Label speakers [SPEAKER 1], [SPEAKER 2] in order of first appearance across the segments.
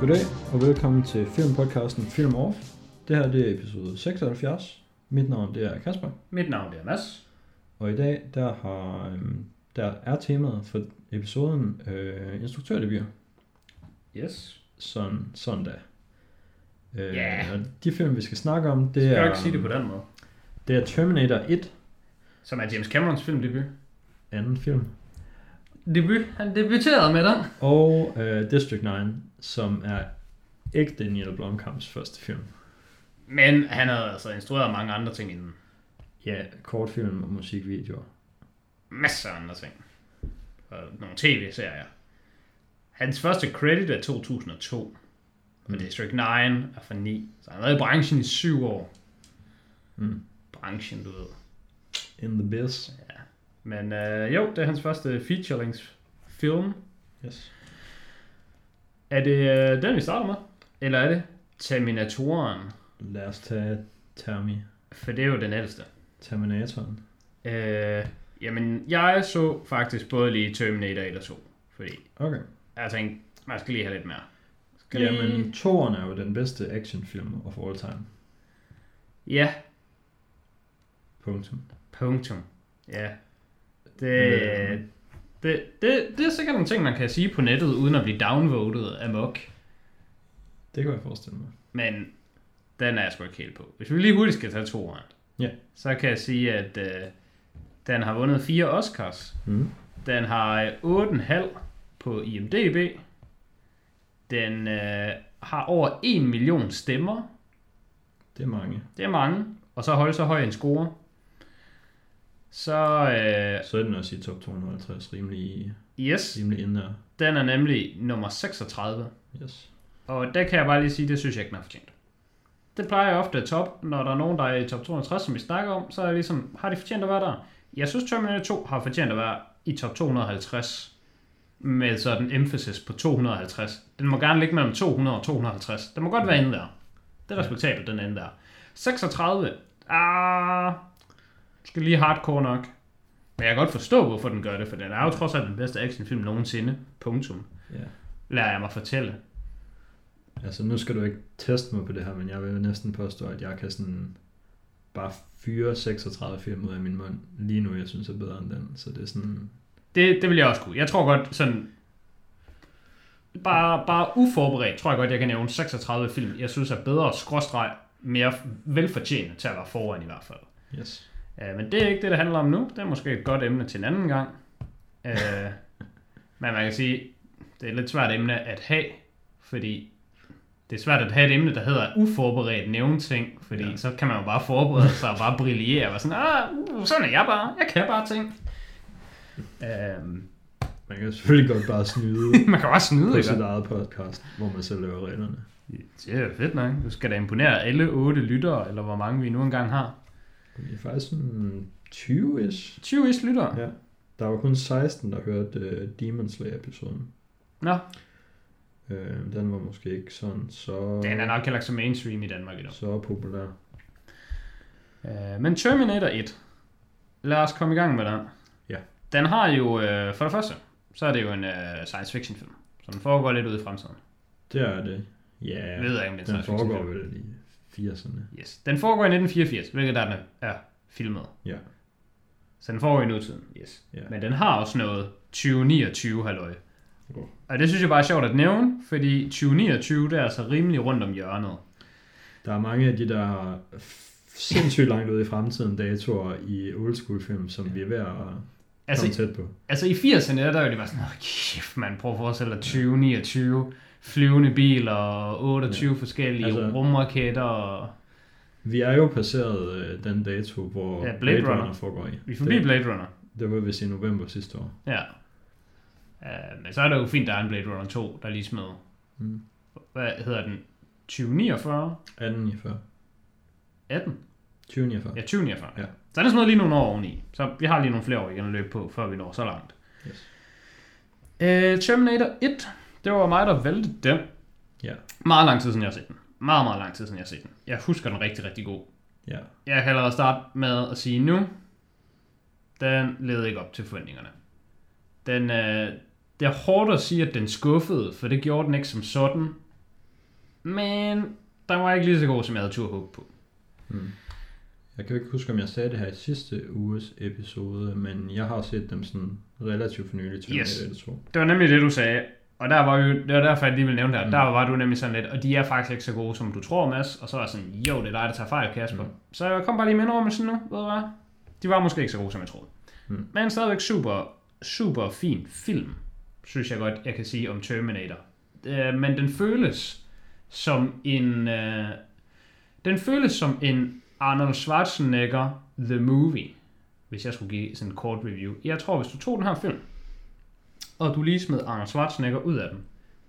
[SPEAKER 1] Goddag og velkommen til filmpodcasten Film Off. Det her det er episode 76. Mit navn det er Kasper,
[SPEAKER 2] Mit navn det er Mads.
[SPEAKER 1] og i dag der, har, øhm, der er temaet for episoden øh, instruktørdebut.
[SPEAKER 2] Yes.
[SPEAKER 1] Sådan, sådan da. Øh,
[SPEAKER 2] Ja.
[SPEAKER 1] og De film vi skal snakke om,
[SPEAKER 2] Det
[SPEAKER 1] det
[SPEAKER 2] er... Skal
[SPEAKER 1] er, øhm,
[SPEAKER 2] jeg ikke sige det på den måde.
[SPEAKER 1] det er Terminator 1,
[SPEAKER 2] Som er James Camerons filmdebut.
[SPEAKER 1] anden film,
[SPEAKER 2] Debut? Han debuterede med den.
[SPEAKER 1] og øh, District 9, som er ægte Neil Blomkamps første film.
[SPEAKER 2] Men han havde altså instrueret mange andre ting inden.
[SPEAKER 1] Ja, kortfilm og musikvideoer.
[SPEAKER 2] Masser af andre ting. Og nogle tv-serier. Hans første credit er 2002. Og
[SPEAKER 1] Mm.
[SPEAKER 2] District 9 er fra 9. Så han har været i branchen i 7 år.
[SPEAKER 1] Mm.
[SPEAKER 2] Branchen, du ved.
[SPEAKER 1] In the Biz.
[SPEAKER 2] Men øh, jo, det er hans første featuring-film.
[SPEAKER 1] Yes.
[SPEAKER 2] Er det øh, den, vi starter med? Eller er det Terminatoren?
[SPEAKER 1] Lad os tage Termi.
[SPEAKER 2] For det er jo den ældste.
[SPEAKER 1] Terminatoren.
[SPEAKER 2] Øh, jamen, jeg så faktisk både lige Terminator 1 og 2. Fordi
[SPEAKER 1] Okay.
[SPEAKER 2] jeg tænkte, man skal lige have lidt mere. Skal
[SPEAKER 1] Jamen,
[SPEAKER 2] lige-
[SPEAKER 1] toeren er jo den bedste actionfilm of all time.
[SPEAKER 2] Ja,
[SPEAKER 1] Punktum.
[SPEAKER 2] punktum. Ja.
[SPEAKER 1] Med-
[SPEAKER 2] Det, det, det, det er sikkert nogle ting, man kan sige på nettet, uden at blive downvoted af mok.
[SPEAKER 1] Det kan jeg forestille mig.
[SPEAKER 2] Men den er jeg sgu ikke helt på. Hvis vi lige hurtigt skal tage toeren,
[SPEAKER 1] Ja.
[SPEAKER 2] så kan jeg sige, at øh, den har vundet fire Oscars.
[SPEAKER 1] Mm.
[SPEAKER 2] Den har øh, 8,5 på IMDb. Den øh, har over 1 million stemmer.
[SPEAKER 1] Det er mange.
[SPEAKER 2] Det er mange. Og så holde så høj en score. Så øh,
[SPEAKER 1] Så er den også i top 250 rimelig,
[SPEAKER 2] yes,
[SPEAKER 1] rimelig inde der.
[SPEAKER 2] den er nemlig nummer 36.
[SPEAKER 1] Yes.
[SPEAKER 2] Og der kan jeg bare lige sige, det synes jeg ikke, den har fortjent. Det plejer jeg ofte at top, når der er nogen, der er i top 260, som vi snakker om, så er jeg ligesom, har de fortjent at være der? Jeg synes, Terminator 2 har fortjent at være i top 250, med sådan emphasis på 250. Den må gerne ligge mellem 200 og 250. Den må godt være inde der. Det er respektabelt, den ende der. 36. Ah, skal lige hardcore nok. Men jeg kan godt forstå, hvorfor den gør det, for den er jo trods alt den bedste actionfilm nogensinde. Punktum.
[SPEAKER 1] Ja.
[SPEAKER 2] Lærer jeg mig fortælle.
[SPEAKER 1] Altså, nu skal du ikke teste mig på det her, men jeg vil næsten påstå, at jeg kan sådan bare fyre 36 film ud af min mund lige nu, jeg synes er bedre end den. Så det er sådan...
[SPEAKER 2] Det, det vil jeg også kunne. Jeg tror godt sådan... Bare, bare uforberedt, tror jeg godt, jeg kan nævne 36 film, jeg synes er bedre skråstreg, mere velfortjent til at være foran i hvert fald.
[SPEAKER 1] Yes.
[SPEAKER 2] Uh, men det er ikke det, det handler om nu. Det er måske et godt emne til en anden gang. Uh, men man kan sige, det er et lidt svært emne at have, fordi det er svært at have et emne, der hedder uforberedt nævne ting, fordi
[SPEAKER 1] Ja.
[SPEAKER 2] ja. så kan man jo bare forberede sig og bare brillere og være sådan, ah, uh, sådan er jeg bare, jeg kan bare ting. Uh,
[SPEAKER 1] Man kan selvfølgelig godt bare snyde
[SPEAKER 2] man kan bare snyde,
[SPEAKER 1] på
[SPEAKER 2] ikke?
[SPEAKER 1] sit eget podcast, hvor man selv laver reglerne.
[SPEAKER 2] Det er fedt nok. Du skal da imponere alle otte lyttere, eller hvor mange vi nu engang har.
[SPEAKER 1] Vi er faktisk sådan 20-ish.
[SPEAKER 2] 20 is lyttere.
[SPEAKER 1] Ja. Der var kun 16, der hørte uh, Demon Slayer-episoden.
[SPEAKER 2] Nå.
[SPEAKER 1] Uh, den var måske ikke sådan så,
[SPEAKER 2] Den er nok heller ikke så mainstream i Danmark endnu.
[SPEAKER 1] så populær.
[SPEAKER 2] Øh, men Terminator 1. Lad os komme i gang med den.
[SPEAKER 1] Ja.
[SPEAKER 2] Den har jo, øh, for det første, så er det jo en øh, science fiction film. Så den foregår lidt ude i fremtiden.
[SPEAKER 1] Det er det. Ja,
[SPEAKER 2] Jeg ved ikke, om det er en
[SPEAKER 1] den
[SPEAKER 2] science fiction
[SPEAKER 1] foregår
[SPEAKER 2] film.
[SPEAKER 1] vel i 80'erne.
[SPEAKER 2] Yes. Den foregår i 1984, hvilket der den er filmet.
[SPEAKER 1] Ja.
[SPEAKER 2] Så den foregår i nutiden. Yes.
[SPEAKER 1] Ja.
[SPEAKER 2] Men den har også noget 2029 halløj.
[SPEAKER 1] Åh.
[SPEAKER 2] Og det synes jeg bare er sjovt at nævne, fordi 2029, det er altså rimelig rundt om hjørnet.
[SPEAKER 1] Der er mange af de der f- sindssygt langt ude i fremtiden datoer i old school film, som vi er ved at komme
[SPEAKER 2] Altså,
[SPEAKER 1] tæt på.
[SPEAKER 2] Altså i 80'erne, der var det bare sådan, "Åh, kæft man, prøv at forestille dig 20, 29 flyvende biler og 28 ja. forskellige
[SPEAKER 1] Altså-
[SPEAKER 2] altså, rumraketter. Og...
[SPEAKER 1] Vi er jo passeret øh, den dato, hvor
[SPEAKER 2] Ja, Blade Runner.
[SPEAKER 1] foregår i.
[SPEAKER 2] Vi er forbi
[SPEAKER 1] det,
[SPEAKER 2] Blade Runner.
[SPEAKER 1] det var vist i november sidste år.
[SPEAKER 2] Ja. Uh, men så er det jo fint, der er en Blade Runner 2, der lige smed.
[SPEAKER 1] Mm.
[SPEAKER 2] Hvad hedder den? 2049?
[SPEAKER 1] 18 i 40.
[SPEAKER 2] 18?
[SPEAKER 1] 20 i 40.
[SPEAKER 2] Ja, 2049.
[SPEAKER 1] Ja.
[SPEAKER 2] Så er der smed lige nogle år oveni. Så vi har lige nogle flere år igen at løbe på, før vi når så langt.
[SPEAKER 1] Yes.
[SPEAKER 2] Uh, Terminator 1, det var mig, der valgte den.
[SPEAKER 1] Ja.
[SPEAKER 2] Meget lang tid siden, jeg har set den. Meget, meget lang tid siden, jeg har set den. Jeg husker den rigtig, rigtig god.
[SPEAKER 1] ja.
[SPEAKER 2] Jeg kan allerede starte med at sige nu, den levede ikke op til forventningerne. Den, øh, det er hårdt at sige, at den skuffede, for det gjorde den ikke som sådan. Men der var ikke lige så god, som jeg havde tur håbe på.
[SPEAKER 1] Jeg kan jo ikke huske, om jeg sagde det her i sidste uges episode, men jeg har set dem sådan relativt for nylig til
[SPEAKER 2] Yes.
[SPEAKER 1] det, tror.
[SPEAKER 2] Det var nemlig det, du sagde. Og der var jo, det var derfor, jeg lige ville nævne det. Mm. Der var du nemlig sådan lidt, og de er faktisk ikke så gode, som du tror, Mads. Og så var jeg sådan, jo, det er dig, der tager fejl, Kasper. Mm. Så jeg kom bare lige med indrømmelsen nu, ved du hvad? De var måske ikke så gode, som jeg troede.
[SPEAKER 1] Mm.
[SPEAKER 2] Mm. Men stadigvæk super, super fin film, synes jeg godt, jeg kan sige om Terminator. Øh, men den føles som en... Øh, den føles som en Arnold Schwarzenegger The Movie, hvis jeg skulle give sådan en kort review. Jeg tror, hvis du tog den her film, og du lige smed Arnold Schwarzenegger ud af den,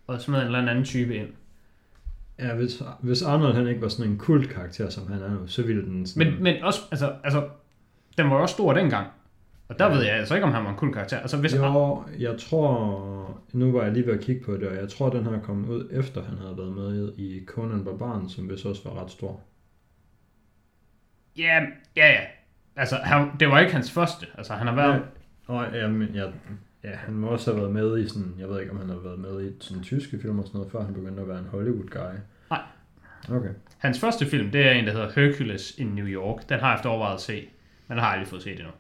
[SPEAKER 2] og smed en eller anden type ind.
[SPEAKER 1] Ja, hvis, hvis Arnold han ikke var sådan en kult karakter, som han er nu, så ville den sådan...
[SPEAKER 2] Men, mm. men også, altså, altså, den var jo også stor dengang. Og der
[SPEAKER 1] Ja.
[SPEAKER 2] ved jeg altså ikke, om han var en cool karakter. Altså, hvis Ar-
[SPEAKER 1] Jo, jeg tror... Nu var jeg lige ved at kigge på det, og jeg tror, den her kom ud efter, han havde været med i Conan Barbaren, som vist også var ret stor.
[SPEAKER 2] ja, ja, ja. Altså, han, det var ikke hans første. Altså, han har været...
[SPEAKER 1] Og ja, men jeg, ja, han må også have været med i sådan... Jeg ved ikke, om han har været med i sådan tyske film og sådan noget, før han begyndte at være en Hollywood-guy.
[SPEAKER 2] Nej.
[SPEAKER 1] Okay.
[SPEAKER 2] Hans første film, det er en, der hedder Hercules in New York. Den har jeg efter overvejet at se, men den har jeg aldrig fået set endnu.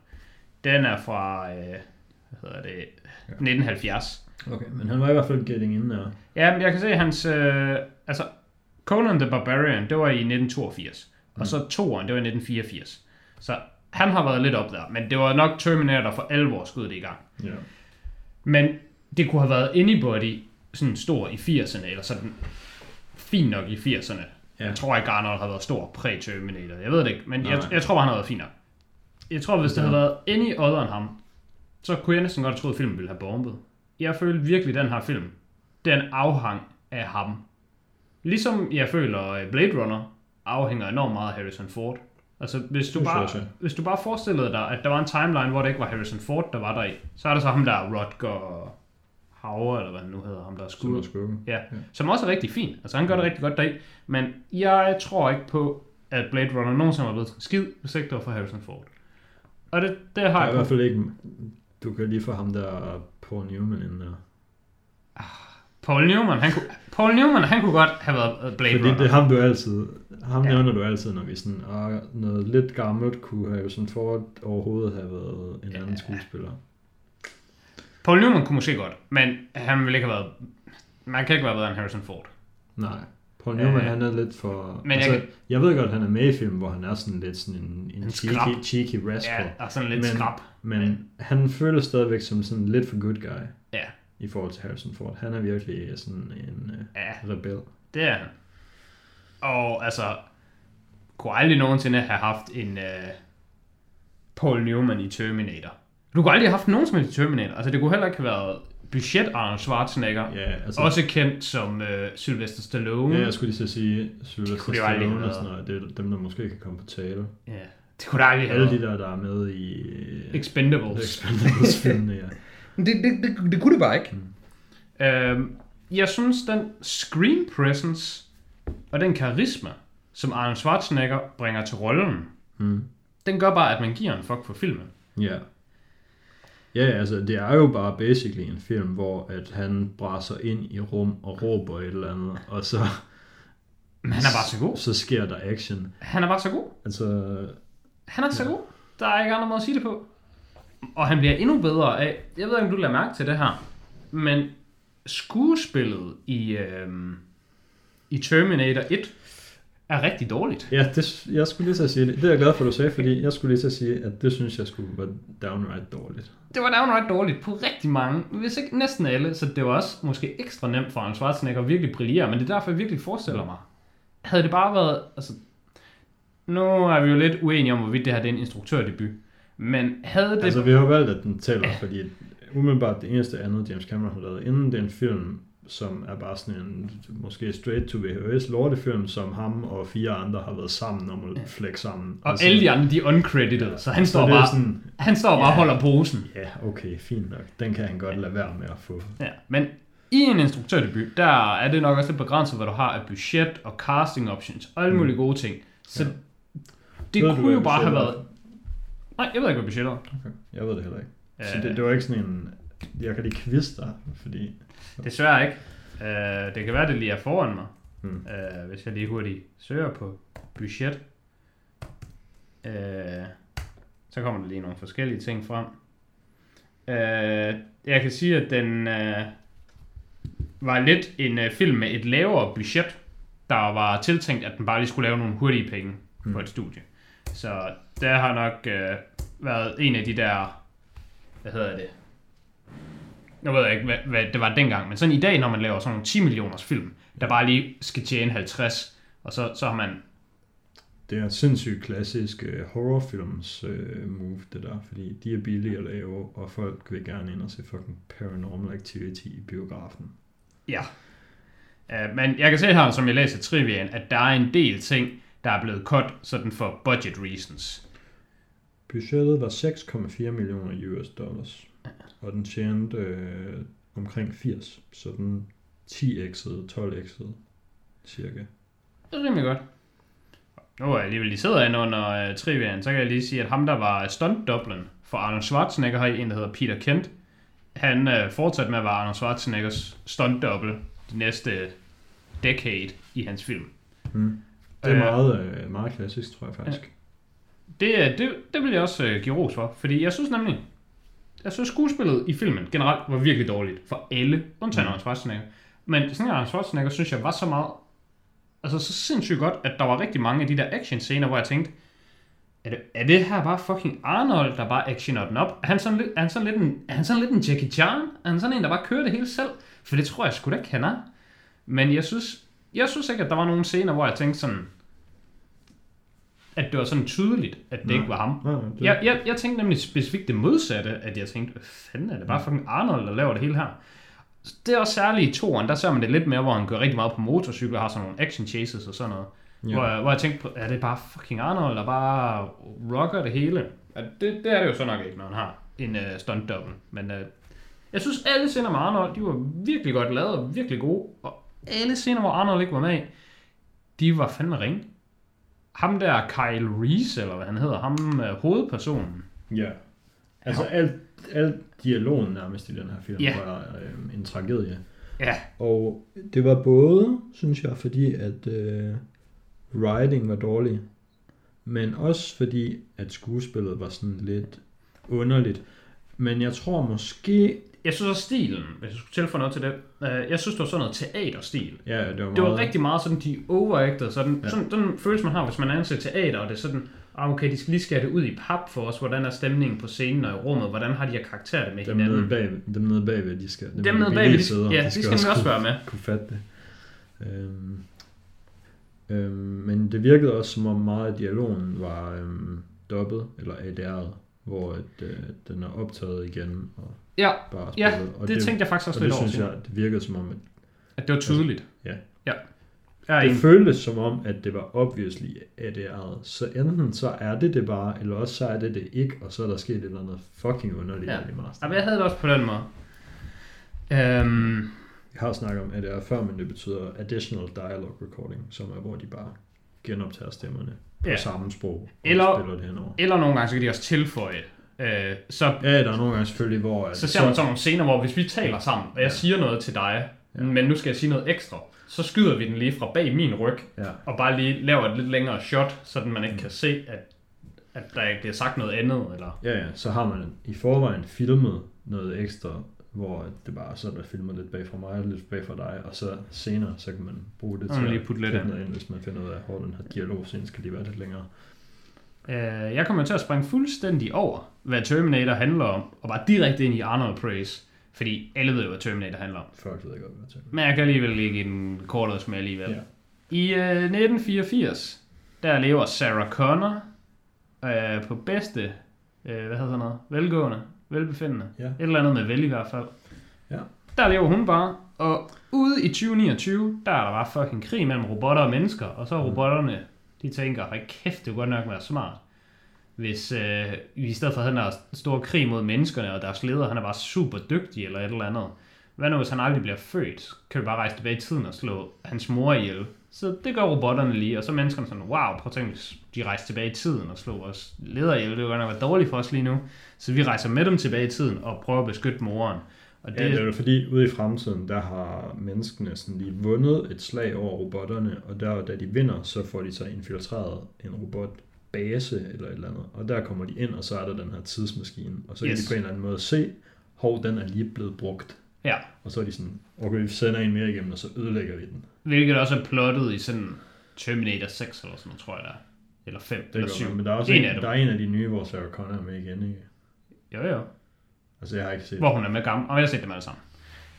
[SPEAKER 2] Den er fra, øh, hvad hedder det, 1970.
[SPEAKER 1] Okay, men han var i hvert fald getting in der.
[SPEAKER 2] Ja, men jeg kan se hans... Øh, altså, Conan the Barbarian, det var i 1982. Og så toeren, det var i 1984. Så han har været lidt op der, men det var nok Terminator for alvor skud det i gang.
[SPEAKER 1] Ja.
[SPEAKER 2] Men det kunne have været Anybody sådan stor i 80'erne, eller sådan fin nok i 80'erne.
[SPEAKER 1] Ja.
[SPEAKER 2] Ja. Jeg tror ikke, Arnold har været stor præ-Terminator. Jeg ved det ikke, men jeg,
[SPEAKER 1] Nej.
[SPEAKER 2] jeg tror, han har været fin nok. Jeg tror, hvis det
[SPEAKER 1] Ja.
[SPEAKER 2] havde været any other end ham, så kunne jeg næsten godt have troet, at filmen ville have bombet. Jeg følte virkelig, at den her film, den afhang af ham. Ligesom jeg føler, at Blade Runner afhænger enormt meget af Harrison Ford. Altså, hvis du,
[SPEAKER 1] Det
[SPEAKER 2] bare,
[SPEAKER 1] synes jeg.
[SPEAKER 2] hvis du bare forestillede dig, at der var en timeline, hvor det ikke var Harrison Ford, der var der i, så er der så ham, der er Rodger Hauer, eller hvad han nu hedder, ham der er
[SPEAKER 1] Som var
[SPEAKER 2] skud.
[SPEAKER 1] skuggen.
[SPEAKER 2] Ja, som også er rigtig fint. Altså, han gør det rigtig godt deri. Men jeg tror ikke på, at Blade Runner nogensinde var blevet til en skid, hvis ikke det var for Harrison Ford. Og det, det
[SPEAKER 1] Der
[SPEAKER 2] har
[SPEAKER 1] er i hvert
[SPEAKER 2] jeg...
[SPEAKER 1] fald ikke... Du kan lige få ham der Paul Newman ind der.
[SPEAKER 2] Paul Newman, han kunne, Paul Newman, han kunne godt have været øh, Blade
[SPEAKER 1] Fordi
[SPEAKER 2] Runner.
[SPEAKER 1] det er ham, du altid... Ham
[SPEAKER 2] Ja.
[SPEAKER 1] ja. nævner du altid, når vi sådan... Og noget lidt gammelt kunne have sådan for overhovedet have været en ja. anden skuespiller.
[SPEAKER 2] Paul Newman kunne måske godt, men han ville ikke have været... Man kan ikke være bedre end Harrison Ford.
[SPEAKER 1] Nej. Paul Newman,
[SPEAKER 2] Øh,
[SPEAKER 1] han er lidt for...
[SPEAKER 2] men
[SPEAKER 1] Men
[SPEAKER 2] jeg
[SPEAKER 1] altså, jeg,
[SPEAKER 2] kan-
[SPEAKER 1] jeg ved godt, han er med i film, hvor han er sådan lidt sådan en, en,
[SPEAKER 2] En
[SPEAKER 1] en
[SPEAKER 2] skrab.
[SPEAKER 1] cheeky, cheeky rascal.
[SPEAKER 2] Ja,
[SPEAKER 1] Ja.
[SPEAKER 2] og sådan lidt
[SPEAKER 1] Men-
[SPEAKER 2] skrab.
[SPEAKER 1] Men han føles stadigvæk som sådan lidt for good guy
[SPEAKER 2] Ja,
[SPEAKER 1] i forhold til Harrison Ford. Han er virkelig sådan en øh,
[SPEAKER 2] ja,
[SPEAKER 1] rebel.
[SPEAKER 2] det er han. Og altså, kunne aldrig nogensinde have haft en øh, Paul Newman i Terminator. Du kunne aldrig have haft nogen som helst i Terminator. Altså, det kunne heller ikke have været budget Arnold Schwarzenegger. Ja,
[SPEAKER 1] Ja, altså,
[SPEAKER 2] altså, også kendt som øh, Sylvester Stallone.
[SPEAKER 1] Ja, altså. jeg skulle lige så sige Sylvester
[SPEAKER 2] kunne det jo aldrig
[SPEAKER 1] Stallone
[SPEAKER 2] have
[SPEAKER 1] og sådan noget. Det er dem, der måske kan komme på tale.
[SPEAKER 2] ja. Det kunne der aldrig have
[SPEAKER 1] Alle
[SPEAKER 2] været.
[SPEAKER 1] de der, der er med i
[SPEAKER 2] Expendables.
[SPEAKER 1] Expendables-filmene, ja.
[SPEAKER 2] Men det, det, det, det kunne det bare ikke. Mm. Øhm, jeg synes, den screen presence og den karisma, som Arnold Schwarzenegger bringer til rollen,
[SPEAKER 1] Mm.
[SPEAKER 2] den gør bare, at man giver en fuck for filmen.
[SPEAKER 1] Ja. Ja, altså, det er jo bare basically en film, hvor at han braser ind i rum og råber et eller andet, og så,
[SPEAKER 2] Men han er bare så god.
[SPEAKER 1] så sker der action.
[SPEAKER 2] Han er bare så god.
[SPEAKER 1] Altså,
[SPEAKER 2] Han er så god. Der er ikke andre måde at sige det på. Og han bliver endnu bedre af, jeg ved ikke, om du lader mærke til det her, men skuespillet i, øhm, i Terminator 1 er rigtig dårligt.
[SPEAKER 1] ja, det, jeg skulle lige så sige det. Det er jeg glad for, du sagde, fordi jeg skulle lige så sige, at det synes jeg skulle var downright dårligt.
[SPEAKER 2] det var downright dårligt på rigtig mange, hvis ikke næsten alle, så det var også måske ekstra nemt for Arnold Schwarzenegger at virkelig brillere, men det er derfor, jeg virkelig forestiller mig. Havde det bare været, altså, nu er vi jo lidt uenige om, hvorvidt det her det er en instruktørdebut, men havde det...
[SPEAKER 1] Altså, vi har valgt, at den tæller, fordi umiddelbart det eneste andet, James Cameron har lavet inden, det er en film, som er bare sådan en måske straight to VHS lortefilm, som ham og fire andre har været sammen om at flække sammen. Altså,
[SPEAKER 2] og alle de andre, de er uncredited, så han står
[SPEAKER 1] så det
[SPEAKER 2] bare,
[SPEAKER 1] er sådan,
[SPEAKER 2] han står bare og holder posen.
[SPEAKER 1] ja, okay, fint nok. Den kan han godt lade være med at få.
[SPEAKER 2] Ja, men i en instruktørdebut, der er det nok også lidt begrænset, hvad du har af budget og casting options og alle mulige gode ting. Så ja.
[SPEAKER 1] Mm. Ja.
[SPEAKER 2] det
[SPEAKER 1] Ved du,
[SPEAKER 2] kunne jo
[SPEAKER 1] hvad
[SPEAKER 2] bare have
[SPEAKER 1] budgettet
[SPEAKER 2] været... Nej, jeg ved ikke, hvad budgettet er.
[SPEAKER 1] Okay. Jeg ved det heller ikke. Så
[SPEAKER 2] Øh.
[SPEAKER 1] det, det var ikke sådan en, jeg kan lige kviste dig, fordi...
[SPEAKER 2] Desværre ikke. Øh, det kan være, det lige er foran mig.
[SPEAKER 1] Mm.
[SPEAKER 2] Øh, hvis jeg lige hurtigt søger på budget, øh, så kommer der lige nogle forskellige ting frem. Øh, jeg kan sige, at den øh, var lidt en øh, film med et lavere budget, der var tiltænkt, at den bare lige skulle lave nogle hurtige penge mm. på et studie. Så der har nok øh, været en af de der, hvad hedder det, jeg ved ikke, hvad, hvad det var dengang, men sådan i dag, når man laver sådan nogle 10 millioners film, der bare lige skal tjene 50, og så, så har man,
[SPEAKER 1] Det er et sindssygt klassisk øh, horrorfilms øh, move, det der, fordi de er billige at lave, og folk vil gerne ind og se fucking paranormal activity i biografen.
[SPEAKER 2] ja. Uh, men jeg kan se her, som jeg læser trivian, at der er en del ting, der er blevet cut sådan for budget reasons.
[SPEAKER 1] Budgettet var 6,4 millioner US dollars, og den tjente øh, omkring 80, så den 10x'ede, 12x'ede cirka.
[SPEAKER 2] Det er rimelig godt. Nu er jeg alligevel lige sidder inde under uh, trivian, så kan jeg lige sige, at ham der var stunt Dublin for Arnold Schwarzenegger, har en, der hedder Peter Kent. Han uh, fortsatte med at være Arnold Schwarzeneggers stunt double de næste decade i hans film.
[SPEAKER 1] Hmm. Det er
[SPEAKER 2] Øh.
[SPEAKER 1] meget, øh, meget klassisk, tror jeg faktisk.
[SPEAKER 2] Det, er- det, det vil jeg også øh, give ros for, fordi jeg synes nemlig, jeg synes skuespillet i filmen generelt var virkelig dårligt for alle, undtagen Arnold Schwarzenegger. Men sådan en Arnold Schwarzenegger synes jeg var så meget, altså så sindssygt godt, at der var rigtig mange af de der action scener, hvor jeg tænkte, er det, er det her bare fucking Arnold, der bare actioner den op? Er han sådan lidt, er han sådan lidt, en, er han sådan lidt en Jackie Chan? Er han sådan en, der bare kører det hele selv? For det tror jeg sgu da ikke, han er. Men jeg synes, jeg synes ikke, at der var nogle scener, hvor jeg tænkte sådan, at det var sådan tydeligt, at det
[SPEAKER 1] Nej.
[SPEAKER 2] ikke var ham.
[SPEAKER 1] Nej, nej, det,
[SPEAKER 2] Jeg, jeg, jeg tænkte nemlig specifikt det modsatte, at jeg tænkte, hvad fanden er det bare fucking Arnold, der laver det hele her? Så Det er også særligt i toren, der ser man det lidt mere, hvor han kører rigtig meget på motorcykel og har sådan nogle action chases og sådan noget. Ja.
[SPEAKER 1] Ja.
[SPEAKER 2] Hvor, jeg, hvor jeg tænkte, på, er det bare fucking Arnold, der bare rocker det hele? Ja, det, det er det jo så nok ikke, når han har en uh, stunt double. Men uh, jeg synes, alle scener med Arnold, de var virkelig godt lavet og virkelig gode. Og alle scener, hvor Arnold ikke var med i, de var fandme ringe. Ham der Kyle Reese, eller hvad han hedder, ham øh, hovedpersonen.
[SPEAKER 1] Ja. Altså alt, alt dialogen nærmest i den her film
[SPEAKER 2] Ja.
[SPEAKER 1] var øh, en tragedie.
[SPEAKER 2] Ja.
[SPEAKER 1] Og det var både, synes jeg, fordi at øh, writing var dårlig, men også fordi at skuespillet var sådan lidt underligt. Men jeg tror måske...
[SPEAKER 2] Jeg synes også stilen, hvis jeg skulle tilføje noget til det, øh, jeg synes, det var sådan noget teaterstil.
[SPEAKER 1] Ja, det var,
[SPEAKER 2] Det var
[SPEAKER 1] meget,
[SPEAKER 2] rigtig meget sådan, de overactede, sådan, ja.
[SPEAKER 1] Ja.
[SPEAKER 2] sådan, den følelse, man har, hvis man anser teater, og det er sådan, ah, okay, de skal lige skære det ud i pap for os, hvordan er stemningen på scenen og i rummet, hvordan har de her karakterer det med
[SPEAKER 1] dem
[SPEAKER 2] hinanden.
[SPEAKER 1] nede, bag, dem nede bagved, de skal...
[SPEAKER 2] Dem nede
[SPEAKER 1] de
[SPEAKER 2] bagved,
[SPEAKER 1] billige
[SPEAKER 2] de- ja, de skal nemlig også være med.
[SPEAKER 1] kunne, kunne fatte det. Øhm, øhm, men det virkede også, som om meget af dialogen var øhm, dobbet, eller ADR'et, hvor at, øh, den er optaget igen og
[SPEAKER 2] Ja,
[SPEAKER 1] bare
[SPEAKER 2] ja
[SPEAKER 1] spillet. og
[SPEAKER 2] det, det tænkte jeg faktisk også
[SPEAKER 1] og
[SPEAKER 2] lidt
[SPEAKER 1] det
[SPEAKER 2] over,
[SPEAKER 1] synes
[SPEAKER 2] til,
[SPEAKER 1] jeg, det virkede som om, at
[SPEAKER 2] at det var tydeligt.
[SPEAKER 1] ja.
[SPEAKER 2] Ja. Jeg er
[SPEAKER 1] det
[SPEAKER 2] enig.
[SPEAKER 1] føltes som om, at det var obviously ADR'et. Så enten så er det det bare, eller også så er det det ikke, og så er der sket et eller andet fucking underligt
[SPEAKER 2] Ja.
[SPEAKER 1] ja. i Master.
[SPEAKER 2] Jamen, jeg havde det også på den måde. Øhm,
[SPEAKER 1] Jeg har snakket om ADR før, men det betyder Additional Dialogue Recording, som er, hvor de bare genoptager stemmerne på
[SPEAKER 2] Ja.
[SPEAKER 1] ja. samme sprog, og
[SPEAKER 2] Eller-
[SPEAKER 1] eller... spiller det henover.
[SPEAKER 2] eller nogle gange, så kan de også tilføje, øh, så
[SPEAKER 1] Ja, der er nogle gange selvfølgelig, hvor... at-
[SPEAKER 2] Så ser man sådan nogle scener, hvor hvis vi taler sammen, og jeg
[SPEAKER 1] Ja.
[SPEAKER 2] siger noget til dig, men nu skal jeg sige noget ekstra, så skyder vi den lige fra bag min ryg,
[SPEAKER 1] Ja.
[SPEAKER 2] og bare lige laver et lidt længere shot, så man ikke kan se, at, at der ikke bliver sagt noget andet. Eller...
[SPEAKER 1] Ja, ja, så har man i forvejen filmet noget ekstra, hvor det bare er sådan, at filmer lidt bag fra mig og lidt bag fra dig, og så senere, så kan man bruge det
[SPEAKER 2] Og
[SPEAKER 1] til
[SPEAKER 2] lige putte lidt
[SPEAKER 1] klippe
[SPEAKER 2] af.
[SPEAKER 1] noget ind, hvis man finder ud af, hvor den her dialog sen skal lige være lidt længere.
[SPEAKER 2] Øh, jeg kommer til at springe fuldstændig over, hvad Terminator handler om, og bare direkte ind i Arnold Praise, fordi alle ved jo, hvad Terminator handler om.
[SPEAKER 1] Folk ved ikke, hvad jeg tænker.
[SPEAKER 2] Men jeg kan alligevel lægge en kortere smag alligevel.
[SPEAKER 1] Ja.
[SPEAKER 2] I øh, 1984, der lever Sarah Connor øh, på bedste, øh, hvad hedder sådan noget, velgående, velbefindende.
[SPEAKER 1] Ja.
[SPEAKER 2] Et eller andet med vel i hvert fald.
[SPEAKER 1] Ja.
[SPEAKER 2] Der lever hun bare, og ude i 2029, der er der bare fucking krig mellem robotter og mennesker, og så er
[SPEAKER 1] Mm.
[SPEAKER 2] robotterne, de tænker, hold kæft, det kunne godt nok være smart. Hvis øh, vi i stedet for havde den der store krig mod menneskerne, og deres leder, han er bare super dygtig eller et eller andet. Hvad nu, hvis han aldrig bliver født? Kan du bare rejse tilbage i tiden og slå hans mor ihjel? Så det gør robotterne lige, og så er menneskerne sådan, wow, prøv at tænke, hvis de rejste tilbage i tiden og slog os leder ihjel, det var nok være dårligt for os lige nu. Så vi rejser med dem tilbage i tiden og prøver at beskytte moren. Og
[SPEAKER 1] Ja, det er jo fordi, ude i fremtiden, der har menneskene sådan lige vundet et slag over robotterne, og der, da de vinder, så får de så infiltreret en robotbase eller et eller andet, og der kommer de ind, og så er der den her tidsmaskine, og så kan
[SPEAKER 2] Yes.
[SPEAKER 1] de på en eller anden måde se, hov, den er lige blevet brugt.
[SPEAKER 2] Ja.
[SPEAKER 1] Og så er de sådan, okay, vi sender en mere igennem, og så ødelægger vi den.
[SPEAKER 2] Hvilket også er plottet i sådan Terminator 6 eller sådan noget, tror jeg der. er. Eller 5
[SPEAKER 1] Det
[SPEAKER 2] eller
[SPEAKER 1] gør
[SPEAKER 2] 7.
[SPEAKER 1] man. Men der er også
[SPEAKER 2] en
[SPEAKER 1] en,
[SPEAKER 2] af dem.
[SPEAKER 1] der er en af de nye, hvor Sarah Connor er med igen, ikke?
[SPEAKER 2] Jo, jo.
[SPEAKER 1] Altså, jeg har ikke set,
[SPEAKER 2] Hvor hun er med gammel. Og jeg har set dem alle sammen.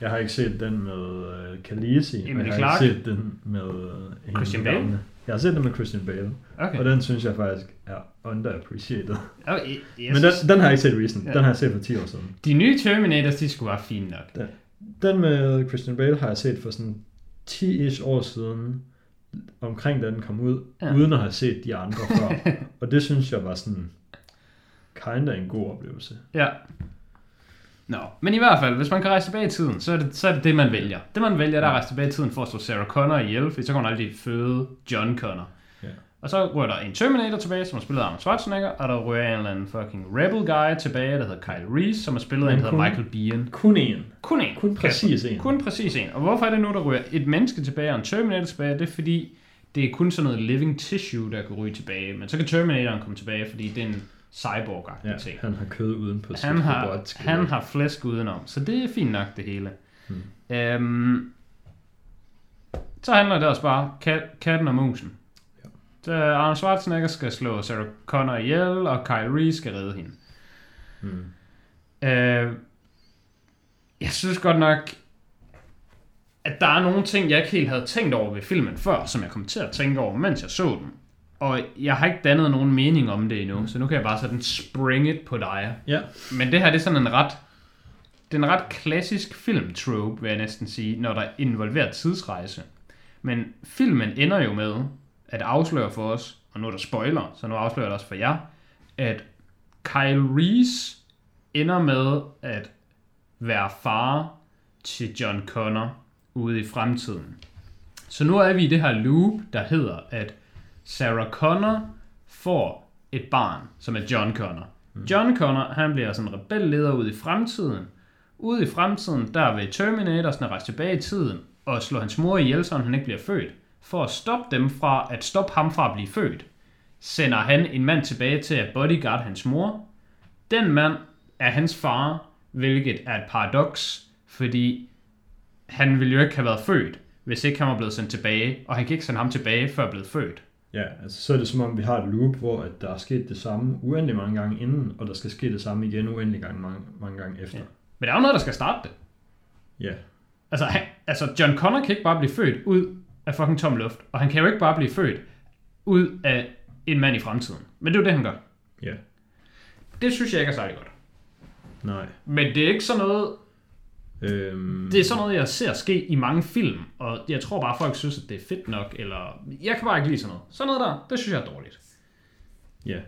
[SPEAKER 1] jeg har ikke set den med uh, Khaleesi, og
[SPEAKER 2] Emily
[SPEAKER 1] jeg
[SPEAKER 2] Clarke.
[SPEAKER 1] har ikke set den med uh, hende
[SPEAKER 2] Christian
[SPEAKER 1] den
[SPEAKER 2] Bale?
[SPEAKER 1] gamle. Jeg har set den med Christian Bale.
[SPEAKER 2] Okay.
[SPEAKER 1] Og den synes jeg faktisk er underappreciated.
[SPEAKER 2] Og jeg, jeg
[SPEAKER 1] Men
[SPEAKER 2] synes,
[SPEAKER 1] den, den har jeg ikke set recent.
[SPEAKER 2] Ja.
[SPEAKER 1] Den har jeg set for 10 år siden.
[SPEAKER 2] de nye Terminators, de skulle være fine nok.
[SPEAKER 1] Den med Christian Bale har jeg set for sådan 10-ish år siden, omkring da den kom ud,
[SPEAKER 2] Ja.
[SPEAKER 1] ja. uden at have set de andre før. og det synes jeg var sådan, kinda en god oplevelse.
[SPEAKER 2] Ja. Nå, men i hvert fald, hvis man kan rejse tilbage i tiden, så er det så er det, det man vælger. Det man vælger, der er at rejse tilbage i tiden for at slå Sarah Connor ihjel, fordi så kan hun aldrig føde John Connor.
[SPEAKER 1] Ja.
[SPEAKER 2] Og så rører der en Terminator tilbage, som er spillet af Arnold Schwarzenegger, og der rører en eller anden fucking Rebel Guy tilbage, der hedder Kyle Reese, som er spillet af en,
[SPEAKER 1] Men
[SPEAKER 2] der hedder
[SPEAKER 1] kun-
[SPEAKER 2] Michael Biehn.
[SPEAKER 1] Kun en.
[SPEAKER 2] Kun en.
[SPEAKER 1] Kun
[SPEAKER 2] Kasper.
[SPEAKER 1] præcis en.
[SPEAKER 2] Kun præcis en. Og hvorfor er det nu, der ryger et menneske tilbage og en Terminator tilbage? Det er fordi, det er kun sådan noget living tissue, der kan ryge tilbage. Men så kan Terminatoren komme tilbage, fordi det er en cyborg-agtig
[SPEAKER 1] Ja,
[SPEAKER 2] ting.
[SPEAKER 1] han har kød uden på sit
[SPEAKER 2] Han har,
[SPEAKER 1] robotskelet.
[SPEAKER 2] han har flæsk udenom, så det er fint nok det hele. Hmm. Øhm, så handler det også bare kat, katten og musen.
[SPEAKER 1] Ja.
[SPEAKER 2] Så Arnold Schwarzenegger skal slå Sarah Connor ihjel, og Kyle Reese skal redde hende.
[SPEAKER 1] Mm.
[SPEAKER 2] Øh, jeg synes godt nok, at der er nogle ting, jeg ikke helt havde tænkt over ved filmen før, som jeg kom til at tænke over, mens jeg så den. Og jeg har ikke dannet nogen mening om det endnu, så nu kan jeg bare sådan springe it på dig.
[SPEAKER 1] Ja,
[SPEAKER 2] Men det her, det er sådan en ret... Det er en ret klassisk filmtrope, vil jeg næsten sige, når der involverer tidsrejse. Men filmen ender jo med at afsløre for os, og nu er der spoiler, så nu afslører jeg det også for jer, at Kyle Reese ender med at være far til John Connor ude i fremtiden. Så nu er vi i det her loop, der hedder, at Sarah Connor får et barn, som er John Connor. John Connor, han bliver sådan en rebelleder ude i fremtiden. Ude i fremtiden, der vil Terminator sådan rejse tilbage i tiden og slå hans mor ihjel, så han ikke bliver født. For at stoppe dem fra, at stoppe ham fra at blive født, sender han en mand tilbage til at bodyguard hans mor. Den mand er hans far, hvilket er et paradoks, fordi han ville jo ikke have været født, hvis ikke han var blevet sendt tilbage, og han kan ikke sende ham tilbage, før blevet født.
[SPEAKER 1] Ja, altså så er det som om, vi har et loop, hvor at der er sket det samme uendelig mange gange inden, og der skal ske det samme igen uendelig gange, mange, mange gange efter.
[SPEAKER 2] Men der er jo noget, der skal starte det.
[SPEAKER 1] Ja.
[SPEAKER 2] Altså, han, altså, John Connor kan ikke bare blive født ud af fucking tom luft, og han kan jo ikke bare blive født ud af en mand i fremtiden. Men det er jo det, han gør.
[SPEAKER 1] ja, ja,
[SPEAKER 2] Det synes jeg ikke er særlig godt.
[SPEAKER 1] nej.
[SPEAKER 2] Men det er ikke sådan noget,
[SPEAKER 1] Øhm,
[SPEAKER 2] det er sådan noget, jeg ser ske i mange film, og jeg tror bare, folk synes, at det er fedt nok, eller jeg kan bare ikke lide sådan noget. Sådan noget der, det synes jeg er dårligt.
[SPEAKER 1] Ja,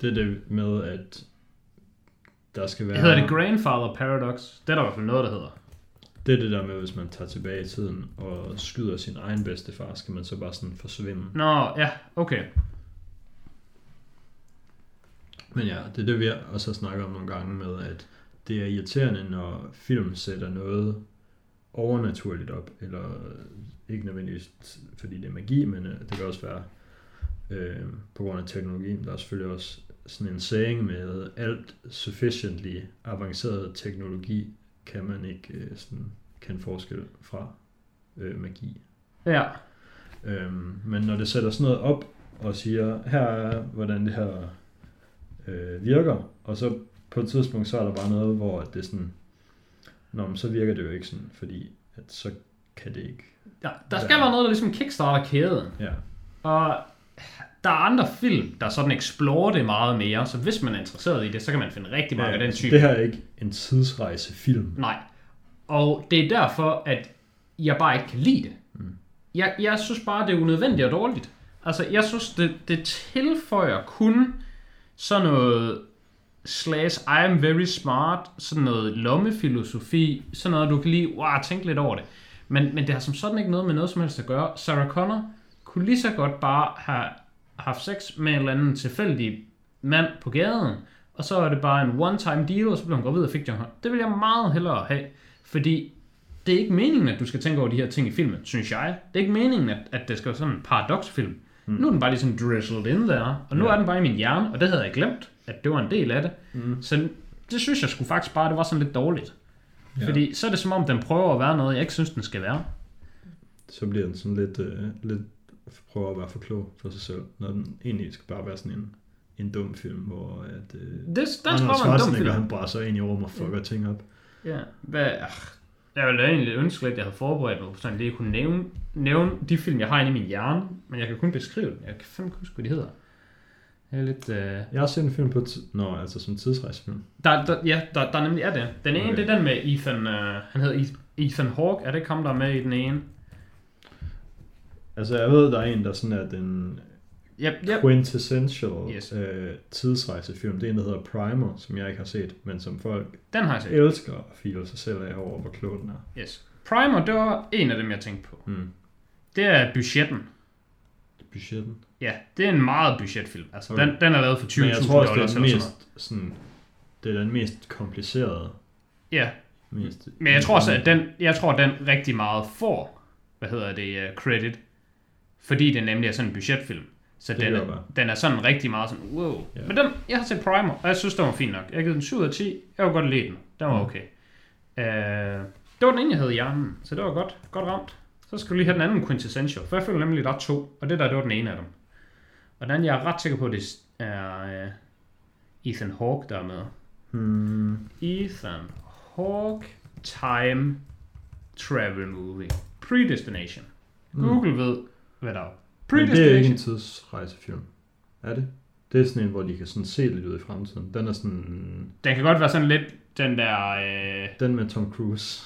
[SPEAKER 1] det er det med, at der skal være...
[SPEAKER 2] Det hedder det Grandfather Paradox. Det er der i hvert fald noget, der hedder.
[SPEAKER 1] det er det der med, hvis man tager tilbage i tiden og skyder sin egen bedstefar, skal man så bare sådan forsvinde.
[SPEAKER 2] Nå, ja, okay.
[SPEAKER 1] Men ja, det er det, vi også har snakket om nogle gange med, at det er irriterende, når film sætter noget overnaturligt op, eller ikke nødvendigvis fordi det er magi, men øh, det kan også være øh, på grund af teknologien. Der er selvfølgelig også sådan en saying med, alt sufficiently avanceret teknologi kan man ikke øh, sådan, kan forskel fra øh, magi.
[SPEAKER 2] Ja,
[SPEAKER 1] Øhm, men når det sætter sådan noget op og siger, her er, hvordan det her øh, virker, og så på et tidspunkt, så er der bare noget, hvor at det er sådan, Nå, men så virker det jo ikke sådan, fordi at så kan det ikke.
[SPEAKER 2] ja der skal være noget, der ligesom kickstarter kæden.
[SPEAKER 1] Ja,
[SPEAKER 2] Og der er andre film, der sådan explorer det meget mere, så hvis man er interesseret i det, så kan man finde rigtig mange af den
[SPEAKER 1] altså,
[SPEAKER 2] type.
[SPEAKER 1] det her er ikke en tidsrejsefilm.
[SPEAKER 2] Nej. Og det er derfor, at jeg bare ikke kan lide det. Mm. Jeg, jeg synes bare, det er unødvendigt og dårligt. Altså, jeg synes, det, det tilføjer kun sådan noget slash I am very smart, sådan noget lommefilosofi, sådan noget, du kan lige wow, tænke lidt over det. Men, men det har som sådan ikke noget med noget som helst at gøre. Sarah Connor kunne lige så godt bare have haft sex med en eller anden tilfældig mand på gaden, og så er det bare en one-time deal, og så blev hun gravid og fik John Hunt. Det vil jeg meget hellere have, fordi det er ikke meningen, at du skal tænke over de her ting i filmen, synes jeg. Det er ikke meningen, at, at det skal være sådan en paradoxfilm. Mm. Nu er den bare lige sådan drizzled in der, og nu ja. er den bare i min hjerne, og det havde jeg glemt, at det var en del af det. Mm. Så det synes jeg skulle faktisk bare, det var sådan lidt dårligt. Ja. Fordi så er det som om, den prøver at være noget, jeg ikke synes, den skal være.
[SPEAKER 1] Så bliver den sådan lidt, øh, lidt prøver at være for klog for sig selv, når den egentlig skal bare være sådan en, en dum film, hvor at, øh,
[SPEAKER 2] Det, der skal
[SPEAKER 1] Arnold
[SPEAKER 2] bare være en dum
[SPEAKER 1] Schwarzenegger,
[SPEAKER 2] film.
[SPEAKER 1] han brænder ind i rummet og fucker ting op.
[SPEAKER 2] Ja, hvad... ah. ach, Jeg ville egentlig ønske, at jeg havde forberedt mig på sådan, at jeg kunne nævne, nævne de film, jeg har inde i min hjerne, men jeg kan kun beskrive dem. Jeg kan fandme ikke huske, hvad de hedder. Jeg er lidt... Øh...
[SPEAKER 1] Jeg har set en film på... T- Nå, altså som tidsrejsefilm.
[SPEAKER 2] Der, der, ja, der, der nemlig er det. Den ene,
[SPEAKER 1] Okay.
[SPEAKER 2] det er den med Ethan... Øh, han hedder Eth- Ethan Hawke. Er det kom der er med i den ene?
[SPEAKER 1] Altså, jeg ved, der er en, der sådan er den
[SPEAKER 2] Yep, yep.
[SPEAKER 1] quintessential
[SPEAKER 2] Yes.
[SPEAKER 1] øh, tidsrejsefilm. Det er en, der hedder Primer, som jeg ikke har set, men som folk
[SPEAKER 2] Den har jeg set.
[SPEAKER 1] elsker at file sig selv af over, hvor klog den er.
[SPEAKER 2] Yes. Primer, det var en af dem, jeg tænkte på.
[SPEAKER 1] Mm.
[SPEAKER 2] Det er budgetten.
[SPEAKER 1] Budgetten.
[SPEAKER 2] Ja, det er en meget budgetfilm. Altså,
[SPEAKER 1] Okay.
[SPEAKER 2] den, den er lavet for 20.000
[SPEAKER 1] Men jeg tror også, det
[SPEAKER 2] dollars
[SPEAKER 1] er den
[SPEAKER 2] eller sådan noget.
[SPEAKER 1] mest, sådan, det er den mest komplicerede.
[SPEAKER 2] Ja,
[SPEAKER 1] Mest,
[SPEAKER 2] Men jeg tror også, at den, jeg tror, den rigtig meget får, hvad hedder det, øh, credit, fordi det nemlig er sådan en budgetfilm. Så
[SPEAKER 1] Det
[SPEAKER 2] den,
[SPEAKER 1] kan være.
[SPEAKER 2] er, den er sådan rigtig meget sådan, wow.
[SPEAKER 1] Ja.
[SPEAKER 2] Yeah. Men den, jeg har set Primer, og jeg synes, den var fin nok. Jeg gav den 7 ud af 10. Jeg kunne godt lide den.
[SPEAKER 1] Mm.
[SPEAKER 2] Den var okay. Øh, det var den ene, jeg havde i hjernen, så det var godt, godt ramt. Så skal du lige have den anden quintessential, for jeg føler nemlig, der er to, og det der, det var den ene af dem. Og den anden, jeg er ret sikker på, det er øh, Ethan Hawke, der er med.
[SPEAKER 1] Hmm,
[SPEAKER 2] Ethan Hawke Time Travel Movie. Predestination. Google ved, hvad der er.
[SPEAKER 1] Hmm. Mm. men det er ikke
[SPEAKER 2] Predestination.
[SPEAKER 1] en tidsrejsefilm. Er det? Det er sådan en, hvor de kan sådan se lidt ud i fremtiden. Den er sådan...
[SPEAKER 2] Den kan godt være sådan lidt den der... Øh,
[SPEAKER 1] Den med Tom Cruise,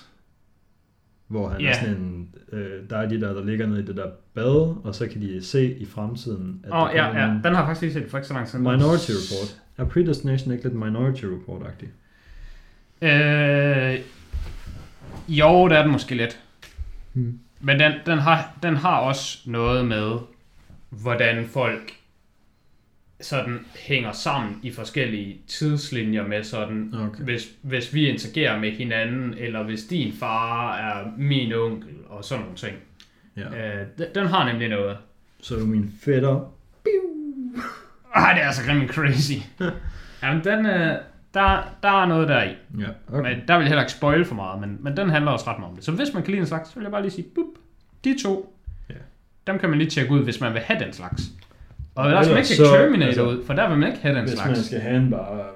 [SPEAKER 1] hvor han er
[SPEAKER 2] Ja.
[SPEAKER 1] sådan en, øh, der er de der, der ligger nede i det der bad, og så kan de se i fremtiden, at
[SPEAKER 2] åh,
[SPEAKER 1] der
[SPEAKER 2] ja,
[SPEAKER 1] kommer
[SPEAKER 2] ja.
[SPEAKER 1] en
[SPEAKER 2] Den har jeg faktisk lige set for ikke så lang tid.
[SPEAKER 1] Minority Report. Er Predestination ikke lidt Minority Report-agtig?
[SPEAKER 2] Øh, jo, det er den måske lidt.
[SPEAKER 1] Hmm.
[SPEAKER 2] Men den, den, har, den har også noget med, hvordan folk sådan hænger sammen i forskellige tidslinjer med sådan,
[SPEAKER 1] Okay.
[SPEAKER 2] hvis, hvis vi interagerer med hinanden, eller hvis din far er min onkel, og sådan nogle ting.
[SPEAKER 1] Ja.
[SPEAKER 2] Øh, den, den har nemlig noget.
[SPEAKER 1] Så er du min fætter.
[SPEAKER 2] Ah, det er så grimt crazy. Jamen, den, øh, der, der er noget der i.
[SPEAKER 1] Ja, okay.
[SPEAKER 2] Men der vil jeg heller ikke spoil for meget, men, men den handler også ret meget om det. Så hvis man kan lide en slags, så vil jeg bare lige sige, bup, de to,
[SPEAKER 1] Ja.
[SPEAKER 2] dem kan man lige tjekke ud, hvis man vil have den slags. Og der
[SPEAKER 1] Ellers
[SPEAKER 2] skal man ikke tjekke
[SPEAKER 1] så-
[SPEAKER 2] Terminator
[SPEAKER 1] altså,
[SPEAKER 2] ud, for der vil man ikke have den
[SPEAKER 1] Hvis man
[SPEAKER 2] slags.
[SPEAKER 1] skal have en bare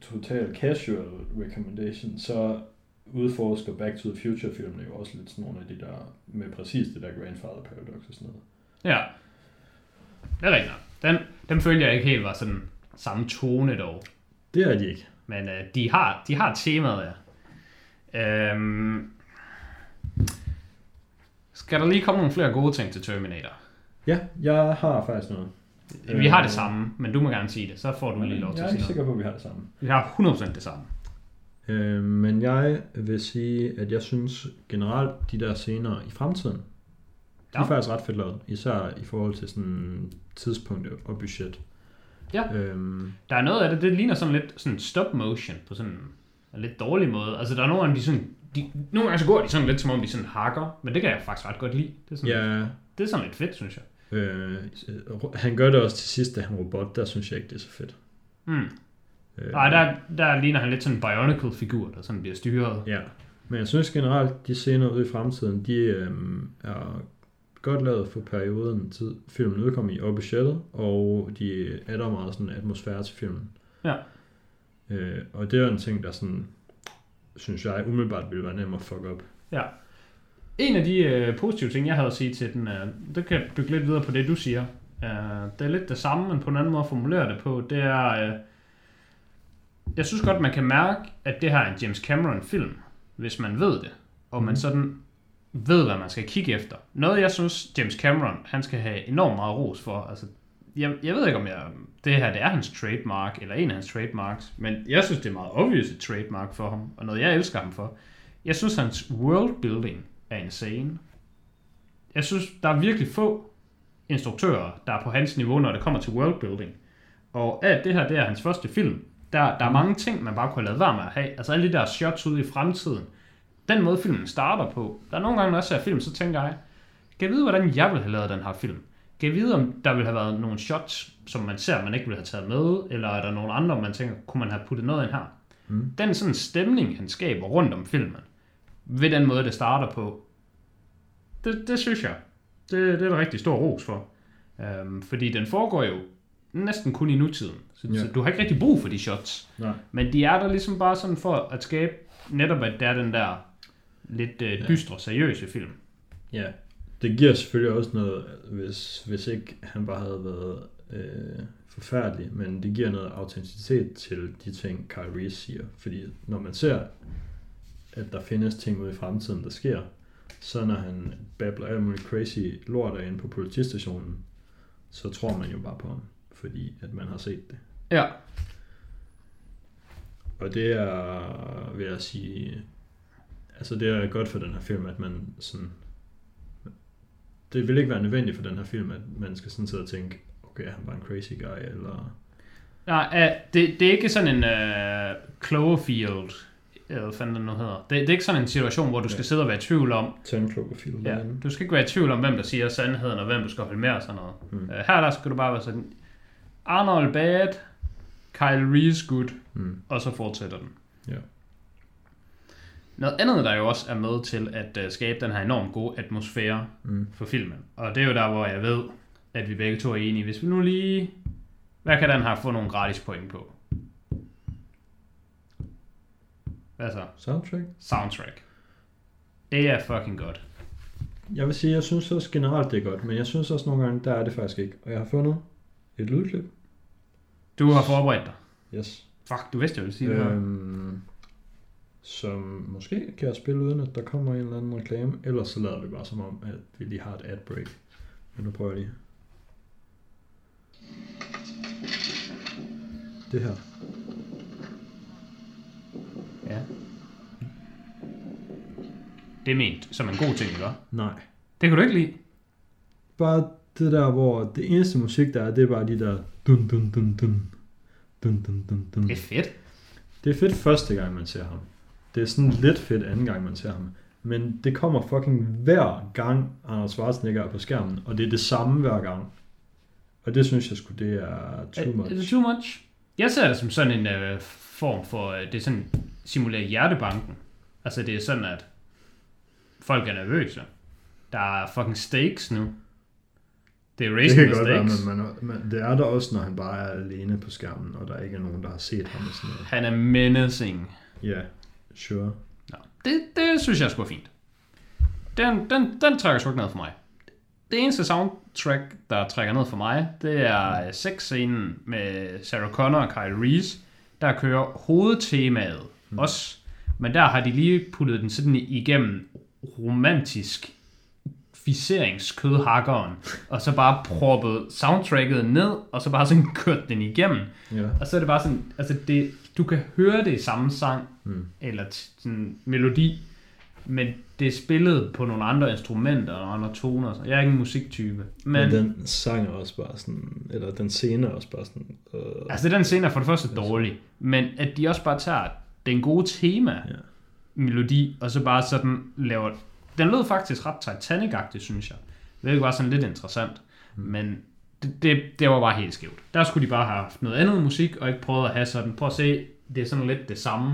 [SPEAKER 1] total casual recommendation, så udforsker Back to the Future filmene jo også lidt sådan nogle af de der, med præcis det der Grandfather Paradox og sådan noget.
[SPEAKER 2] Ja. Det er rigtigt nok. Den, den følger jeg ikke helt var sådan samme tone dog.
[SPEAKER 1] Det er de ikke.
[SPEAKER 2] Men øh, de, har, de har temaet, ja. Øhm, skal der lige komme nogle flere gode ting til Terminator?
[SPEAKER 1] Ja, jeg har faktisk noget.
[SPEAKER 2] Vi har det
[SPEAKER 1] Øh,
[SPEAKER 2] samme, men du må gerne sige det, så får du lige lov til
[SPEAKER 1] Jeg
[SPEAKER 2] at
[SPEAKER 1] er
[SPEAKER 2] sige
[SPEAKER 1] ikke
[SPEAKER 2] noget.
[SPEAKER 1] sikker på, at vi har det samme.
[SPEAKER 2] Vi har 100% det samme.
[SPEAKER 1] Øh, men jeg vil sige, at jeg synes generelt, de der scener i fremtiden, de
[SPEAKER 2] Ja.
[SPEAKER 1] er faktisk ret fedt lavet. Især i forhold til sådan tidspunkt og budget.
[SPEAKER 2] Ja.
[SPEAKER 1] Øhm,
[SPEAKER 2] Der er noget af det, det ligner sådan lidt sådan stop motion på sådan en lidt dårlig måde. Altså der er nogle af dem, de sådan, de, nogle gange så går de sådan lidt som om de sådan hakker, men det kan jeg faktisk ret godt lide. Det er sådan,
[SPEAKER 1] ja,
[SPEAKER 2] det er sådan lidt fedt, synes jeg.
[SPEAKER 1] øh, han gør det også til sidst, da han er robot. Der synes jeg ikke, det er så fedt.
[SPEAKER 2] Mm.
[SPEAKER 1] Øh,
[SPEAKER 2] Ej, der, der ligner han lidt sådan en Bionicle-figur, der sådan bliver styret.
[SPEAKER 1] Ja, men jeg synes generelt, de scener ude i fremtiden, de øhm, er godt lavet for perioden, tid, filmen udkom i, og budgettet, og de er der meget sådan atmosfære til filmen.
[SPEAKER 2] Ja.
[SPEAKER 1] Øh, og det er en ting, der sådan, synes jeg umiddelbart ville være nem at fuck op.
[SPEAKER 2] En af de øh, positive ting, jeg havde at sige til den, øh, det kan bygge lidt videre på det, du siger. Øh, det er lidt det samme, men på en anden måde at formulere det på. Det er, øh, jeg synes godt, man kan mærke, at det her er en James Cameron-film, hvis man ved det. Og man sådan ved, hvad man skal kigge efter. Noget, jeg synes, James Cameron, han skal have enormt meget ros for. Altså, jeg, jeg ved ikke, om jeg, det her det er hans trademark, eller en af hans trademarks, men jeg synes, det er meget obvious et trademark for ham, og noget, jeg elsker ham for. Jeg synes, hans worldbuilding er insane. Jeg synes, der er virkelig få instruktører, der er på hans niveau, når det kommer til worldbuilding. Og alt det her, det er hans første film, Der, der er mange ting, man bare kunne have lavet være med at have. Altså alle de der shots ude i fremtiden. Den måde, filmen starter på. Der er nogle gange, når jeg ser film, så tænker jeg, kan jeg vide, hvordan jeg ville have lavet den her film? Kan jeg vide, om der ville have været nogle shots, som man ser, man ikke ville have taget med? Eller er der nogle andre, man tænker, kunne man have puttet noget ind her? Mm. Den sådan stemning, han skaber rundt om filmen, ved den måde, det starter på, det, det synes jeg, det, det er der rigtig stor ros for. Øhm, fordi den foregår jo næsten kun i nutiden. Så,
[SPEAKER 1] Ja.
[SPEAKER 2] så du har ikke rigtig brug for de shots.
[SPEAKER 1] Nej.
[SPEAKER 2] Men de er der ligesom bare sådan for at skabe netop, at det er den der lidt øh, dystre, seriøse film.
[SPEAKER 1] Ja, det giver selvfølgelig også noget, hvis, hvis ikke han bare havde været øh, forfærdelig, men det giver noget autenticitet til de ting, Kyle Reese siger. Fordi når man ser, at der findes ting ude i fremtiden, der sker, så når han babler alt muligt crazy lort derinde på politistationen, så tror man jo bare på ham, fordi at man har set det.
[SPEAKER 2] Ja.
[SPEAKER 1] Og det er, vil jeg sige, altså det er godt for den her film, at man sådan, det vil ikke være nødvendigt for den her film, at man skal sådan sidde og tænke, okay, er han bare en crazy guy, eller,
[SPEAKER 2] Nej, øh, det, det er ikke sådan en øh, Cloverfield, eller hvad fanden den nu hedder. Det, det er ikke sådan en situation, hvor du skal sidde og være i tvivl om,
[SPEAKER 1] Turn Cloverfield.
[SPEAKER 2] Ja,
[SPEAKER 1] derinde.
[SPEAKER 2] du skal ikke være i tvivl om, hvem der siger sandheden, og hvem du skal holde med og sådan noget. Mm.
[SPEAKER 1] Mm.
[SPEAKER 2] Her der skal du bare være sådan, Arnold bad, Kyle Reese good,
[SPEAKER 1] Mm.
[SPEAKER 2] og så fortsætter den.
[SPEAKER 1] Ja.
[SPEAKER 2] Noget andet, der jo også er med til at øh, skabe den her enormt gode atmosfære
[SPEAKER 1] Mm.
[SPEAKER 2] for filmen, og det er jo der, hvor jeg ved, at vi begge to er enige. Hvis vi nu lige... Hvad kan den her få nogle gratis point på? Hvad så?
[SPEAKER 1] Soundtrack?
[SPEAKER 2] Soundtrack. Det er fucking godt.
[SPEAKER 1] Jeg vil sige, jeg synes også generelt, det er godt, men jeg synes også nogle gange, der er det faktisk ikke. Og jeg har fundet et lydklip.
[SPEAKER 2] Du har forberedt dig.
[SPEAKER 1] Yes.
[SPEAKER 2] Fuck, du vidste, jeg ville sige det her.
[SPEAKER 1] Øhm, som måske kan jeg spille uden, at der kommer en eller anden reklame. Ellers så lader vi bare som om, at vi lige har et ad break. Men nu prøver jeg lige. Det her.
[SPEAKER 2] Ja. Det er ment som en god ting, ikke?
[SPEAKER 1] Nej.
[SPEAKER 2] Det kan du ikke lide.
[SPEAKER 1] Bare det der, hvor det eneste musik, der er, det er bare de der dun dun dun dun. Dun dun dun dun.
[SPEAKER 2] Det er fedt.
[SPEAKER 1] Det er fedt første gang, man ser ham. Det er sådan lidt fedt anden gang, man ser ham. Men det kommer fucking hver gang, Anders Schwarzenegger er på skærmen, og det er det samme hver gang. Og det synes jeg sgu, det er too
[SPEAKER 2] Er, er det
[SPEAKER 1] much.
[SPEAKER 2] too much? Jeg ser det som sådan en øh, form for, øh, det er sådan simulere hjertebanken. Altså det er sådan, at folk er nervøse. Der er fucking stakes nu. Det er
[SPEAKER 1] Det
[SPEAKER 2] racing
[SPEAKER 1] kan
[SPEAKER 2] med
[SPEAKER 1] godt være,
[SPEAKER 2] stakes.
[SPEAKER 1] men, man, man, det er der også, når han bare er alene på skærmen, og der ikke er nogen, der har set ham og sådan noget.
[SPEAKER 2] Han er menacing.
[SPEAKER 1] Ja, yeah, sure.
[SPEAKER 2] Nå, det, det synes jeg skulle er fint. Den, den, den trækker sgu ikke ned for mig. Det eneste soundtrack, der trækker ned for mig, det er øh, sexscenen med Sarah Connor og Kyle Reese. Der kører hovedtemaet mm. også, men der har de lige puttet den sådan igennem romantisk fiseringskødhakkeren, og så bare proppet soundtracket ned, og så bare sådan kørt den igennem.
[SPEAKER 1] Ja.
[SPEAKER 2] Og så er det bare sådan, altså det, du kan høre det i samme sang, mm. eller t- sådan melodi, men det er spillet på nogle andre instrumenter og andre toner. og sådan. Jeg er ikke en musiktype. Men,
[SPEAKER 1] Men
[SPEAKER 2] den,
[SPEAKER 1] den sang er også bare sådan, eller den scene er også bare sådan, øh,
[SPEAKER 2] altså den scene er for det første dårlig, men at de også bare tager den gode tema,
[SPEAKER 1] Ja.
[SPEAKER 2] melodi, og så bare sådan laver... Den lød faktisk ret titanic synes jeg. Hvilket var sådan lidt interessant. Mm. Men det, det, det, var bare helt skævt. Der skulle de bare have haft noget andet musik, og ikke prøvet at have sådan... Prøv at se, det er sådan lidt det samme,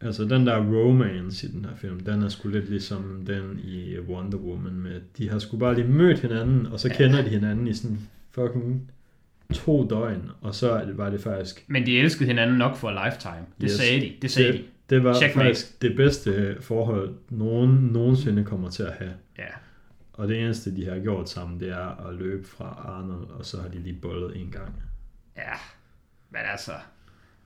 [SPEAKER 1] Altså den der romance i den her film, den er sgu lidt ligesom den i Wonder Woman med, de har sgu bare lige mødt hinanden, og så ja. kender de hinanden i sådan fucking to døgn, og så er det- var det faktisk...
[SPEAKER 2] Men de elskede hinanden nok for a lifetime. Det yes.
[SPEAKER 1] Yes.
[SPEAKER 2] sagde de. Det sagde det. de.
[SPEAKER 1] det var
[SPEAKER 2] Checkmate.
[SPEAKER 1] faktisk det bedste forhold, nogen nogensinde kommer til at have.
[SPEAKER 2] Ja.
[SPEAKER 1] Og det eneste, de har gjort sammen, det er at løbe fra Arnold, og så har de lige bollet en gang.
[SPEAKER 2] Ja. Men altså,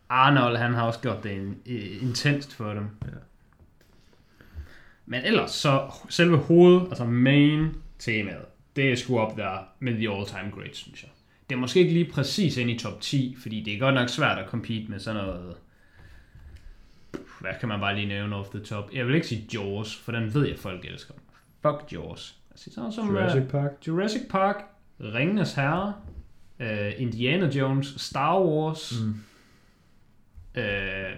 [SPEAKER 2] Arnold han har også gjort det in, i- intenst for dem. Ja.
[SPEAKER 1] Ja.
[SPEAKER 2] Men ellers så selve hoved, altså main temaet, det er sgu op der med the all time greats, synes jeg. Det er måske ikke lige præcis ind i top 10, fordi det er godt nok svært at compete med sådan noget... Hvad kan man bare lige nævne off the top? Jeg vil ikke sige Jaws, for den ved jeg, folk elsker. Fuck Jaws. Altså, sådan som, øh,
[SPEAKER 1] Jurassic Park?
[SPEAKER 2] Jurassic Park, øh, Ringenes Herre, uh, Indiana Jones, Star Wars. Mm. Øh,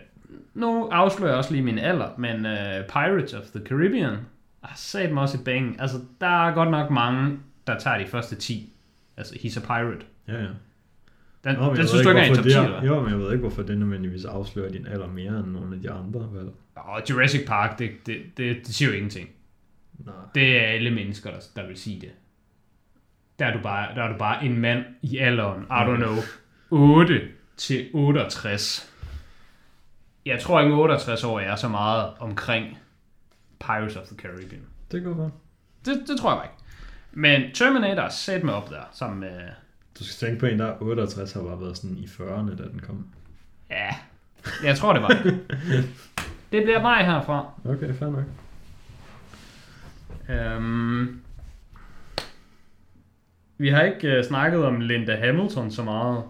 [SPEAKER 2] nu afslører jeg også lige min alder, men øh, Pirates of the Caribbean har sat mig også i bænken. Altså, der er godt nok mange, der tager de første 10. Altså, he's a pirate.
[SPEAKER 1] Ja, ja.
[SPEAKER 2] Den,
[SPEAKER 1] Nå, men jeg ved
[SPEAKER 2] den synes du ikke er en
[SPEAKER 1] hvorfor
[SPEAKER 2] top 10,
[SPEAKER 1] det
[SPEAKER 2] eller hvad?
[SPEAKER 1] Jo, men jeg ved ikke, hvorfor det nødvendigvis afslører din alder mere end nogle af de andre. Vel?
[SPEAKER 2] Og Jurassic Park, det, det, det, det siger jo ingenting.
[SPEAKER 1] Nej.
[SPEAKER 2] Det er alle mennesker, der, der vil sige det. Der er, du bare, der er du bare en mand i alderen, I don't know, 8 til 68. Jeg tror ikke, 68 år er så meget omkring Pirates of the Caribbean.
[SPEAKER 1] Det går godt.
[SPEAKER 2] Det, det tror jeg bare ikke. Men Terminator sæt mig op der, sammen med...
[SPEAKER 1] Du skal tænke på en, der er 68, har bare været sådan i 40'erne, da den kom.
[SPEAKER 2] Ja, jeg tror det var det. Det bliver mig herfra.
[SPEAKER 1] Okay, fair nok.
[SPEAKER 2] Øhm, vi har ikke uh, snakket om Linda Hamilton så meget.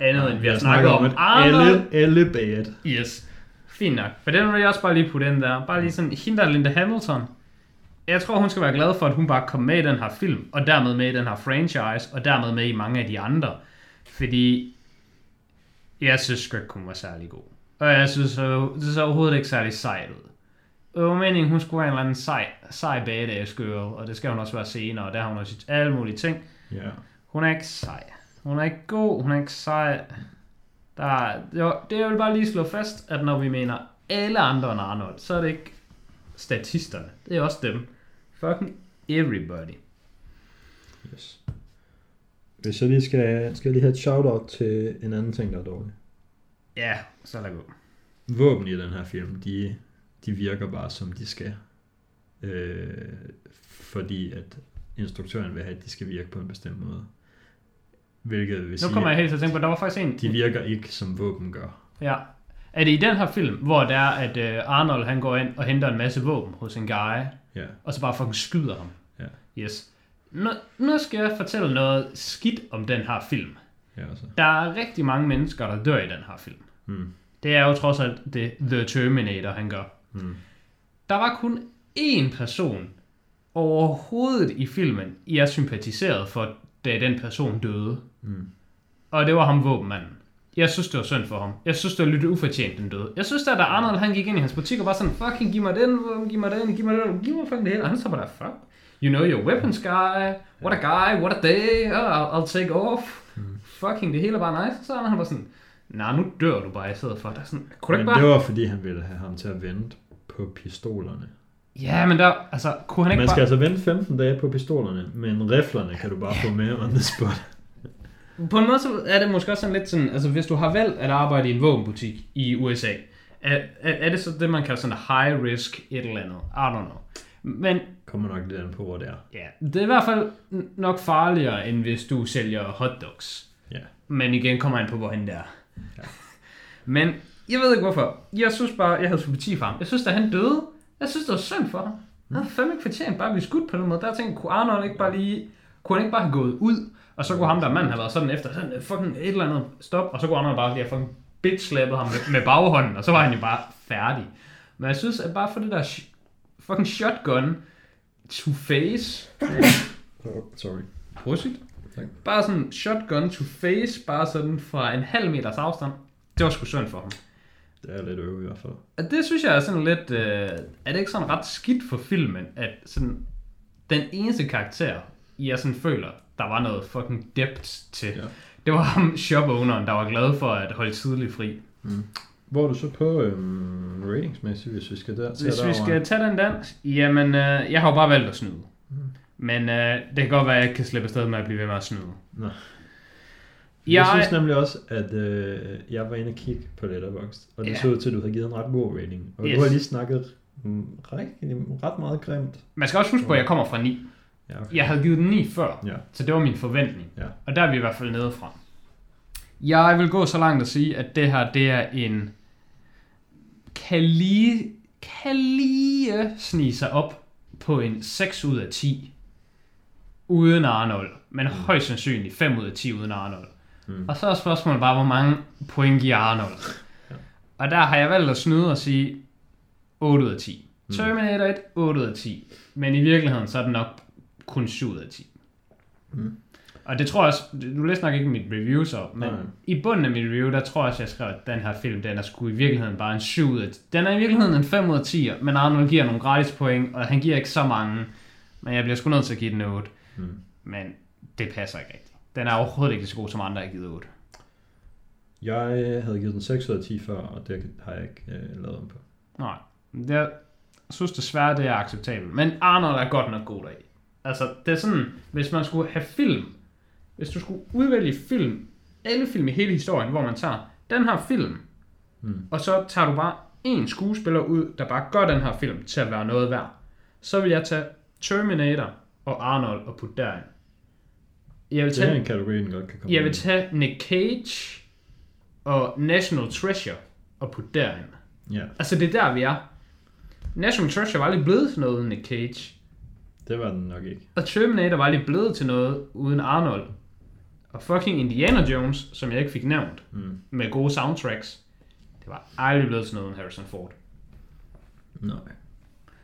[SPEAKER 2] Andet end vi har snakket om Arnold.
[SPEAKER 1] alle, alle bad.
[SPEAKER 2] Yes. Fint nok. For den vil jeg også bare lige putte ind der. Bare lige sådan, hende der Linda Hamilton. Jeg tror, hun skal være glad for, at hun bare kom med i den her film, og dermed med i den her franchise, og dermed med i mange af de andre. Fordi jeg synes sgu ikke, hun var særlig god. Og jeg synes, øh, det så overhovedet ikke særlig sejt ud. Det var meningen, hun skulle være en eller anden sej, sej badass girl, og det skal hun også være senere, og der har hun også alle mulige ting.
[SPEAKER 1] Ja.
[SPEAKER 2] Hun er ikke sej. Hun er ikke god, hun er ikke sej. Der er, jo, det jeg vil bare lige slå fast, at når vi mener alle andre end Arnold, så er det ikke statisterne. Det er også dem. Fucking everybody.
[SPEAKER 1] Yes. Hvis jeg lige skal, skal jeg lige have et shout-out til en anden ting, der er dårlig.
[SPEAKER 2] Ja, så lad gå.
[SPEAKER 1] Våben i den her film, de, de virker bare, som de skal. Øh, fordi at instruktøren vil have, at de skal virke på en bestemt måde. Hvilket vil
[SPEAKER 2] Nu
[SPEAKER 1] sige,
[SPEAKER 2] kommer jeg helt til at tænke på, at der var faktisk en...
[SPEAKER 1] de virker ikke, som våben gør.
[SPEAKER 2] Ja. Er det i den her film, hvor der er, at øh, Arnold han går ind og henter en masse våben hos en guy,
[SPEAKER 1] Ja.
[SPEAKER 2] og så bare fucking skyder ham?
[SPEAKER 1] Ja.
[SPEAKER 2] Yes. Nu, nu skal jeg fortælle noget skidt om den her film.
[SPEAKER 1] Ja, altså.
[SPEAKER 2] Der er rigtig mange mennesker, der dør i den her film.
[SPEAKER 1] Mm.
[SPEAKER 2] Det er jo trods alt det The Terminator, han gør.
[SPEAKER 1] Mm.
[SPEAKER 2] Der var kun én person overhovedet i filmen, jeg sympatiserede for, da den person døde.
[SPEAKER 1] Mm.
[SPEAKER 2] Og det var ham våbenmanden. Jeg synes, det var synd for ham. Jeg synes, det var lidt ufortjent, den døde. Jeg synes, da, da Arnold han gik ind i hans butik og var sådan, fucking giv mig den, våben, giv mig den, giv mig den, giv mig fucking det hele. Og han så bare, der, fuck, you know your weapons guy, what a guy, what a day, oh, I'll, I'll take off. Mm. Fucking det hele var nice. Så Arnold han var sådan, nej, nah, nu dør du bare i stedet for. Der er sådan, kunne du
[SPEAKER 1] Men
[SPEAKER 2] ikke bare...
[SPEAKER 1] det var, fordi han ville have ham til at vente på pistolerne.
[SPEAKER 2] Ja, men der, altså, kunne han ikke
[SPEAKER 1] Man skal
[SPEAKER 2] bare...
[SPEAKER 1] altså vente 15 dage på pistolerne, men riflerne kan du bare få med on the spot.
[SPEAKER 2] På en måde så er det måske også sådan lidt sådan, altså hvis du har valgt at arbejde i en våbenbutik i USA, er, er, er det så det, man kalder sådan high risk et eller andet? I don't know. Men
[SPEAKER 1] Kommer nok lidt an på, hvor det er.
[SPEAKER 2] ja, det er i hvert fald n- nok farligere, end hvis du sælger hotdogs.
[SPEAKER 1] Ja.
[SPEAKER 2] Men igen kommer han på, hvor han der. Ja. Men jeg ved ikke hvorfor. Jeg synes bare, jeg havde sympati for ham. Jeg synes, da han døde, jeg synes, det var synd for ham. Han havde fandme ikke fortjent bare at blive skudt på den måde. Der tænkte jeg, kunne Arnold ikke bare lige... Kunne han ikke bare have gået ud? Og så kunne ham der mand have været sådan efter, sådan "Øh, fucking et eller andet stop, og så kunne Arnold bare lige have fucking bitch slappet ham med, med baghånden, og så var han jo bare færdig. Men jeg synes, at bare for det der sh- fucking shotgun to face,
[SPEAKER 1] Oh, sorry.
[SPEAKER 2] Prosit.
[SPEAKER 1] Tak.
[SPEAKER 2] Bare sådan shotgun to face, bare sådan fra en halv meters afstand. Det var sgu synd for ham.
[SPEAKER 1] Det er lidt øv i hvert fald.
[SPEAKER 2] Og det synes jeg er sådan lidt... Øh, er det ikke sådan ret skidt for filmen, at sådan den eneste karakter, jeg sådan føler, der var noget fucking depth til,
[SPEAKER 1] Ja.
[SPEAKER 2] ja. det var ham shopowneren, der var glad for at holde tidlig fri.
[SPEAKER 1] Altså, Hvor er du så på øhm, ratingsmæssigt, hvis vi skal der? til
[SPEAKER 2] Hvis vi
[SPEAKER 1] derover?
[SPEAKER 2] skal tage den dans, jamen øh, jeg har jo bare valgt at snyde.
[SPEAKER 1] Mm.
[SPEAKER 2] Men øh, det kan godt være, at jeg ikke kan slippe afsted med at blive ved med at snyde.
[SPEAKER 1] Nå.
[SPEAKER 2] Jeg,
[SPEAKER 1] Jeg synes nemlig også, at øh, jeg var inde og kigge på Letterboxd, og det
[SPEAKER 2] Ja.
[SPEAKER 1] så ud til, at du havde givet en ret god rating. Og yes.
[SPEAKER 2] Yes.
[SPEAKER 1] du har lige snakket mm, rigtig, ret meget grimt.
[SPEAKER 2] man skal også huske på, at jeg kommer fra 9.
[SPEAKER 1] Ja, okay.
[SPEAKER 2] Jeg havde givet den 9 før,
[SPEAKER 1] Ja.
[SPEAKER 2] så det var min forventning.
[SPEAKER 1] Ja.
[SPEAKER 2] Og der er vi i hvert fald nede fra. Jeg vil gå så langt at sige, at det her, det er en... Kan lige, kan lige snige sig op på en 6 ud af 10 uden Arnold, men mm. højst sandsynligt 5 ud af 10 uden Arnold.
[SPEAKER 1] Mm.
[SPEAKER 2] Mm. Og så er spørgsmålet bare, hvor mange point giver Arnold? Ja. Og der har jeg valgt at snyde og sige 8 ud af 10.
[SPEAKER 1] Mm.
[SPEAKER 2] Terminator 1, 8 ud af 10. Men i virkeligheden, så er den nok kun 7 ud af 10. Og det tror jeg også, du læste nok ikke mit review så, men
[SPEAKER 1] Mm. Nej.
[SPEAKER 2] i bunden af mit review, der tror jeg også, jeg skrev, at den her film, den er sgu i virkeligheden bare en 7 ud af Den er i virkeligheden en 5 ud af 10, men Arnold giver nogle gratis point, og han giver ikke så mange. Men jeg bliver sgu nødt til at give den 8.
[SPEAKER 1] Mm.
[SPEAKER 2] Men det passer ikke rigtigt. Den er overhovedet ikke lige så god som andre, der har givet 8.
[SPEAKER 1] Jeg øh, havde givet den 6 ud af 10 før, og det har jeg ikke øh, lavet om på.
[SPEAKER 2] Nej. Jeg synes desværre, det er acceptabelt. Men Arnold er godt nok god deri. Altså, det er sådan, hvis man skulle have film, hvis du skulle udvælge film, alle film i hele historien, hvor man tager den her film,
[SPEAKER 1] Mm.
[SPEAKER 2] og så tager du bare en skuespiller ud, der bare gør den her film til at være noget værd, så vil jeg tage Terminator og Arnold og putte derind. Jeg vil
[SPEAKER 1] Det er
[SPEAKER 2] tage,
[SPEAKER 1] en kategori, den godt kan komme
[SPEAKER 2] jeg
[SPEAKER 1] ind
[SPEAKER 2] vil
[SPEAKER 1] i.
[SPEAKER 2] tage Nick Cage og National Treasure og putte derind.
[SPEAKER 1] Ja,
[SPEAKER 2] Altså, det er der, vi er. National Treasure var aldrig blevet til noget uden Nick Cage.
[SPEAKER 1] det var den nok ikke.
[SPEAKER 2] Og Terminator var aldrig blevet til noget uden Arnold. Og fucking Indiana Jones, som jeg ikke fik nævnt,
[SPEAKER 1] Mm.
[SPEAKER 2] med gode soundtracks, det var aldrig blevet til noget uden Harrison Ford.
[SPEAKER 1] Nej.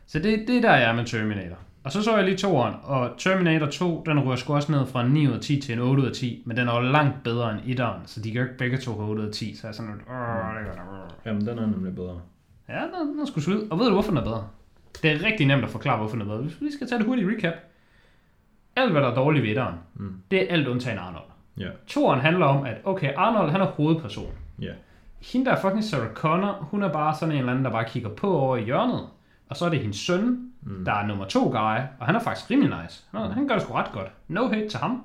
[SPEAKER 2] Så det, det er der, jeg er med Terminator. Og så så jeg lige toeren, og Terminator 2, den rører sgu også ned fra en 9 ud af 10 til en 8 ud af 10, men den er jo langt bedre end 1'eren, så de gør ikke begge to 8 ud af 10, så jeg er sådan lidt, åh, det gør der, åh."
[SPEAKER 1] Jamen, den er nemlig bedre.
[SPEAKER 2] Ja, den, den er sgu solid. Og ved du, hvorfor den er bedre? Det er rigtig nemt at forklare, hvorfor den er bedre. Hvis vi lige skal tage det hurtigt recap. Alt, hvad der er dårligt ved etteren,
[SPEAKER 1] Mm.
[SPEAKER 2] det er alt undtagen Arnold.
[SPEAKER 1] Ja,
[SPEAKER 2] Toren handler om, at okay, Arnold han er hovedperson.
[SPEAKER 1] ja.
[SPEAKER 2] Hende, der er fucking Sarah Connor, hun er bare sådan en eller anden, der bare kigger på over i hjørnet. Og så er det hendes søn, mm. der er nummer to guy, og han er faktisk rimelig nice. Han,
[SPEAKER 1] Mm.
[SPEAKER 2] han gør det sgu ret godt. No hate til ham.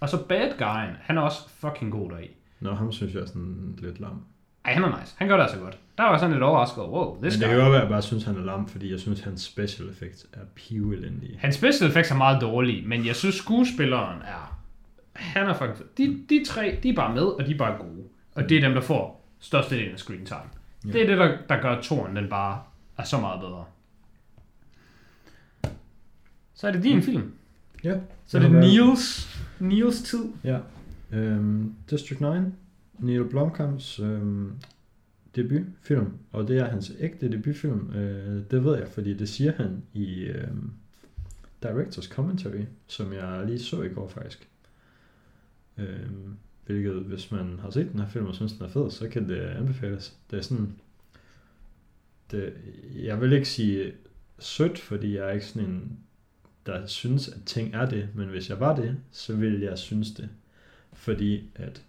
[SPEAKER 2] Og så bad guyen, han er også fucking god deri.
[SPEAKER 1] Nå, ham synes jeg er sådan lidt lam.
[SPEAKER 2] Ej, han er nice. Han gør det altså godt. Der var jeg sådan lidt overrasket over, wow,
[SPEAKER 1] Men
[SPEAKER 2] this
[SPEAKER 1] det
[SPEAKER 2] guy.
[SPEAKER 1] kan jo være, at jeg bare synes, han er lam, fordi jeg synes, hans special effects er pivelendige.
[SPEAKER 2] Hans special effects er meget dårlige, men jeg synes skuespilleren er... Han er faktisk... De, de tre, de er bare med, og de er bare gode. Og det er dem, der får størstedelen af screen time. Ja. Det er det, der, der gør toren, den bare er så meget bedre. Så er det din film.
[SPEAKER 1] Ja.
[SPEAKER 2] Så er det Niels. Niels tid.
[SPEAKER 1] Ja. Øhm, District 9, Neil Blomkamps øhm, debutfilm, og det er hans ægte debutfilm. Øh, det ved jeg, fordi det siger han i øhm, Directors Commentary, som jeg lige så i går faktisk. Øhm, hvilket, hvis man har set den her film og synes, den er fed, så kan det anbefales. Det er sådan... Det, jeg vil ikke sige sødt, fordi jeg er ikke sådan en der synes, at ting er det, men hvis jeg var det, så ville jeg synes det. Fordi at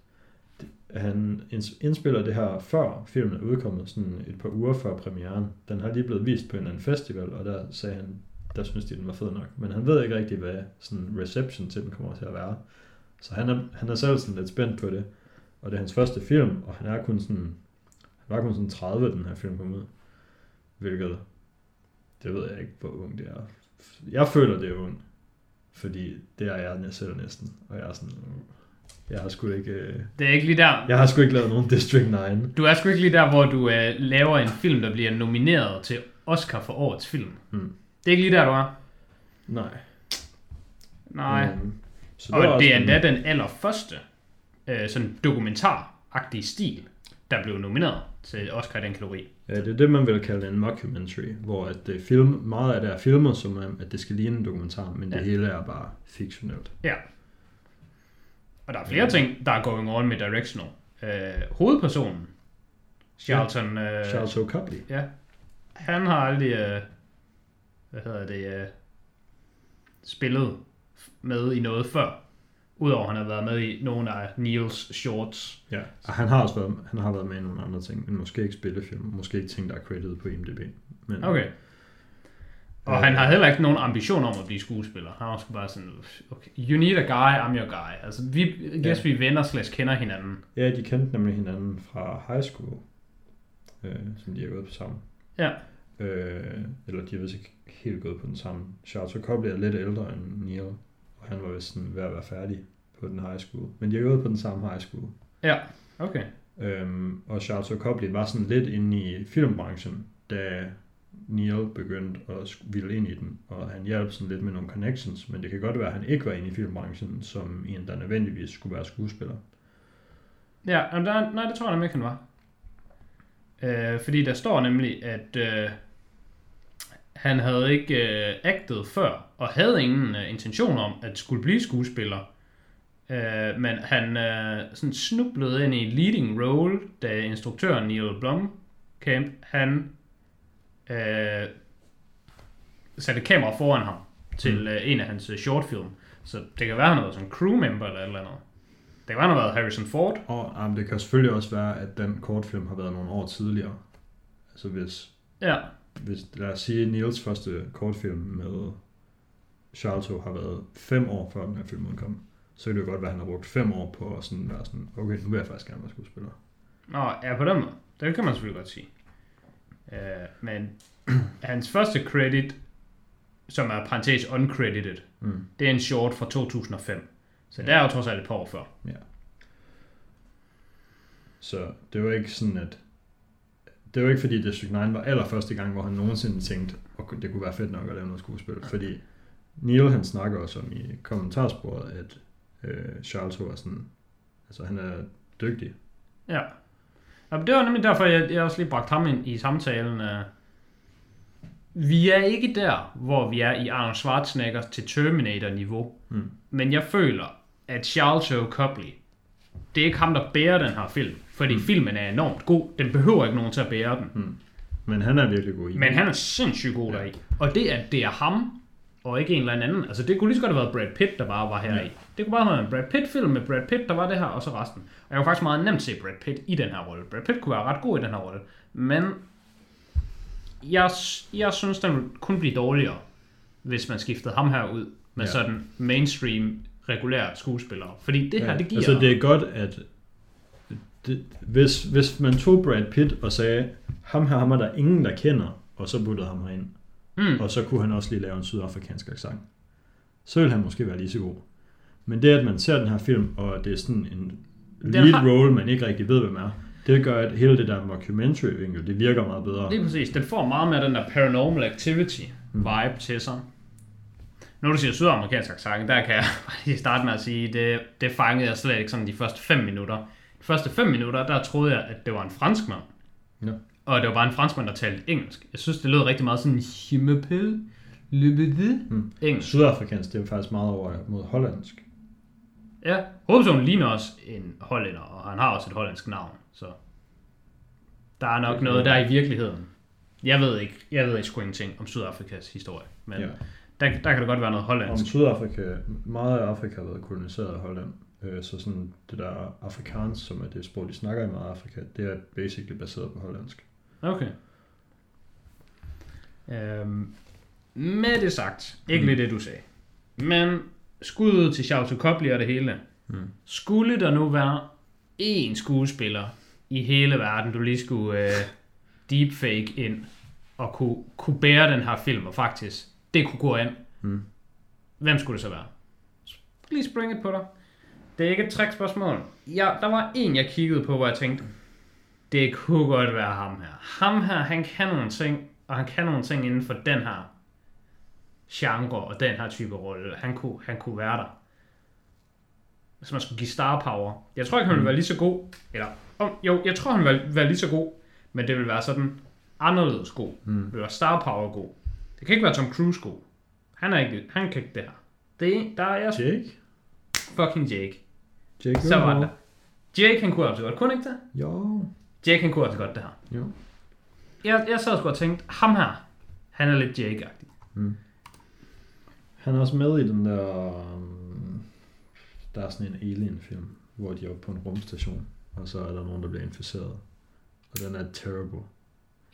[SPEAKER 1] det- han inds- indspiller det her før filmen er udkommet, sådan et par uger før premieren. Den har lige blevet vist på en eller anden festival, og der sagde han, der synes de, den var fed nok. Men han ved ikke rigtig, hvad sådan reception til den kommer til at være. Så han er, han er selv sådan lidt spændt på det. Og det er hans første film, og han er kun sådan, han var kun sådan 30, da den her film kom ud. Hvilket, det ved jeg ikke, hvor ung det er jeg føler det er ondt, fordi det er jeg næ- selv næsten, og jeg er sådan, "Uh, jeg har sgu ikke, øh,
[SPEAKER 2] Det er ikke lige der...
[SPEAKER 1] jeg har sgu ikke lavet nogen District 9.
[SPEAKER 2] Du er sgu ikke lige der, hvor du øh, laver en film, der bliver nomineret til Oscar for årets film.
[SPEAKER 1] Mm.
[SPEAKER 2] Det er ikke lige der, du er.
[SPEAKER 1] Nej.
[SPEAKER 2] Nej.
[SPEAKER 1] Øhm, så var
[SPEAKER 2] Og
[SPEAKER 1] også
[SPEAKER 2] det er
[SPEAKER 1] en-
[SPEAKER 2] endda den allerførste øh, sådan dokumentaragtige stil, der blev nomineret til Oscar i den kategori.
[SPEAKER 1] Ja, det er det, man vil kalde en mockumentary, hvor at det er film, meget af det er filmet, som om, at det skal ligne en dokumentar, men det
[SPEAKER 2] Ja.
[SPEAKER 1] hele er bare fiktionelt.
[SPEAKER 2] Ja. Og der er flere ting, der er going on med Directional. Øh, hovedpersonen, Charlton, øh,
[SPEAKER 1] Charles O'Copley.
[SPEAKER 2] ja, han har aldrig, øh, hvad hedder det, øh, spillet med i noget før. Udover at han har været med i nogle af Neils shorts.
[SPEAKER 1] Ja. Og han har også været, han har været med i nogle andre ting, men måske ikke spillefilm, måske ikke ting, der er credited på IMDb. Men,
[SPEAKER 2] Okay. Og han har heller ikke nogen ambition om at blive skuespiller. Han var sgu bare sådan, okay, you need a guy, I'm your guy. Altså, vi, I guess vi er venner slash kender hinanden.
[SPEAKER 1] Ja, de kendte nemlig hinanden fra high school, øh, som de har gået på sammen.
[SPEAKER 2] Ja.
[SPEAKER 1] Øh, eller de har vist ikke helt gået på den samme. Charles Copley er lidt ældre end Neil, og han var vist sådan ved at være færdig på den high school. Men de har gået på den samme high school.
[SPEAKER 2] Ja, okay.
[SPEAKER 1] Øhm, og Charles Copley var sådan lidt inde i filmbranchen, da Neil begyndte at sk- ville ind i den, og han hjalp sådan lidt med nogle connections, men det kan godt være, at han ikke var inde i filmbranchen, som en, der nødvendigvis skulle være skuespiller.
[SPEAKER 2] Ja, jamen, der, nej, det tror jeg nemlig ikke, han var. Øh, fordi der står nemlig, at øh, han havde ikke øh, agtet før, og havde ingen øh, intention om at skulle blive skuespiller. Øh, men han øh, sådan snublede ind i en leading role, da instruktøren Neil Blomkamp, han øh, satte kamera foran ham til mm. øh, en af hans øh, shortfilm. Så det kan være, han har været sådan en crew member eller et eller andet. Det kan være, han har været Harrison Ford.
[SPEAKER 1] Og jamen, det kan selvfølgelig også være, at den kortfilm har været nogle år tidligere. Altså hvis,
[SPEAKER 2] Ja,
[SPEAKER 1] hvis lad os sige, Niels første kortfilm med Charlto har været fem år før den her film udkom, så kan det jo godt være, at han har brugt fem år på at sådan være sådan, okay, nu vil jeg faktisk gerne være skuespiller.
[SPEAKER 2] Nå, ja, på den måde. Det kan man selvfølgelig godt sige. Øh, men hans første credit, som er parentes uncredited,
[SPEAKER 1] Mm.
[SPEAKER 2] det er en short fra 2005. Så det er jo trods alt et par år før.
[SPEAKER 1] Så det var ikke sådan, at det var ikke fordi, det District 9 var allerførste gang, hvor han nogensinde tænkte, at det kunne være fedt nok at lave noget skuespil. Okay. Fordi Neil, han snakker også om i kommentarsporet, at øh, Charles var sådan, altså han er dygtig.
[SPEAKER 2] Ja. ja men det var nemlig derfor, jeg, jeg også lige bragte ham ind i samtalen. øh. Vi er ikke der, hvor vi er i Arnold Schwarzenegger til Terminator-niveau.
[SPEAKER 1] Mm.
[SPEAKER 2] Men jeg føler, at Charles O. Copley, det er ikke ham, der bærer den her film. Fordi mm. filmen er enormt god. Den behøver ikke nogen til at bære den.
[SPEAKER 1] Men han er virkelig god i
[SPEAKER 2] Men han er sindssygt god deri. Og det, at det er ham, og ikke en eller anden. Altså, det kunne lige så godt have været Brad Pitt, der bare var her i. Det kunne bare have været en Brad Pitt-film med Brad Pitt, der var det her, og så resten. Og jeg kunne faktisk meget nemt se Brad Pitt i den her rolle. Brad Pitt kunne være ret god i den her rolle. Men jeg, jeg synes, den ville kun blive dårligere, hvis man skiftede ham her ud med
[SPEAKER 1] Ja.
[SPEAKER 2] ja. sådan mainstream regulære skuespillere. Fordi det her, det giver...
[SPEAKER 1] Altså det er godt, at det, hvis, hvis man tog Brad Pitt og sagde, ham her, ham er der ingen, der kender, og så puttede ham herind,
[SPEAKER 2] Mm.
[SPEAKER 1] og så kunne han også lige lave en sydafrikansk accent, så ville han måske være lige så god. Men det, at man ser den her film, og det er sådan en lead
[SPEAKER 2] har-
[SPEAKER 1] role, man ikke rigtig ved, hvem er, det gør, at hele det der mockumentary-vinkel, det virker meget bedre.
[SPEAKER 2] Lige præcis. Den får meget mere den der paranormal activity
[SPEAKER 1] Mm.
[SPEAKER 2] vibe til sig. Når du siger sydamerikansk accent, der kan jeg bare lige starte med at sige, det, det fangede jeg slet ikke sådan de første 5 minutter. De første 5 minutter, der troede jeg, at det var en franskmand.
[SPEAKER 1] Ja.
[SPEAKER 2] Og det var bare en franskmand, der talte engelsk. Jeg synes, det lød rigtig meget sådan, je m'appelle le bébé.
[SPEAKER 1] Mm.
[SPEAKER 2] Engelsk.
[SPEAKER 1] Sydafrikansk, det er faktisk meget over mod hollandsk.
[SPEAKER 2] Ja, hovedpersonen ligner også en hollænder, og han har også et hollandsk navn, så der er nok noget der i virkeligheden. Jeg ved ikke, jeg ved ikke sgu ingenting om Sydafrikas historie, men
[SPEAKER 1] Ja.
[SPEAKER 2] ja. der, der kan det godt være noget
[SPEAKER 1] Om
[SPEAKER 2] hollandsk.
[SPEAKER 1] Sydafrika, meget af Afrika har været koloniseret af Holland, øh, så sådan det der afrikaans, som er det sprog, de snakker i meget af Afrika, det er basically baseret på hollandsk.
[SPEAKER 2] Okay. Øhm, med det sagt, ikke mm. lige det du sagde, men skuddet til Charles Copley og det hele.
[SPEAKER 1] Mm.
[SPEAKER 2] Skulle der nu være én skuespiller i hele verden, du lige skulle øh, deepfake ind og kunne, kunne bære den her film, og faktisk det kunne gå ind,
[SPEAKER 1] Mm.
[SPEAKER 2] hvem skulle det så være? Lige spring it på dig. Det er ikke et trickspørgsmål. Ja, der var en, jeg kiggede på, hvor jeg tænkte, det kunne godt være ham her. Ham her, han kan nogle ting, og han kan nogle ting inden for den her genre og den her type rolle. Han kunne, han kunne være der. Hvis man skulle give star power. Jeg tror ikke, han ville være lige så god. Eller, om, jo, jeg tror, han ville være- være lige så god. Men det ville være sådan anderledes god. Mm. Det ville være star power god. Det kan ikke være Tom Cruise god. Han, er ikke, han kan ikke det her. Det, der er jeg
[SPEAKER 1] Jake?
[SPEAKER 2] fucking Jake.
[SPEAKER 1] Jake
[SPEAKER 2] Så var der. Jake, han kunne altså godt. Kunne han ikke det?
[SPEAKER 1] Jo.
[SPEAKER 2] Jake, han kunne altså godt det her.
[SPEAKER 1] jo.
[SPEAKER 2] Jeg, jeg sad sgu og tænkte, ham her, han er lidt Jake-agtig.
[SPEAKER 1] Han er også med i den der... Um, der er sådan en alien-film, hvor de er oppe på en rumstation, og så er der nogen, der bliver inficeret. Og den er terrible.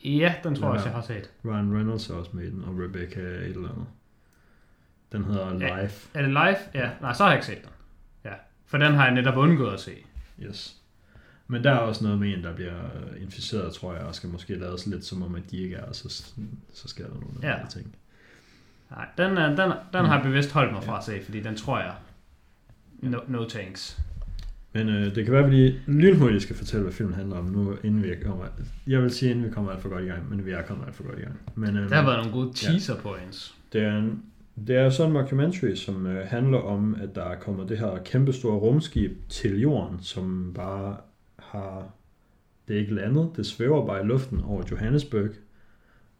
[SPEAKER 2] Ja, den tror jeg
[SPEAKER 1] Ja.
[SPEAKER 2] også, jeg har set.
[SPEAKER 1] Ryan Reynolds er også med i den, og Rebecca et eller andet. Den hedder
[SPEAKER 2] Ja.
[SPEAKER 1] Life.
[SPEAKER 2] Er det live? Ja, nej, så har jeg ikke set den. Ja, for den har jeg netop undgået at se.
[SPEAKER 1] Yes. Men der er også noget med en, der bliver øh, inficeret, tror jeg, og skal måske lades lidt som om, at de ikke er, og så, så sker der nogle
[SPEAKER 2] Ja.
[SPEAKER 1] andre ting.
[SPEAKER 2] Nej, den, er- den, den
[SPEAKER 1] Mm.
[SPEAKER 2] har jeg bevidst holdt mig fra at se, fordi den tror jeg... No, no tanks.
[SPEAKER 1] Mm. Men øh, det kan være, at vi lige lynhurtigt skal fortælle, hvad filmen handler om nu, inden vi kommer... Jeg vil sige, inden vi kommer alt for godt i gang, men vi er kommet alt for godt i gang. Men, øh,
[SPEAKER 2] Der har været nogle gode teaser points.
[SPEAKER 1] Det er, en, det er sådan en mockumentary, som øh, handler om, at der er kommet det her kæmpestore rumskib til jorden, som bare har... Det er ikke landet, det svæver bare i luften over Johannesburg.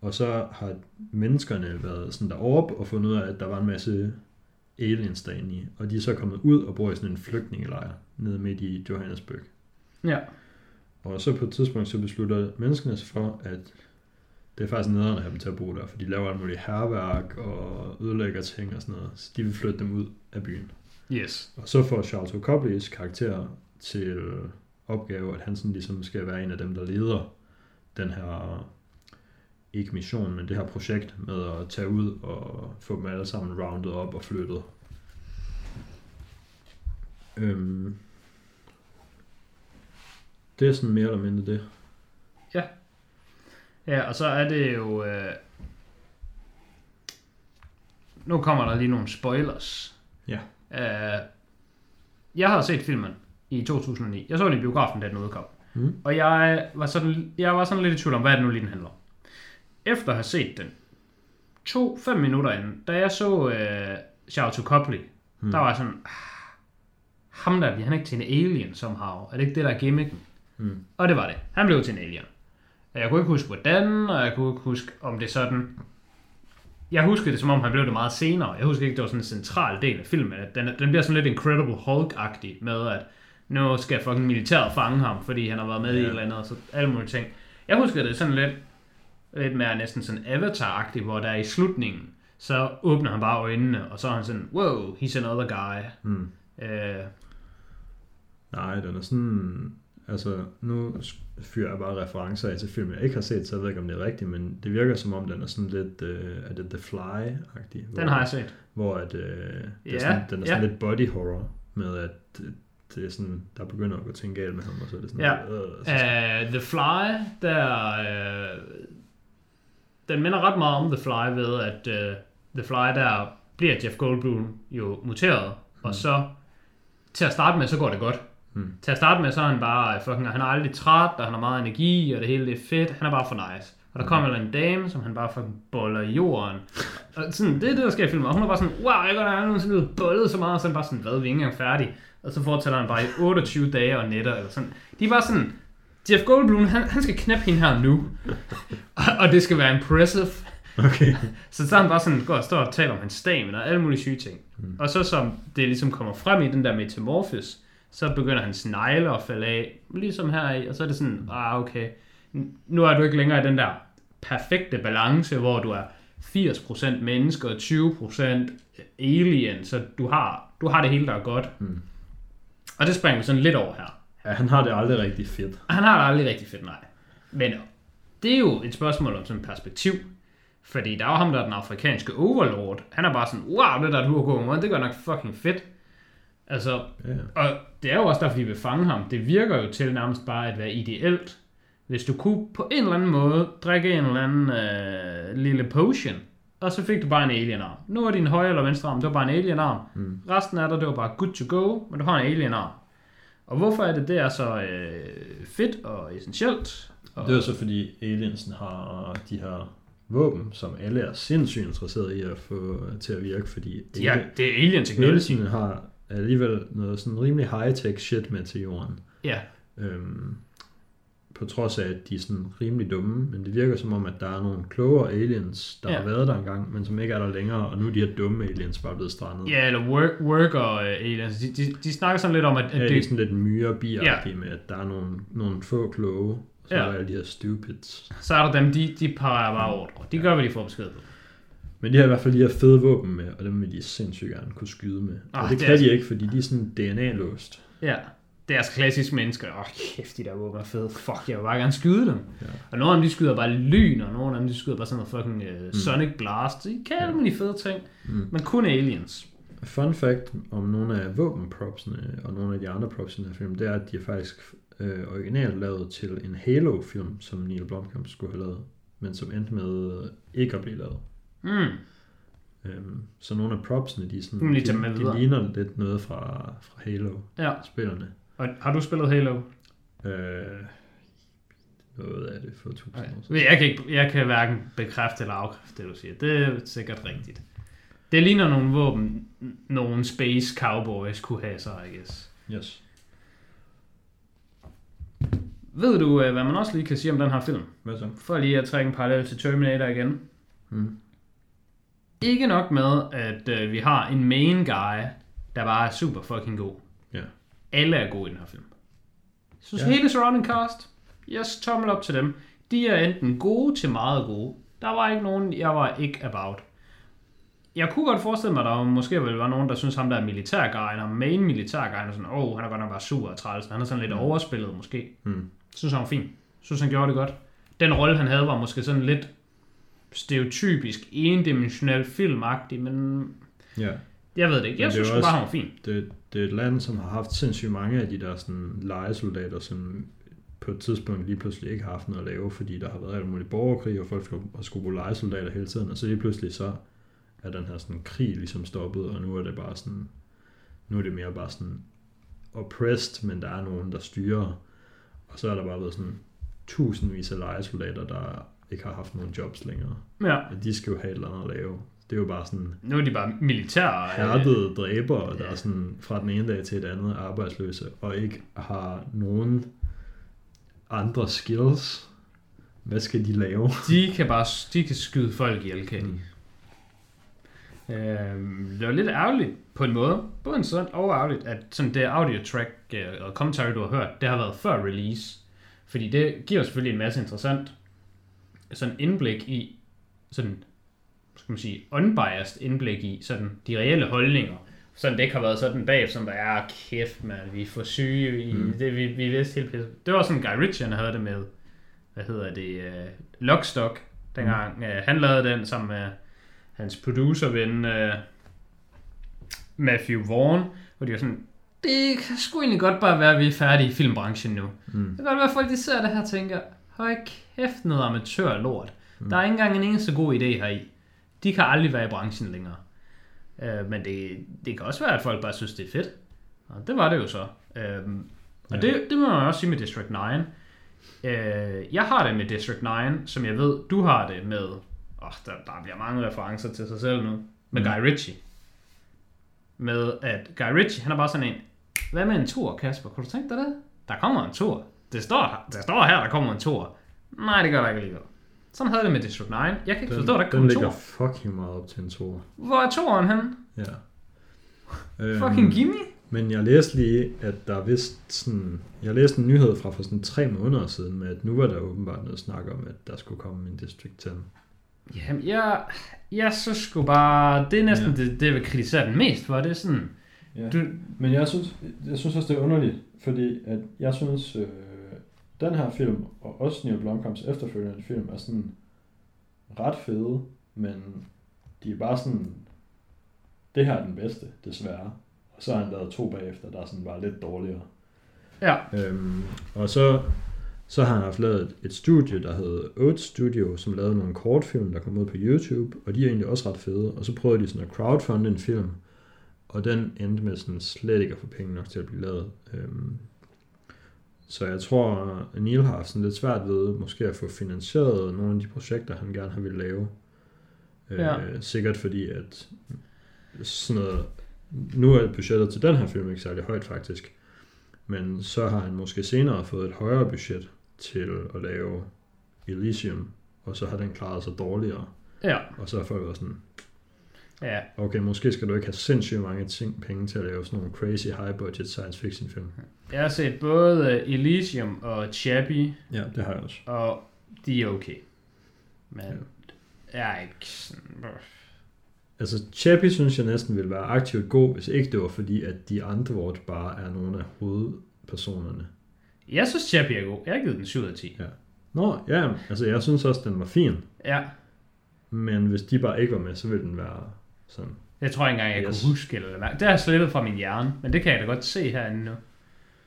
[SPEAKER 1] Og så har menneskerne været sådan deroppe og fundet ud af, at der var en masse aliens derinde i, og de er så kommet ud og bor i sådan en flygtningelejr nede midt i Johannesburg.
[SPEAKER 2] Ja.
[SPEAKER 1] Og så på et tidspunkt så beslutter menneskene sig for, at det er faktisk nederen at have dem til at bo der, for de laver alt muligt herværk og ødelægger ting og sådan noget, så de vil flytte dem ud af byen.
[SPEAKER 2] Yes.
[SPEAKER 1] Og så får Charles O'Cobleys karakter til opgave, at han sådan ligesom skal være en af dem, der leder den her, ikke mission, men det her projekt med at tage ud og få dem alle sammen roundet op og flyttet. Øhm, det er sådan mere eller mindre det.
[SPEAKER 2] Ja, og så er det jo... Øh... Nu kommer der lige nogle spoilers.
[SPEAKER 1] Ja.
[SPEAKER 2] Øh... Jeg har set filmen i 2009. Jeg så den i biografen, da den udkom.
[SPEAKER 1] Mm.
[SPEAKER 2] Og jeg var, sådan, jeg var sådan lidt i tvivl om, hvad er det nu lige den handler om. Efter at have set den, to, fem minutter inden, da jeg så øh, Charles Copley, mm. der var jeg sådan, ah, ham der, bliver han ikke til en alien somehow? Er det ikke det, der er gimmicken?
[SPEAKER 1] Mm.
[SPEAKER 2] Og det var det. Han blev til en alien. Og Jeg kunne ikke huske, hvordan, og jeg kunne ikke huske, om det sådan... Jeg huskede det, som om han blev det meget senere. Jeg husker ikke, det var sådan en central del af filmen. At den, den bliver sådan lidt Incredible Hulk-agtig med, at nu skal fucking militæret fange ham, fordi han har været med i
[SPEAKER 1] Ja.
[SPEAKER 2] et eller andet, og så alle mulige ting. Jeg husker det sådan lidt, lidt mere næsten sådan Avatar-agtigt, hvor der er i slutningen, så åbner han bare øjnene, og så er han sådan, wow, he's another guy.
[SPEAKER 1] Mm.
[SPEAKER 2] Øh,
[SPEAKER 1] Nej, den er sådan... Altså, nu fyrer jeg bare referencer af til film, jeg ikke har set, så jeg ved ikke, om det er rigtigt, men det virker som om, den er sådan lidt... Øh, er det The Fly-agtig?
[SPEAKER 2] den har jeg set.
[SPEAKER 1] Hvor at, øh, det
[SPEAKER 2] Ja,
[SPEAKER 1] er sådan, den er sådan
[SPEAKER 2] ja.
[SPEAKER 1] lidt body horror, med at det, det er sådan, der begynder at gå ting galt med ham, og så er det sådan...
[SPEAKER 2] Ja.
[SPEAKER 1] Øh, så,
[SPEAKER 2] Uh, The Fly, der... Uh, den minder ret meget om The Fly ved, at uh, The Fly, der bliver Jeff Goldblum jo muteret, mm. og så til at starte med, så går det godt.
[SPEAKER 1] Mm.
[SPEAKER 2] Til at starte med, så er han bare øh, fucking, han er aldrig træt, og han har meget energi, og det hele det er fedt. Han er bare for nice. Og der kommer en dame, som han bare fucking boller i jorden. Og sådan, det er det, der sker i filmen. Og hun er bare sådan, wow, jeg går der er nogensinde blevet bollet så meget, og så er han bare sådan, hvad, vi er ikke engang færdige. Og så fortsætter han bare i 28 dage og nætter, eller sådan. De er bare sådan, Jeff Goldblum, han, han skal knæppe hende her nu. og, og det skal være impressive.
[SPEAKER 1] okay.
[SPEAKER 2] Så så er han bare sådan, går og står og taler om hans stamen og alle mulige syge ting. Mm. Og så som det ligesom kommer frem i den der metamorphos, så begynder hans negle at falde af, ligesom her i, og så er det sådan, ah okay, n- nu er du ikke længere i den der perfekte balance, hvor du er 80% menneske og 20% alien, så du har, du har det hele, der er godt. Mm. Og det springer vi sådan lidt over her.
[SPEAKER 1] Ja, han har det aldrig rigtig fedt.
[SPEAKER 2] Han har det aldrig rigtig fedt, nej. Men det er jo et spørgsmål om sådan perspektiv. Fordi der er jo ham, der er den afrikanske overlord. Han er bare sådan, wow, det der durgummer, det gør nok fucking fedt. Altså,
[SPEAKER 1] Ja,
[SPEAKER 2] og det er jo også derfor, de vil fange ham. Det virker jo til nærmest bare at være ideelt. Hvis du kunne på en eller anden måde drikke en eller anden øh, lille potion, og så fik du bare en alienarm. Nu er din højre eller venstre arm, det var bare en alienarm. Mm. Resten af dig, det var bare good to go, men du har en alienarm. Og hvorfor er det, det er så øh, fedt og essentielt? Og,
[SPEAKER 1] Det er jo så fordi aliensen har de her våben, som alle er sindssygt interesserede i at få til at virke, fordi
[SPEAKER 2] ja, det er alien technology.
[SPEAKER 1] aliensen har alligevel noget sådan rimelig high-tech shit med til jorden.
[SPEAKER 2] Ja,
[SPEAKER 1] Øhm, på trods af, at de er sådan rimelig dumme, men det virker som om, at der er nogle klogere aliens, der
[SPEAKER 2] Ja.
[SPEAKER 1] ja. har været der engang, men som ikke er der længere, og nu er de her dumme aliens bare blevet strandet.
[SPEAKER 2] ja eller work, worker øh, aliens. De, de, de snakker sådan lidt om, at, at
[SPEAKER 1] Ja, det er
[SPEAKER 2] det,
[SPEAKER 1] sådan lidt myre bier med, at der er nogle, nogle få kloge, og så
[SPEAKER 2] Ja.
[SPEAKER 1] ja. er der alle de her stupids.
[SPEAKER 2] så er der dem, de, de parer bare ordre. De gør, hvad de får besked på.
[SPEAKER 1] Men de har i hvert fald de her fede våben med, og dem vil de sindssygt gerne kunne skyde med.
[SPEAKER 2] Ah,
[SPEAKER 1] og det,
[SPEAKER 2] det
[SPEAKER 1] det
[SPEAKER 2] er
[SPEAKER 1] kan de ikke, fordi de er sådan DNA-låst.
[SPEAKER 2] Ja, deres klassiske mennesker. Åh, oh, kæft, de der våben er fede. Fuck, jeg vil bare gerne skyde dem. Ja. Og nogle af dem, de skyder bare lyn, og nogle af dem, de skyder bare sådan noget fucking uh, Sonic Blast. De kan alle mulige fede ting, mm. men kun aliens.
[SPEAKER 1] Fun fact om nogle af våbenpropsene og nogle af de andre props i den her film, det er, at de er faktisk øh, originalt lavet til en Halo-film, som Neil Blomkamp skulle have lavet, men som endte med ikke at blive lavet.
[SPEAKER 2] Mm.
[SPEAKER 1] Øhm, så nogle af propsene, de, er sådan,
[SPEAKER 2] Nu må vi lige tage dem med
[SPEAKER 1] de,
[SPEAKER 2] videre.
[SPEAKER 1] de ligner lidt noget fra, fra Halo-spillerne.
[SPEAKER 2] Ja, og har du spillet Halo?
[SPEAKER 1] Øh, noget af det for 1000 år siden.
[SPEAKER 2] Jeg kan, ikke, jeg kan hverken bekræfte eller afkræfte det, du siger. Det er sikkert rigtigt. Det ligner nogle våben, nogle space cowboys kunne have så, I guess.
[SPEAKER 1] Yes.
[SPEAKER 2] Ved du, øh, hvad man også lige kan sige om den her film?
[SPEAKER 1] Hvad så?
[SPEAKER 2] For lige at trække en parallel til Terminator igen.
[SPEAKER 1] Mm.
[SPEAKER 2] Ikke nok med, at øh, vi har en main guy, der bare er super fucking god.
[SPEAKER 1] Ja.
[SPEAKER 2] Alle er gode i den her film. Jeg synes
[SPEAKER 1] Ja.
[SPEAKER 2] ja. hele surrounding cast, yes, tommel op til dem. De er enten gode til meget gode. Der var ikke nogen, jeg var ikke about. Jeg kunne godt forestille mig, at der måske ville være nogen, der synes ham der er militærgejen og main militærgejen er sådan, åh, oh, han er godt nok bare sur og træls. Han er sådan lidt overspillet måske.
[SPEAKER 1] Mm.
[SPEAKER 2] Synes han var fin. Synes han gjorde det godt. Den rolle, han havde, var måske sådan lidt stereotypisk, endimensionel filmagtig, men
[SPEAKER 1] ja.
[SPEAKER 2] jeg ved det ikke.
[SPEAKER 1] Men
[SPEAKER 2] Jeg
[SPEAKER 1] det er
[SPEAKER 2] synes
[SPEAKER 1] jo
[SPEAKER 2] også... bare,
[SPEAKER 1] også-
[SPEAKER 2] han var fin.
[SPEAKER 1] Det, det er et land, som har haft sindssygt mange af de der sådan, legesoldater, som på et tidspunkt lige pludselig ikke har haft noget at lave, fordi der har været alt muligt borgerkrig, og folk skulle- har skulle bruge legesoldater hele tiden, og så lige pludselig så er den her sådan, krig ligesom stoppet, og nu er det bare sådan, nu er det mere bare sådan oppressed, men der er nogen, der styrer, og så er der bare været sådan tusindvis af legesoldater, der ikke har haft nogen jobs længere,
[SPEAKER 2] Ja.
[SPEAKER 1] og de skal jo have et eller andet at lave. Det er jo bare sådan,
[SPEAKER 2] Nu er de bare militære. Øh,
[SPEAKER 1] hærdede dræbere, der er sådan fra den ene dag til et andet er arbejdsløse, og ikke har nogen andre skills. Hvad skal de lave?
[SPEAKER 2] De kan bare de kan skyde folk ihjel, kan de.
[SPEAKER 1] Mm.
[SPEAKER 2] Øhm, det var lidt ærgerligt på en måde. Både en sådan og ærgerligt, at sådan det audio track øh, og commentary, du har hørt, det har været før release. Fordi det giver selvfølgelig en masse interessant sådan indblik i, sådan, skal man sige, unbiased indblik i sådan de reelle holdninger. Sådan det ikke har været sådan bag, som der er, kæft mand, vi er for syge, i, mm. det, vi, vi vidste helt pisse. Det var sådan Guy Ritchie, han havde det med, hvad hedder det, øh, Lockstock, dengang mm. øh, han lavede den sammen med hans producerven øh, Matthew Vaughn, hvor de var sådan, det kan sgu egentlig godt bare være, at vi er færdige i filmbranchen nu. Mm. Det kan godt være, at folk de ser det her og tænker, høj kæft noget amatør lort. Mm. Der er ikke engang en eneste god idé heri. De kan aldrig være i branchen længere. Øh, men det, det kan også være, at folk bare synes, det er fedt. Og det var det jo så. Øh, og
[SPEAKER 1] Ja.
[SPEAKER 2] ja. det, det må man også sige med District 9. Øh, jeg har det med District 9, som jeg ved, du har det med... Åh, oh, der, der bliver mange referencer til sig selv nu. Med mm. Guy Ritchie. Med at Guy Ritchie, han er bare sådan en... Hvad med en tur, Kasper? Kunne du tænke dig det? Der kommer en tur. Det står, her- der står her, der kommer en tur. Nej, det gør der ikke alligevel. Sådan havde jeg det med District 9. Jeg kan ikke
[SPEAKER 1] Den,
[SPEAKER 2] forstå, at der ikke
[SPEAKER 1] den
[SPEAKER 2] kom en
[SPEAKER 1] ligger
[SPEAKER 2] tur.
[SPEAKER 1] fucking meget op til en tor.
[SPEAKER 2] Hvor er toren han?
[SPEAKER 1] Ja. Øhm.
[SPEAKER 2] Fucking gimme?
[SPEAKER 1] Men jeg læste lige, at der er vist sådan... Jeg læste en nyhed fra for sådan tre måneder siden, med at nu var der åbenbart noget snak om, at der skulle komme en District 10.
[SPEAKER 2] Jamen, jeg, jeg så sgu bare... Det er næsten
[SPEAKER 1] Ja.
[SPEAKER 2] ja. det, det, jeg vil kritisere den mest for. Det er sådan...
[SPEAKER 1] Ja.
[SPEAKER 2] Du,
[SPEAKER 1] Men jeg synes, jeg synes også, det er underligt, fordi at jeg synes, øh, den her film, og også Neil Blomkamps efterfølgende film, er sådan ret fede, men de er bare sådan, det her er den bedste, desværre. Og så har han lavet to bagefter, der er sådan bare lidt dårligere.
[SPEAKER 2] ja,
[SPEAKER 1] Øhm, og så, så har han haft lavet et- et studie, der hed Oat Studio, som lavede nogle kortfilm, der kom ud på YouTube, og de er egentlig også ret fede. Og så prøvede de sådan at crowdfunde en film, og den endte med sådan slet ikke at få penge nok til at blive lavet. Øhm, så jeg tror, at Neil har haft sådan lidt svært ved måske at få finansieret nogle af de projekter, han gerne har ville lave. Øh,
[SPEAKER 2] Ja.
[SPEAKER 1] Sikkert fordi, at sådan noget, nu er budgettet til den her film ikke særlig højt faktisk. Men så har han måske senere fået et højere budget til at lave Elysium, og så har den klaret sig dårligere.
[SPEAKER 2] ja,
[SPEAKER 1] Og så har folk været sådan,
[SPEAKER 2] ja.
[SPEAKER 1] okay, måske skal du ikke have sindssygt mange ting, penge til at lave sådan nogle crazy high-budget science fiction film.
[SPEAKER 2] Jeg har set både øh, Elysium og Chappie,
[SPEAKER 1] Ja, det har jeg også.
[SPEAKER 2] og de er okay. Men jeg er ikke sådan...
[SPEAKER 1] Altså, Chappie synes jeg næsten ville være aktivt god, hvis ikke det var fordi, at de andre vort bare er nogle af hovedpersonerne.
[SPEAKER 2] Jeg synes, Chappie er god. Jeg har givet den 7 ud af 10.
[SPEAKER 1] Nå, ja, altså jeg synes også, den var fin,
[SPEAKER 2] Ja,
[SPEAKER 1] men hvis de bare ikke var med, så ville den være sådan.
[SPEAKER 2] jeg tror ikke engang, jeg
[SPEAKER 1] Yes.
[SPEAKER 2] yes. kunne huske eller mærke. Det har jeg slettet fra min hjerne, men det kan jeg da godt se herinde nu.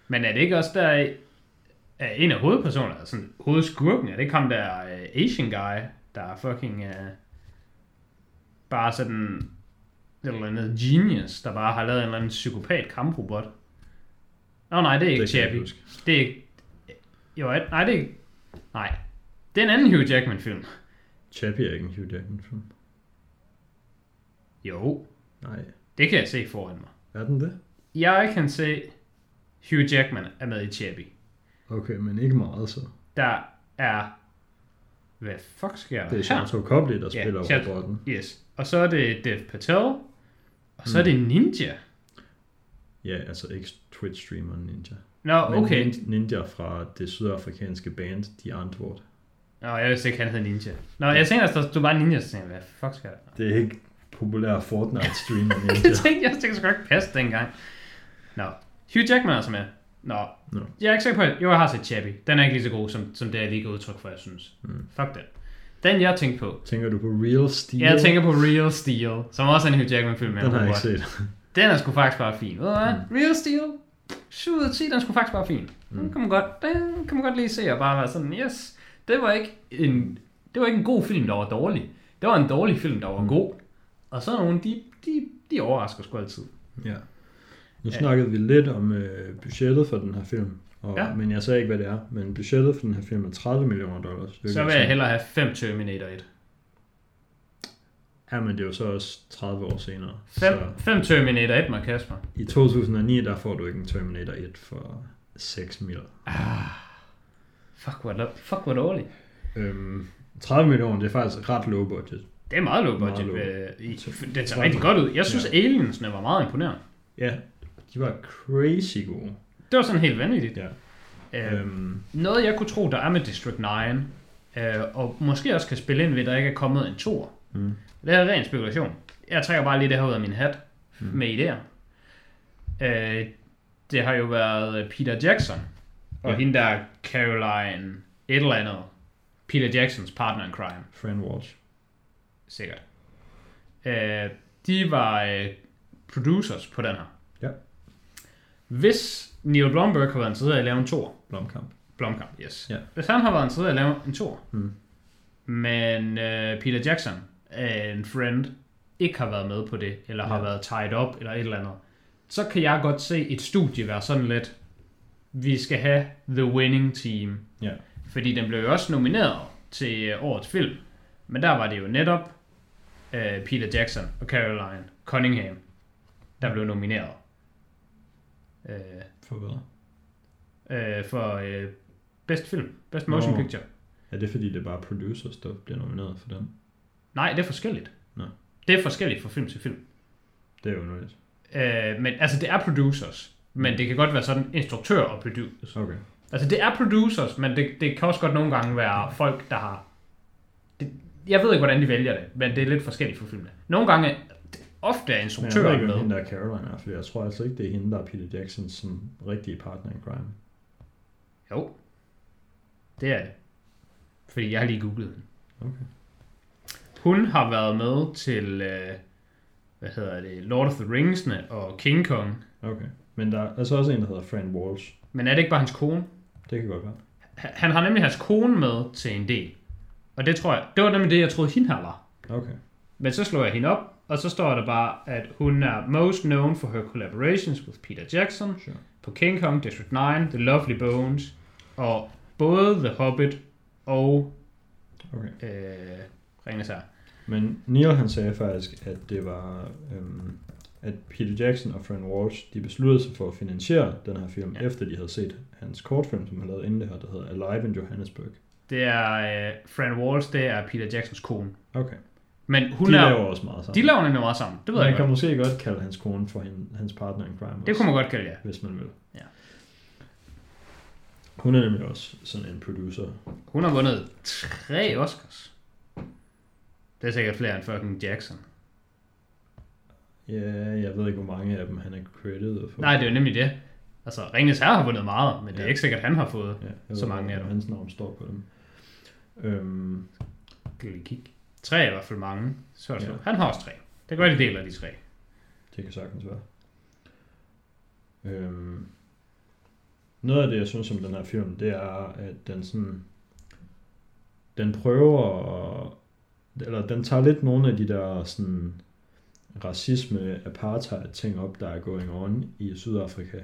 [SPEAKER 2] Men er det ikke også der, er en af hovedpersonerne, altså sådan hovedskurken, er det ikke ham der øh, Asian guy, der er fucking øh, bare sådan et eller andet genius, der bare har lavet en eller anden psykopat kamprobot? Nå nej, det er ikke
[SPEAKER 1] Det kan jeg ikke
[SPEAKER 2] Chappie.
[SPEAKER 1] huske.
[SPEAKER 2] Det er ikke... Jo, er- nej, det er ikke... Nej. Det er en anden Hugh Jackman-film.
[SPEAKER 1] Chappie er ikke en Hugh Jackman-film.
[SPEAKER 2] Jo,
[SPEAKER 1] Nej,
[SPEAKER 2] det kan jeg se foran mig.
[SPEAKER 1] er den det?
[SPEAKER 2] Jeg kan se, Hugh Jackman er med i Chappie.
[SPEAKER 1] Okay, men ikke meget så.
[SPEAKER 2] Der er Hvad fuck sker der
[SPEAKER 1] Det er
[SPEAKER 2] her?
[SPEAKER 1] Chateau Copley, der
[SPEAKER 2] Ja,
[SPEAKER 1] spiller
[SPEAKER 2] Chateau-
[SPEAKER 1] robotten.
[SPEAKER 2] Yes. Og så er det Dev Patel. Og så er
[SPEAKER 1] Hmm.
[SPEAKER 2] det Ninja.
[SPEAKER 1] Ja, altså ikke Twitch-streameren Ninja.
[SPEAKER 2] Nå,
[SPEAKER 1] Men
[SPEAKER 2] Ah, okay.
[SPEAKER 1] nin- Ninja fra det sydafrikanske band, De Antwoord.
[SPEAKER 2] Nå, jeg vidste ikke, han hed Ninja. Nå, jeg tænkte, at der stod bare Ninja, så tænkte jeg, hvad fuck sker der?
[SPEAKER 1] Det er ikke populær Fortnite-streamer
[SPEAKER 2] det
[SPEAKER 1] Ninja.
[SPEAKER 2] tænkte jeg, det tænkte sgu ikke passe dengang. Nå, Hugh Jackman er altså med. Nå,
[SPEAKER 1] Nå.
[SPEAKER 2] jeg er ikke sikker på, at jo, jeg har set Chappie. Den er ikke lige så god, som, som det jeg lige gav udtryk for, jeg synes.
[SPEAKER 1] Mm.
[SPEAKER 2] Fuck den. Den jeg tænkte på,
[SPEAKER 1] Tænker du på Real Steel?
[SPEAKER 2] jeg tænker på Real Steel, som også er en Hugh Jackman film.
[SPEAKER 1] Den har jeg ikke set. Mm.
[SPEAKER 2] Den er sgu faktisk bare fin. Ved du hvad? Real Steel. 7 ud af 10, den er sgu faktisk bare fin. Den kan man godt, den kan man godt lige se og bare være sådan, yes, det var ikke en, det var ikke en god film, der var dårlig. Det var en dårlig film, der var
[SPEAKER 1] Mm.
[SPEAKER 2] god. Og så er nogle, de, de, de overrasker sgu altid.
[SPEAKER 1] Ja. Nu snakkede vi lidt om øh, budgettet for den her film. Og,
[SPEAKER 2] Ja.
[SPEAKER 1] ja. Men jeg sagde ikke, hvad det er. Men budgettet for den her film er 30 millioner dollars. Det er
[SPEAKER 2] Så
[SPEAKER 1] jo
[SPEAKER 2] vil jeg
[SPEAKER 1] sådan-
[SPEAKER 2] hellere have 5 Terminator 1.
[SPEAKER 1] Ja, men det er jo så også 30 år senere.
[SPEAKER 2] 5,
[SPEAKER 1] Så
[SPEAKER 2] 5 Terminator 1, Mark Kasper.
[SPEAKER 1] i 2009, der får du ikke en Terminator 1 for 6 mil.
[SPEAKER 2] Fuck, hvor, er- fuck, hvor dårligt.
[SPEAKER 1] Øhm, 30 millioner, det er faktisk ret low budget.
[SPEAKER 2] Det er meget low
[SPEAKER 1] Meget
[SPEAKER 2] budget.
[SPEAKER 1] low.
[SPEAKER 2] øh, i- Den ser rigtig godt ud. Jeg synes, ja. Aliensene var meget imponerende.
[SPEAKER 1] Ja, de var crazy gode.
[SPEAKER 2] Det var sådan helt vanvittigt.
[SPEAKER 1] Ja.
[SPEAKER 2] Øh,
[SPEAKER 1] Øhm,
[SPEAKER 2] Noget jeg kunne tro, der er med District 9, øh, og måske også kan spille ind ved, at der ikke er kommet en tor.
[SPEAKER 1] Mm.
[SPEAKER 2] Det er ren spekulation. Jeg trækker bare lige det her ud af min hat mm. med idéer. Øh, det har jo været Peter Jackson, og
[SPEAKER 1] Ja.
[SPEAKER 2] hende der Caroline et eller andet. Peter Jacksons partner in crime,
[SPEAKER 1] Friend Watch.
[SPEAKER 2] sikkert. Øh, de var øh, producers på den her.
[SPEAKER 1] Ja.
[SPEAKER 2] Hvis Neil Blomberg har været interesseret i at lave en tor,
[SPEAKER 1] Blomkamp.
[SPEAKER 2] Blomkamp, yes.
[SPEAKER 1] Ja.
[SPEAKER 2] Hvis han har været interesseret i at lave en tor,
[SPEAKER 1] Mm.
[SPEAKER 2] men øh, Peter Jackson, øh, en friend, ikke har været med på det, eller har
[SPEAKER 1] Ja.
[SPEAKER 2] været tied up, eller et eller andet, så kan jeg godt se et studie være sådan lidt, vi skal have the winning team.
[SPEAKER 1] Ja.
[SPEAKER 2] Fordi den blev jo også nomineret til øh, årets film, men der var det jo netop øh, Peter Jackson og Caroline Cunningham, der blev nomineret. Øh,
[SPEAKER 1] For hvad?
[SPEAKER 2] øh, for øh, bedst film, bedst motion
[SPEAKER 1] Nå.
[SPEAKER 2] picture.
[SPEAKER 1] Er det fordi, det er bare producers, der bliver nomineret for den?
[SPEAKER 2] Nej, det er forskelligt.
[SPEAKER 1] Nå.
[SPEAKER 2] Det er forskelligt fra film til film.
[SPEAKER 1] Det er jo noget.
[SPEAKER 2] Øh, men altså, det er producers,
[SPEAKER 1] Mm.
[SPEAKER 2] men det kan godt være sådan instruktør og producer.
[SPEAKER 1] Okay.
[SPEAKER 2] Altså, det er producers, men det, det kan også godt nogle gange
[SPEAKER 1] Mm.
[SPEAKER 2] være folk, der har... Det, jeg ved ikke, hvordan de vælger det, men det er lidt forskelligt fra filmene. Nogle gange, ofte er
[SPEAKER 1] Men jeg ved
[SPEAKER 2] instruktøren
[SPEAKER 1] ikke, hvem
[SPEAKER 2] med.
[SPEAKER 1] hende der Caroline er, for jeg tror altså ikke, det er hende, der er Peter Jacksons som rigtige partner i crime.
[SPEAKER 2] Jo, det er det. Fordi jeg har lige googlet hende.
[SPEAKER 1] Okay.
[SPEAKER 2] Hun har været med til, øh, hvad hedder det, Lord of the Rings'ene og King Kong.
[SPEAKER 1] Okay. Men der er altså også en, der hedder Fran Walsh.
[SPEAKER 2] Men er det ikke bare hans kone?
[SPEAKER 1] Det kan godt være.
[SPEAKER 2] H- Han har nemlig hans kone med til en del. Og det tror jeg, det var nemlig det, jeg troede, hende her var.
[SPEAKER 1] Okay.
[SPEAKER 2] Men så slår jeg hende op, og så står der bare, at hun er most known for her collaborations with Peter Jackson
[SPEAKER 1] Sure.
[SPEAKER 2] på King Kong, District 9, The Lovely Bones, og både The Hobbit og
[SPEAKER 1] Okay.
[SPEAKER 2] øh, Ringenes Herre.
[SPEAKER 1] Men Neil han sagde faktisk, at det var, øhm, at Peter Jackson og Fran Walsh, de besluttede sig for at finansiere den her film,
[SPEAKER 2] Ja.
[SPEAKER 1] ja. efter de havde set hans kortfilm, som han lavede inden det her, der hedder Alive in Johannesburg.
[SPEAKER 2] Det er øh, Fran Walls, det er Peter Jacksons kone.
[SPEAKER 1] Okay.
[SPEAKER 2] Men hun
[SPEAKER 1] Hun de
[SPEAKER 2] er,
[SPEAKER 1] laver også meget sammen.
[SPEAKER 2] de laver nemlig meget sammen. Det ved jeg
[SPEAKER 1] man
[SPEAKER 2] ikke.
[SPEAKER 1] kan måske godt kalde hans kone for hende, hans partner in crime.
[SPEAKER 2] Det
[SPEAKER 1] også.
[SPEAKER 2] kunne man godt kalde, ja.
[SPEAKER 1] hvis man vil.
[SPEAKER 2] Ja.
[SPEAKER 1] Hun er nemlig også sådan en producer.
[SPEAKER 2] Hun har vundet tre Oscars. Det er sikkert flere end fucking Jackson.
[SPEAKER 1] Ja, jeg ved ikke, hvor mange af dem han er credited for.
[SPEAKER 2] Nej, det er jo nemlig det. Altså, Ringnes Herre har vundet meget, men det er
[SPEAKER 1] Ja.
[SPEAKER 2] ikke sikkert, han har fået.
[SPEAKER 1] ja, jeg
[SPEAKER 2] så
[SPEAKER 1] ved
[SPEAKER 2] mange
[SPEAKER 1] ikke,
[SPEAKER 2] er
[SPEAKER 1] om
[SPEAKER 2] der.
[SPEAKER 1] Hans navn står på dem. Øhm,
[SPEAKER 2] Kan vi lige kigge. Tre er i hvert fald mange. Så er det
[SPEAKER 1] Ja.
[SPEAKER 2] slut. Han har også tre. Det kan godt, de deler de tre.
[SPEAKER 1] det kan sagtens være. Øhm, noget af det, jeg synes om den her film, det er, at den sådan... Den prøver at, eller den tager lidt nogle af de der sådan racisme, apartheid ting op, der er going on i Sydafrika,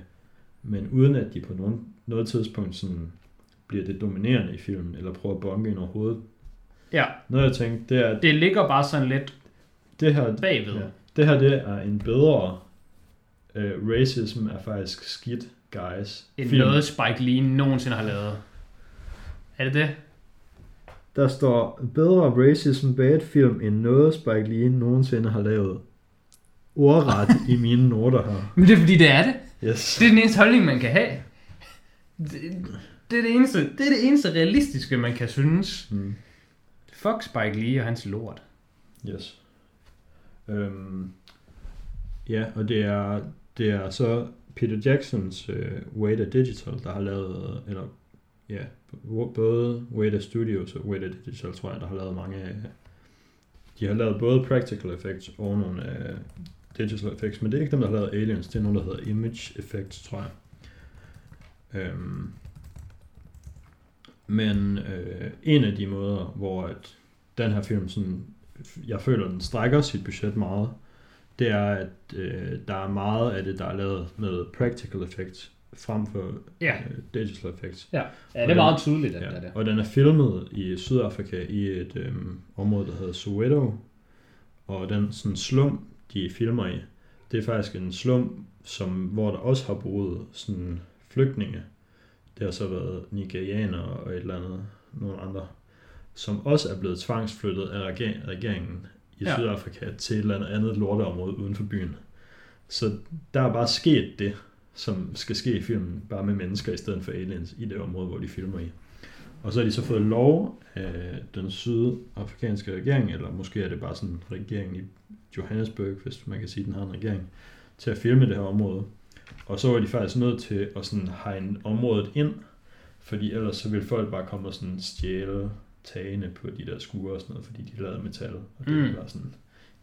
[SPEAKER 1] men uden at de på nogen, noget tidspunkt sådan bliver det dominerende i filmen, eller prøver at bonke ind over hovedet.
[SPEAKER 2] Ja,
[SPEAKER 1] Noget jeg tænkte, det er, at
[SPEAKER 2] det ligger bare sådan lidt
[SPEAKER 1] det her,
[SPEAKER 2] bagved.
[SPEAKER 1] Ja. det her det er en bedre øh, racism er faktisk skidt, guys.
[SPEAKER 2] end noget Spike Lee nogensinde har lavet. Er det det?
[SPEAKER 1] Der står, bedre racism bad film end noget Spike Lee nogensinde har lavet. Ordret i mine noter her.
[SPEAKER 2] Men det er fordi, det er det.
[SPEAKER 1] Yes.
[SPEAKER 2] Det er den eneste holdning, man kan have. Det, det, er, det, eneste, det er det eneste realistiske, man kan synes.
[SPEAKER 1] Mm.
[SPEAKER 2] Fuck Spike Lee og hans lort.
[SPEAKER 1] Yes. Øhm, ja, og det er, det er så Peter Jacksons øh, Weta Digital, der har lavet, eller ja, bo- både Weta Studios og Weta Digital, tror jeg, der har lavet mange af. De har lavet både practical effects og nogle øh, digital effects, men det er ikke dem, der har lavet Aliens, det er nogen, der hedder Image Effects, tror jeg. Øhm, men øh, en af de måder, hvor at den her film sådan jeg føler, den strækker sit budget meget, det er, at øh, der er meget af det, der er lavet med practical effects frem for
[SPEAKER 2] Ja.
[SPEAKER 1] øh, digital effects.
[SPEAKER 3] Ja, det
[SPEAKER 1] Hvordan-
[SPEAKER 3] er meget tydeligt, at ja. det er
[SPEAKER 1] Ja.
[SPEAKER 3] der.
[SPEAKER 1] Og den er filmet i Sydafrika i et øh, område, der hedder Soweto. Og den sådan slum, de filmer i, det er faktisk en slum, som, hvor der også har boet sådan flygtninge. Det har så været nigerianere og et eller andet, nogle andre, som også er blevet tvangsflyttet af rega- regeringen i
[SPEAKER 2] Ja.
[SPEAKER 1] ja. Sydafrika til et eller andet andet lorteområde uden for byen. Så der er bare sket det, som skal ske i filmen, bare med mennesker i stedet for aliens i det område, hvor de filmer i. Og så har de så fået lov af den sydafrikanske regering, eller måske er det bare sådan regeringen i Johannesburg, hvis man kan sige, den har en regering, til at filme det her område. Og så var de faktisk nødt til at sådan hegne området ind, fordi ellers så ville folk bare komme og sådan stjæle tagene på de der skure og sådan noget, fordi de er lavet af metal. Og det
[SPEAKER 2] Mm.
[SPEAKER 1] mm. var sådan,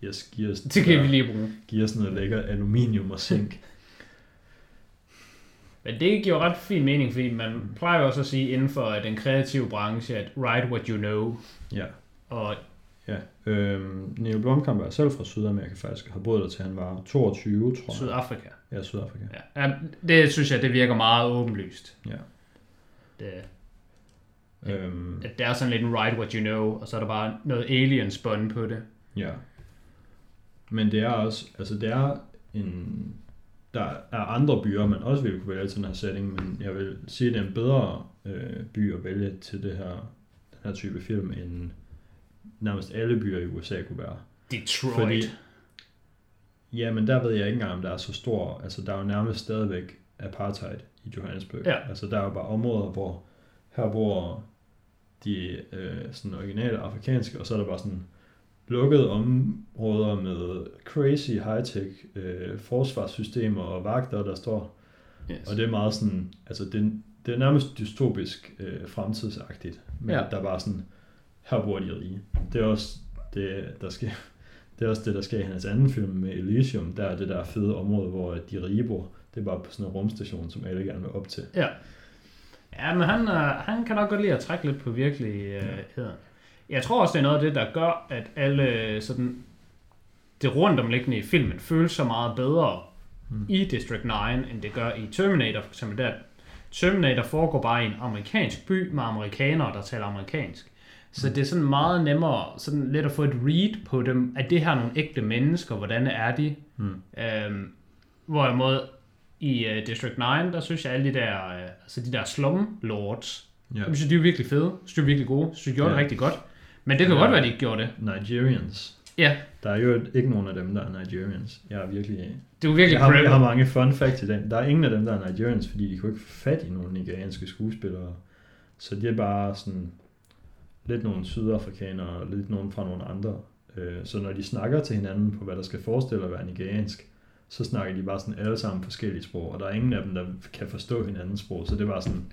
[SPEAKER 1] yes, giv os,
[SPEAKER 2] Det kan vi lige bruge.
[SPEAKER 1] giver sådan noget lækker aluminium og zink.
[SPEAKER 2] Men det giver ret fin mening, fordi man plejer jo også at sige inden for den kreative branche, at write what you know.
[SPEAKER 1] ja.
[SPEAKER 2] Og
[SPEAKER 1] Ja, øhm, Neil Blomkamp er selv fra Sydamerika faktisk, og har boet der til han var 22, tror jeg.
[SPEAKER 2] Sydafrika.
[SPEAKER 1] Ja, Sydafrika.
[SPEAKER 2] Ja. Ja, det synes jeg, det virker meget åbenlyst.
[SPEAKER 1] Ja.
[SPEAKER 2] Det,
[SPEAKER 1] Ja. Øhm,
[SPEAKER 2] at det er sådan lidt en write what you know, og så er der bare noget alien spun på det.
[SPEAKER 1] ja. Men det er også, altså det er en, der er andre byer, man også ville kunne vælge til den her setting, men jeg vil sige, at det er en bedre øh, by at vælge til det her, den her type film, end nærmest alle byer i USA kunne være.
[SPEAKER 2] Detroit.
[SPEAKER 1] Fordi, ja, men der ved jeg ikke engang, om der er så stor... Altså, der er jo nærmest stadigvæk apartheid i Johannesburg.
[SPEAKER 2] Ja.
[SPEAKER 1] Altså, der er jo bare områder, hvor her bor de øh, sådan originale afrikanske, og så er der bare sådan lukkede områder med crazy high-tech øh, forsvarssystemer og vagter, der står.
[SPEAKER 2] yes.
[SPEAKER 1] Og det er meget sådan, altså det, det er nærmest dystopisk øh, fremtidsagtigt, men
[SPEAKER 2] Ja.
[SPEAKER 1] ja. der er bare sådan, her bor de rige. Det er også det, der sker. Det er også det, der sker i hans anden film med Elysium. Der er det der fede område, hvor de rige bor. Det er bare på sådan en rumstation, som alle gerne vil op til.
[SPEAKER 2] Ja, men han, er, han kan nok godt lide at trække lidt på virkeligheden. Jeg tror også, det er noget af det, der gør, at alle sådan, det rundt omliggende i filmen føles så meget bedre mm. i District 9, end det gør i Terminator for eksempel. Der, Terminator foregår bare i en amerikansk by med amerikanere, der taler amerikansk. Så det er sådan meget nemmere, sådan lidt at få et read på dem, at det her er nogle ægte mennesker, hvordan er de?
[SPEAKER 1] Mm.
[SPEAKER 2] Øhm, hvorimod i øh, District 9, der synes jeg alle de der, øh, altså de der slum lords,
[SPEAKER 1] Ja.
[SPEAKER 2] ja. jeg synes, de er virkelig fede, jeg synes, de er virkelig gode, jeg synes, de gjorde ja. det
[SPEAKER 1] Ja.
[SPEAKER 2] rigtig godt. Men det kan ja.
[SPEAKER 1] Ja.
[SPEAKER 2] godt være, de ikke gjorde det.
[SPEAKER 1] Nigerians.
[SPEAKER 2] Ja,
[SPEAKER 1] Der er jo ikke nogen af dem, der er Nigerians. Jeg er virkelig...
[SPEAKER 2] det var virkelig
[SPEAKER 1] Jeg har, jeg
[SPEAKER 2] prepper.
[SPEAKER 1] har mange fun facts i dag. Der er ingen af dem, der er Nigerians, fordi de kunne ikke få fat i nogle nigerianske skuespillere. Så det er bare sådan lidt nogle sydafrikanere, og lidt nogen fra nogle andre. Øh, Så når de snakker til hinanden på, hvad der skal forestille at være nigeriansk, så snakker de bare sådan alle sammen forskellige sprog, og der er ingen af dem, der kan forstå hinandens sprog, så det er bare sådan,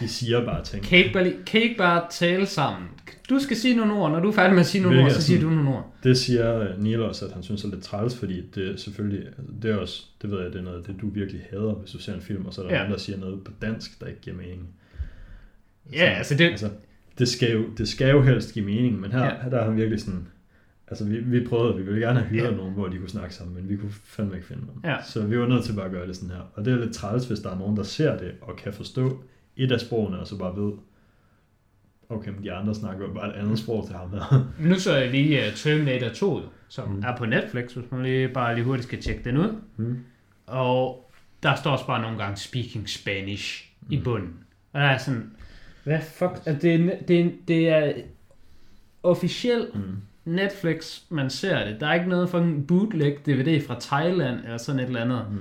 [SPEAKER 1] de siger bare ting.
[SPEAKER 2] Kan I, ikke bare, lige- kan I ikke bare tale sammen? Du skal sige nogle ord, når du er færdig med at sige nogle
[SPEAKER 1] Hvilket
[SPEAKER 2] ord,
[SPEAKER 1] er
[SPEAKER 2] så siger du
[SPEAKER 1] sådan-
[SPEAKER 2] nogle ord.
[SPEAKER 1] Det siger øh, Neil også, at han synes er lidt træls, fordi det er selvfølgelig, altså, det er også, det ved jeg, det er noget af det, du virkelig hader, hvis du ser en film, og så er der
[SPEAKER 2] Ja.
[SPEAKER 1] ja. nogen, der siger noget på dansk, der ikke giver mening.
[SPEAKER 2] Ja, altså det-
[SPEAKER 1] Altså, det, skal jo, det skal jo helst give mening, men her,
[SPEAKER 2] Ja.
[SPEAKER 1] ja. her der er han virkelig sådan, altså vi, vi prøvede, vi ville gerne have hyret
[SPEAKER 2] Ja.
[SPEAKER 1] ja. nogen, hvor de kunne snakke sammen, men vi kunne fandme ikke finde nogen.
[SPEAKER 2] Ja.
[SPEAKER 1] Så vi var nødt til bare at gøre det sådan her. Og det er lidt træls, hvis der er nogen, der ser det og kan forstå et af sprogene, og så bare ved, okay, men de andre snakker jo bare et andet sprog til ham her.
[SPEAKER 2] Nu så jeg lige uh, Terminator 2, jo, som mm.
[SPEAKER 1] Mm.
[SPEAKER 2] er på Netflix, hvis man lige, bare lige hurtigt skal tjekke den ud.
[SPEAKER 1] Mm.
[SPEAKER 2] Og der står også bare nogle gange speaking Spanish mm. i bunden. Og der er sådan, hvad fuck, altså, det, er, det, er, det er officiel
[SPEAKER 1] Mm.
[SPEAKER 2] Netflix, man ser det. Der er ikke noget for en bootleg DVD fra Thailand eller sådan et eller andet.
[SPEAKER 1] Mm.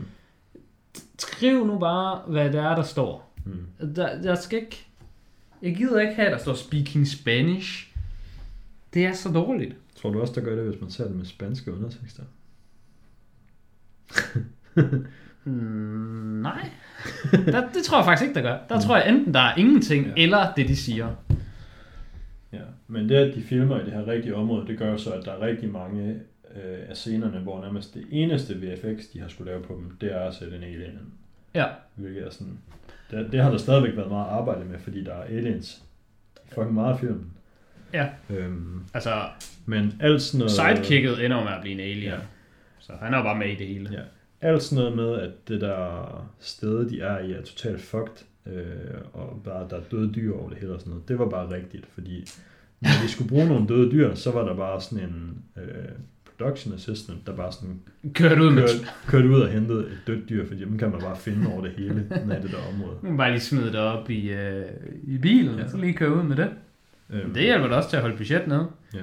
[SPEAKER 2] Skriv nu bare, hvad det er, der står.
[SPEAKER 1] Mm.
[SPEAKER 2] Der, jeg skal ikke... Jeg gider ikke have, at der står speaking Spanish. Det er så dårligt.
[SPEAKER 1] Tror du også, der gør det, hvis man ser det med spanske undertekster?
[SPEAKER 2] Mm, nej. der, det tror jeg faktisk ikke, der gør. Der tror jeg enten, der er ingenting,
[SPEAKER 1] Ja.
[SPEAKER 2] ja. eller det, de siger.
[SPEAKER 1] Ja, men det, at de filmer i det her rigtige område, det gør jo så, at der er rigtig mange øh, af scenerne, hvor nærmest det eneste VFX, de har skulle lave på dem, det er at sætte en alien ind.
[SPEAKER 2] Ja.
[SPEAKER 1] Hvilket er sådan... Det, det har der stadigvæk været meget arbejde med, fordi der er aliens i fucking meget af filmen.
[SPEAKER 2] Ja.
[SPEAKER 1] Øhm,
[SPEAKER 2] Altså,
[SPEAKER 1] men alt sådan noget...
[SPEAKER 2] sidekicket ender jo med at blive en alien.
[SPEAKER 1] Ja.
[SPEAKER 2] Ja. Så han er jo bare med i det hele.
[SPEAKER 1] Ja. alt sådan noget med, at det der sted, de er i, er totalt fucked, øh, og bare, der er døde dyr over det hele og sådan noget. Det var bare rigtigt, fordi når de skulle bruge nogle døde dyr, så var der bare sådan en øh, production assistant, der bare sådan
[SPEAKER 2] Kørt ud med...
[SPEAKER 1] kørte, kørte ud og hentede et dødt dyr, fordi dem kan man bare finde over det hele nede i det der område.
[SPEAKER 2] Nu kan man bare lige smide det op i, øh, i bilen,
[SPEAKER 1] Ja.
[SPEAKER 2] ja. så lige køre ud med det.
[SPEAKER 1] Øhm,
[SPEAKER 2] Det hjælper da også til at holde budget ned.
[SPEAKER 1] Ja.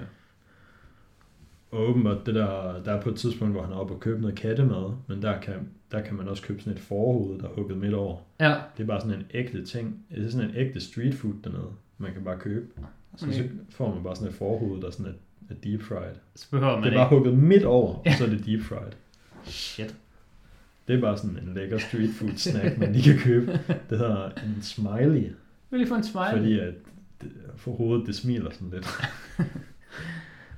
[SPEAKER 1] Og åbenbart, det der, der er på et tidspunkt, hvor han er oppe og købe noget kattemad, men der kan, der kan man også købe sådan et forhoved, der er hugget midt over.
[SPEAKER 2] Ja.
[SPEAKER 1] Det er bare sådan en ægte ting. Det er sådan en ægte street food dernede, man kan bare købe. Så,
[SPEAKER 2] Okay.
[SPEAKER 1] så får man bare sådan et forhoved, der er sådan et, et deep fried.
[SPEAKER 2] Så behøver man
[SPEAKER 1] Det er
[SPEAKER 2] ikke...
[SPEAKER 1] bare hugget midt over, og så er det deep fried.
[SPEAKER 2] Shit.
[SPEAKER 1] Det er bare sådan en lækker street food snack, man lige kan købe. Det hedder en smiley,
[SPEAKER 2] Vil lige få en smile? Fordi...
[SPEAKER 1] fordi at det- for hovedet det smiler sådan lidt.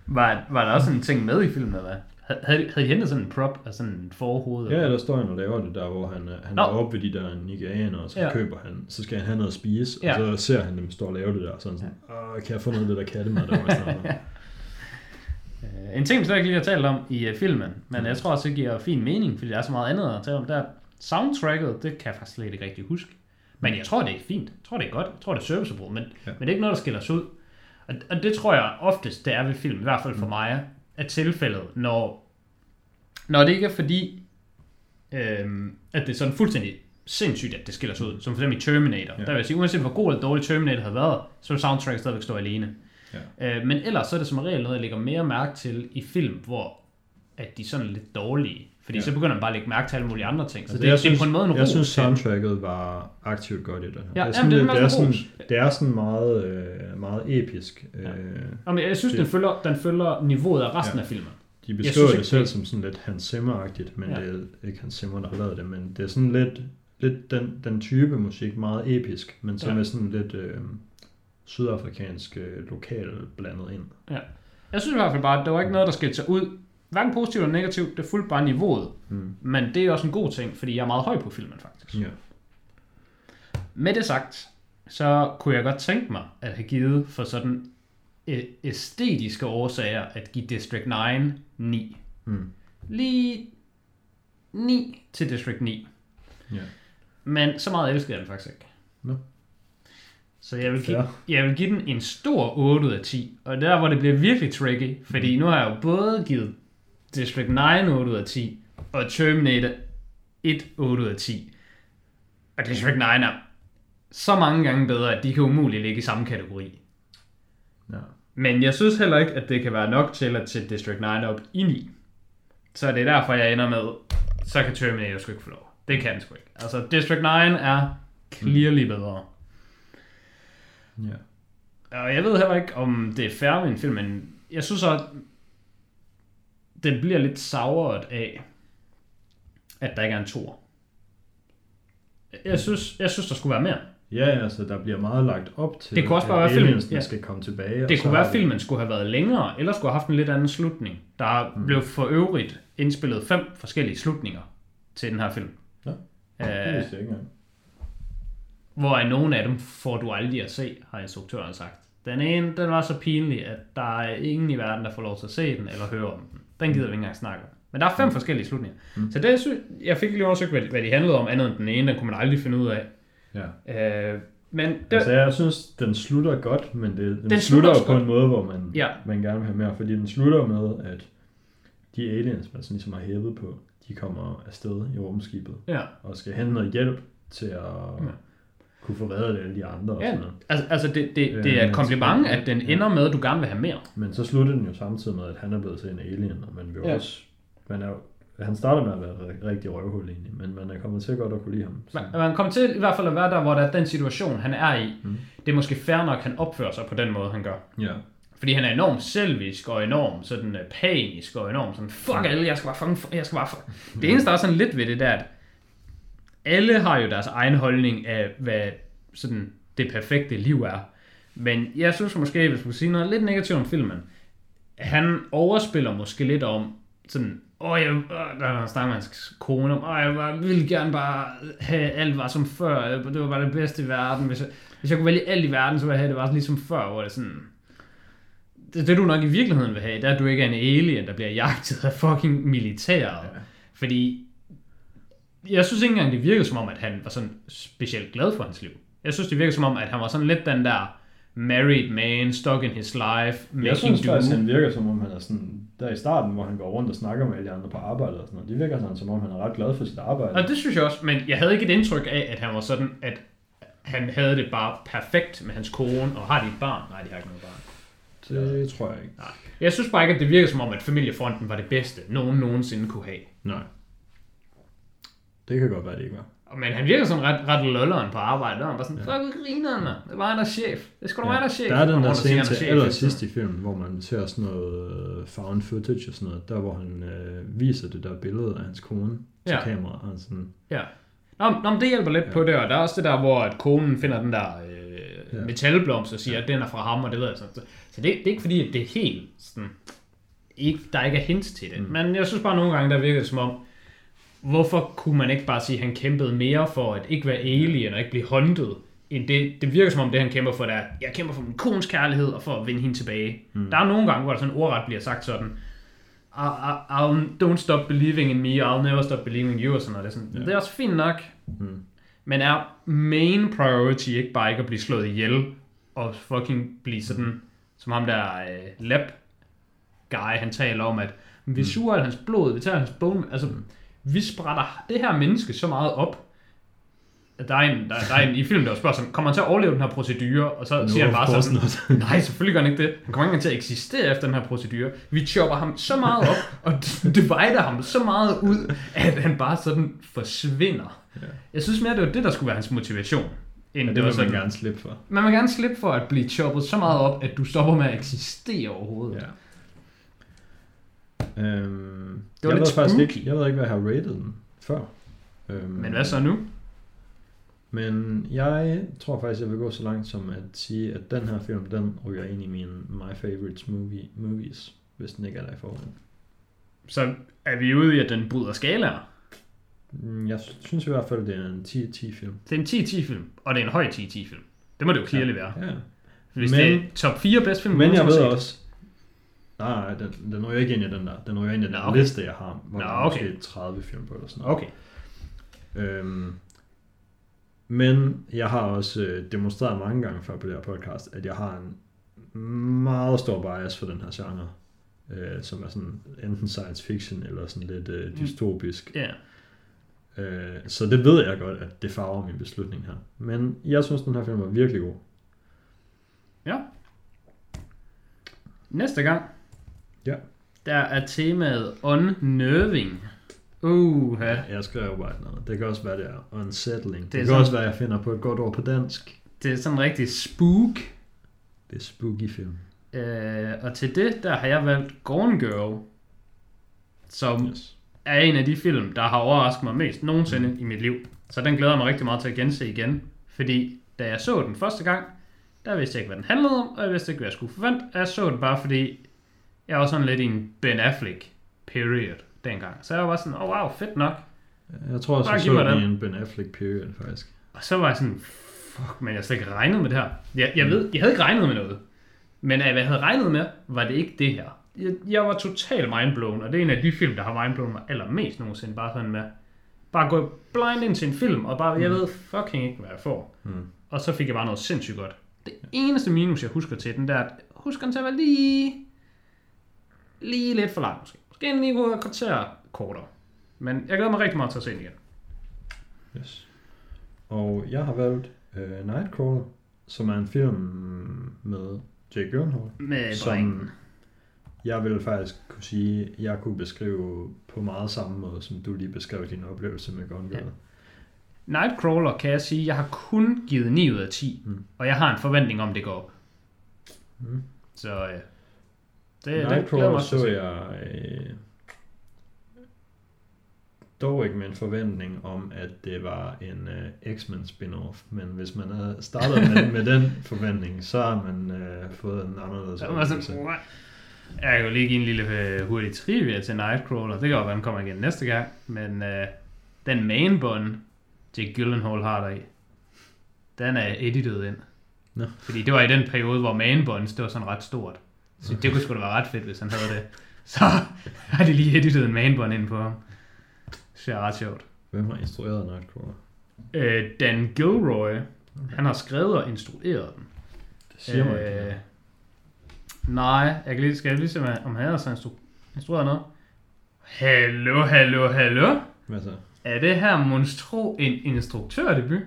[SPEAKER 2] Var, var der også sådan en ting med i filmen, eller hvad? Hav- Havde, havde de hentet sådan en prop af sådan en forhoved?
[SPEAKER 1] Ja,
[SPEAKER 2] eller
[SPEAKER 1] der står han og laver det der, hvor han, er- han er
[SPEAKER 2] Nå.
[SPEAKER 1] oppe ved de der nigerianere, og så
[SPEAKER 2] Ja.
[SPEAKER 1] køber han, så skal han have noget at spise, og
[SPEAKER 2] Ja.
[SPEAKER 1] så ser han dem stå og lave det der, og så er han sådan, Åh, kan jeg få noget af det der kattemad, der var i starten?"
[SPEAKER 2] Øh, En ting, vi slet ikke lige har talt om i øh, filmen, men jeg tror også, det giver fin mening, fordi der er så meget andet at tale om. Der er soundtracket, det kan jeg faktisk slet ikke rigtig huske. Men jeg tror, det er fint. Jeg tror, det er godt. Jeg tror, det er servicebrug, men,
[SPEAKER 1] Mm. Ja.
[SPEAKER 2] ja. men det er ikke noget, der skiller sig ud. Og, og det tror jeg oftest, det er ved film, i hvert
[SPEAKER 1] Mm.
[SPEAKER 2] fald for mig, er tilfældet, når, når det ikke er fordi, øhm, at det er sådan fuldstændig sindssygt, at det skiller sig ud. Som for eksempel i Terminator.
[SPEAKER 1] Ja.
[SPEAKER 2] Ja. Der vil jeg sige, uanset hvor god eller dårlig Terminator havde været, så vil soundtracket stadigvæk stå alene. Øh, men ellers så er det som regel noget, jeg lægger mere mærke til i film, hvor at de sådan er lidt dårlige. Fordi
[SPEAKER 1] Ja.
[SPEAKER 2] ja. så begynder man bare at lægge mærke til alle mulige andre ting. Så
[SPEAKER 1] Altså,
[SPEAKER 2] det, det,
[SPEAKER 1] jeg
[SPEAKER 2] er synes, på en måde en
[SPEAKER 1] Jeg
[SPEAKER 2] ros
[SPEAKER 1] synes,
[SPEAKER 2] til-
[SPEAKER 1] soundtracket var aktivt godt i det her. Altså,
[SPEAKER 2] Ja,
[SPEAKER 1] det, er
[SPEAKER 2] jamen,
[SPEAKER 1] sådan,
[SPEAKER 2] det er
[SPEAKER 1] lidt- det, er
[SPEAKER 2] masser af
[SPEAKER 1] sådan,
[SPEAKER 2] ros.
[SPEAKER 1] det er sådan meget, øh, meget episk. Øh,
[SPEAKER 2] Nå, men jeg synes, den følger, den følger niveauet af resten
[SPEAKER 1] Ja.
[SPEAKER 2] ja. af filmen.
[SPEAKER 1] de
[SPEAKER 2] synes
[SPEAKER 1] beskriver
[SPEAKER 2] ikke,
[SPEAKER 1] det selv som sådan lidt Hans Zimmer-agtigt, men
[SPEAKER 2] Ja.
[SPEAKER 1] det er ikke Hans Zimmer, der har lavet det, men det er sådan lidt, lidt den, den type musik, meget episk, men så
[SPEAKER 2] Ja.
[SPEAKER 1] med sådan lidt øh, sydafrikansk øh, lokal blandet ind.
[SPEAKER 2] Jeg synes i hvert fald bare, at der var ikke noget, der skilte sig ud. Hverken positivt eller negativt, det fulgte bare niveauet.
[SPEAKER 1] Mm.
[SPEAKER 2] Men det er også en god ting, fordi jeg er meget høj på filmen faktisk.
[SPEAKER 1] Ja.
[SPEAKER 2] Med det sagt, så kunne jeg godt tænke mig at have givet for sådan æ- æstetiske årsager at give District 9 9.
[SPEAKER 1] Mm.
[SPEAKER 2] Lige 9 til District 9.
[SPEAKER 1] Ja.
[SPEAKER 2] Men så meget elskede jeg den faktisk ikke.
[SPEAKER 1] Nå.
[SPEAKER 2] Så jeg vil, give,
[SPEAKER 1] Fair.
[SPEAKER 2] jeg vil give den en stor 8 ud af 10. Og der, hvor det bliver virkelig tricky, fordi nu har jeg jo både givet District 9 8 ud af 10, og Terminator 1 8 ud af 10. Og District 9 er så mange gange bedre, at de kan umuligt ligge i samme kategori.
[SPEAKER 1] Ja.
[SPEAKER 2] Men jeg synes heller ikke, at det kan være nok til at sætte District 9 op i 9. Så det er derfor, jeg ender med, så kan Terminator sgu ikke få lov. Det kan den sgu ikke. Altså, District 9 er clearly bedre.
[SPEAKER 1] Ja.
[SPEAKER 2] Og jeg ved heller ikke, om det er fair med en film, men jeg synes også, at den bliver lidt savret af, at der ikke er en tor. Jeg synes, jeg synes, der skulle være mere.
[SPEAKER 1] Mm. Ja, altså der bliver meget lagt op til,
[SPEAKER 2] Det kunne også bare
[SPEAKER 1] at
[SPEAKER 2] være filmen,
[SPEAKER 1] aliensene
[SPEAKER 2] ja.
[SPEAKER 1] skal komme tilbage. og
[SPEAKER 2] Det
[SPEAKER 1] så
[SPEAKER 2] kunne
[SPEAKER 1] har
[SPEAKER 2] være,
[SPEAKER 1] vi-
[SPEAKER 2] at filmen skulle have været længere, eller skulle have haft en lidt anden slutning. Der mm. blev for øvrigt indspillet fem forskellige slutninger til den her film.
[SPEAKER 1] Nå. Det
[SPEAKER 2] Øh,
[SPEAKER 1] vidste jeg ikke engang.
[SPEAKER 2] hvor nogle af dem får du aldrig at se, har instruktøren sagt. Den ene, den var så pinlig, at der er ingen i verden, der får lov til at se den eller høre om den. Den gider vi ikke engang snakke om. Men der er
[SPEAKER 1] Mm.
[SPEAKER 2] fem forskellige slutninger. Så det, sy- jeg fik lige undersøgt, hvad, hvad de handlede om, andet end den ene, den kunne man aldrig finde ud af.
[SPEAKER 1] Ja.
[SPEAKER 2] Øh, men det,
[SPEAKER 1] Altså, jeg synes, den slutter godt, men det, den, den slutter
[SPEAKER 2] Den slutter
[SPEAKER 1] jo
[SPEAKER 2] også
[SPEAKER 1] på
[SPEAKER 2] godt.
[SPEAKER 1] en måde, hvor man, ja.
[SPEAKER 2] Ja.
[SPEAKER 1] man gerne vil have mere. Fordi den slutter med, at de aliens, man sådan ligesom har hævet på, de kommer afsted i rumskibet
[SPEAKER 2] ja.
[SPEAKER 1] og skal hente noget hjælp til at... Ja. kunne få reddet alle de andre. Og
[SPEAKER 2] Ja,
[SPEAKER 1] sådan noget.
[SPEAKER 2] altså, altså det, det, det
[SPEAKER 1] Øh,
[SPEAKER 2] er et
[SPEAKER 1] men-
[SPEAKER 2] kompliment, at den
[SPEAKER 1] Ja.
[SPEAKER 2] ender med, at du gerne vil have mere.
[SPEAKER 1] Men så slutter den jo samtidig med, at han er blevet til en alien, og man vil
[SPEAKER 2] Ja.
[SPEAKER 1] ja. også... Man er, jo- han starter med at være et rigtig røvhul egentlig, men man er kommet til godt at kunne lide ham. Så,
[SPEAKER 2] Man, man kommer til i hvert fald at være der, hvor der er den situation, han er i. Mm.
[SPEAKER 1] Mm.
[SPEAKER 2] Det er måske fair nok, at han opfører sig på den måde, han gør.
[SPEAKER 1] ja.
[SPEAKER 2] Fordi han er enormt selvisk og enormt sådan øh, panisk og enormt sådan, fuck alle, jeg skal bare fucking, jeg skal bare fuck. Det eneste, der er sådan lidt ved det, det er, at alle har jo deres egen holdning af, hvad sådan det perfekte liv er. Men jeg synes måske, hvis man sige noget lidt negativt om filmen, han overspiller måske lidt om sådan, åh, jeg, øh, der var snakker med hans kone om, åh, jeg var, ville gerne bare have alt var som før, øh, det var bare det bedste i verden, hvis jeg, hvis jeg kunne vælge alt i verden, så ville jeg have det var ligesom før, hvor det er sådan, det, det du nok i virkeligheden vil have, det er, at du ikke er en alien, der bliver jagtet af fucking militæret. Ja. Fordi jeg synes ikke engang, det virkede som om, at han var sådan specielt glad for hans liv. Jeg synes, det virkede som om, at han var sådan lidt den der married man, stuck in his life,
[SPEAKER 1] Jeg
[SPEAKER 2] making
[SPEAKER 1] synes
[SPEAKER 2] do.
[SPEAKER 1] faktisk, han virker som om, han er sådan... Der i starten, hvor han går rundt og snakker med alle de andre på arbejde og sådan noget, det virker sådan, som om han er ret glad for sit arbejde.
[SPEAKER 2] Og det synes jeg også, men jeg havde ikke et indtryk af, at han var sådan, at han havde det bare perfekt med hans kone, og har de et barn? Nej, de har ikke noget barn.
[SPEAKER 1] Det tror jeg ikke.
[SPEAKER 2] Nej. Jeg synes bare ikke, at det virker som om, at familiefronten var det bedste, nogen nogensinde kunne have.
[SPEAKER 1] Nej. Det kan godt være, det ikke var.
[SPEAKER 2] Men han virker sådan ret, ret lølleren på arbejde. Der var han bare sådan, fuck, hvor griner han, mand? Det var han, der er chef. Det skulle sgu da mig, der er chef.
[SPEAKER 1] Der er den
[SPEAKER 2] Og
[SPEAKER 1] der
[SPEAKER 2] rundt og siger,
[SPEAKER 1] scene
[SPEAKER 2] han er
[SPEAKER 1] til
[SPEAKER 2] chef hele tiden.
[SPEAKER 1] allersidst i filmen, hvor man ser sådan noget øh, found footage og sådan noget, der hvor han øh, viser det der billede af hans kone til
[SPEAKER 2] Ja.
[SPEAKER 1] kameraet. Og han sådan,
[SPEAKER 2] Ja. Nå, men- nå, men det hjælper lidt ja. på det, og der er også det der, hvor at konen finder den der øh, ja.
[SPEAKER 1] Ja.
[SPEAKER 2] metalblomst og siger, at den er fra ham, og det ved jeg sådan. Så, så det, det er ikke fordi, at det er helt sådan, ikke, der ikke er hints til det. Mm. Men jeg synes bare nogle gange, der virker det som om, hvorfor kunne man ikke bare sige, at han kæmpede mere for at ikke være alien og ikke blive håndtet, end det, det virker som om det, han kæmper for, det er, jeg kæmper for min kones kærlighed og for at vinde hende tilbage. Mm. Der er nogle gange, hvor der sådan ordret bliver sagt sådan, I, I, I'll, don't stop believing in me, I'll never stop believing in you, og sådan noget. Det er, sådan, det er også fint nok,
[SPEAKER 1] Mm.
[SPEAKER 2] men er main priority ikke bare ikke at blive slået ihjel, og fucking blive sådan, som ham der øh, lab guy, han taler om, at vi suger alt hans blod, vi tager hans bone, altså, vi sprætter det her menneske så meget op, at der er en, der, der er en i filmen, der spørger sig, kommer han til at overleve den her procedure, og så no, siger han
[SPEAKER 1] "No, of
[SPEAKER 2] bare
[SPEAKER 1] course
[SPEAKER 2] sådan,
[SPEAKER 1] not."
[SPEAKER 2] nej, selvfølgelig gør han ikke det, han kommer ikke engang til at eksistere efter den her procedure, vi chopper ham så meget op, og divider ham så meget ud, at han bare sådan forsvinder. Jeg synes mere, det var det, der skulle være hans motivation. End
[SPEAKER 1] ja,
[SPEAKER 2] det
[SPEAKER 1] det
[SPEAKER 2] var
[SPEAKER 1] vil man
[SPEAKER 2] sådan,
[SPEAKER 1] gerne slippe for.
[SPEAKER 2] man vil gerne slippe for at blive choppet så meget op, at du stopper med at eksistere overhovedet.
[SPEAKER 1] Ja. Øhm,
[SPEAKER 2] Det var
[SPEAKER 1] jeg
[SPEAKER 2] lidt
[SPEAKER 1] ved faktisk
[SPEAKER 2] spooky.
[SPEAKER 1] ikke, Jeg ved ikke, hvad jeg har rated den før. Øhm,
[SPEAKER 2] Men hvad så nu?
[SPEAKER 1] Men jeg tror faktisk, jeg vil gå så langt som at sige, at den her film, den ryger ind i min My Favorites movie, Movies, hvis den ikke er der i forvejen.
[SPEAKER 2] Så er vi ude i, at den bryder skalaer.
[SPEAKER 1] Mm, Jeg synes i hvert fald, det er en 10-10 film.
[SPEAKER 2] Det er en 10-10-film, og det er en høj 10-10-film. Det må det jo clearly være.
[SPEAKER 1] Ja.
[SPEAKER 2] Hvis
[SPEAKER 1] Men-
[SPEAKER 2] men, det er top 4 bedste film,
[SPEAKER 1] Men jeg ved
[SPEAKER 2] nogensinde set.
[SPEAKER 1] også, nej, nej, den, den ryger ikke ind i den der. Den ryger ind i den
[SPEAKER 2] Nå,
[SPEAKER 1] der
[SPEAKER 2] okay.
[SPEAKER 1] liste, jeg har, hvor
[SPEAKER 2] Nå,
[SPEAKER 1] der er
[SPEAKER 2] okay.
[SPEAKER 1] måske 30 film på eller sådan noget.
[SPEAKER 2] Okay.
[SPEAKER 1] Øhm, men jeg har også øh, demonstreret mange gange før på det her podcast, at jeg har en meget stor bias for den her genre, øh, som er sådan enten science fiction eller sådan lidt
[SPEAKER 2] Mm.
[SPEAKER 1] øh, dystopisk.
[SPEAKER 2] Ja.
[SPEAKER 1] Mm. Øh, så det ved jeg godt, at det farver min beslutning her. Men jeg synes, den her film var virkelig god.
[SPEAKER 2] ja. Næste gang,
[SPEAKER 1] Ja.
[SPEAKER 2] der er temaet unnerving. Uh,
[SPEAKER 1] Jeg skrev jo bare noget. Det kan også være, det er unsettling. Det,
[SPEAKER 2] Det er
[SPEAKER 1] det kan
[SPEAKER 2] sådan-
[SPEAKER 1] også være, jeg finder på et godt ord på dansk.
[SPEAKER 2] det er sådan rigtig spook.
[SPEAKER 1] Det er spooky film.
[SPEAKER 2] Øh, og til det, der har jeg valgt Gone Girl, som yes.
[SPEAKER 1] Yes.
[SPEAKER 2] er en af de film, der har overrasket mig mest nogensinde mm. i mit liv. Så den glæder jeg mig rigtig meget til at gense igen, fordi da jeg så den første gang, der vidste jeg ikke, hvad den handlede om, og jeg vidste ikke, hvad jeg skulle forvente. Og jeg så den bare, fordi jeg var sådan lidt i en Ben Affleck period dengang. Så jeg var bare sådan, åh oh, wow, fedt nok.
[SPEAKER 1] Jeg tror også,
[SPEAKER 2] Bare
[SPEAKER 1] jeg
[SPEAKER 2] giv
[SPEAKER 1] så
[SPEAKER 2] mig
[SPEAKER 1] den
[SPEAKER 2] den.
[SPEAKER 1] i en Ben Affleck period, faktisk.
[SPEAKER 2] Og så var jeg sådan, fuck, men jeg havde slet ikke regnet med det her. Jeg, jeg ved, jeg havde ikke regnet med noget. Men af hvad jeg havde regnet med, var det ikke det her. Jeg, jeg var totalt mindblown, og det er en af de film, der har mindblown mig allermest nogensinde. Bare sådan med, bare gå blind ind til en film, og bare, jeg ved fucking ikke, hvad jeg får.
[SPEAKER 1] Mm.
[SPEAKER 2] Og så fik jeg bare noget sindssygt godt. Det eneste minus, jeg husker til den, der er, at husker den til at være lige, lige lidt for lang måske. Måske en lige et kvarter kortere. Men jeg glæder mig rigtig meget til at se den igen.
[SPEAKER 1] Yes. Og jeg har valgt øh, Nightcrawler, som er en film med Jake Gyllenhaal,
[SPEAKER 2] Med drengen.
[SPEAKER 1] som jeg vil faktisk kunne sige, jeg kunne beskrive på meget samme måde, som du lige beskrev din oplevelse med Gone Girl.
[SPEAKER 2] Nightcrawler kan jeg sige, jeg har kun givet 9 ud af 10,
[SPEAKER 1] Mm.
[SPEAKER 2] mm. og jeg har en forventning om, det går op.
[SPEAKER 1] Mm.
[SPEAKER 2] Så øh,
[SPEAKER 1] Det,
[SPEAKER 2] det, det glæder
[SPEAKER 1] Nightcrawler
[SPEAKER 2] mig også
[SPEAKER 1] så
[SPEAKER 2] til.
[SPEAKER 1] jeg øh, dog ikke med en forventning om, at det var en øh, X-Men spin-off, men hvis man havde startet med, med den forventning, så har man øh, fået en anderledes
[SPEAKER 2] Så var jeg sådan, altså, "What?" jeg kan jo lige give en lille øh, hurtig trivia til Nightcrawler. Det kan jo være, den kommer igen næste gang. Men øh, den manbånd, Jake Gyllenhaal har der i, den er editet ind.
[SPEAKER 1] Nå.
[SPEAKER 2] Fordi det var i den periode, hvor manbånds, det var sådan ret stort. Så det kunne sgu da være ret fedt, hvis han havde det. Så har de lige editet en manbånd ind på ham. Det synes jeg er ret sjovt.
[SPEAKER 1] Hvem har instrueret Nightcrawler?
[SPEAKER 2] Øh, Dan Gilroy, han har skrevet og instrueret den.
[SPEAKER 1] Det siger øh, mig ikke.
[SPEAKER 2] Øh,
[SPEAKER 1] noget.
[SPEAKER 2] Nej, jeg kan lige, skal jeg lige se, hvad- om han har så instru- instrueret noget. Hallo, hallo, hallo.
[SPEAKER 1] Hvad så?
[SPEAKER 2] Er det her monstro en instruktørdebut?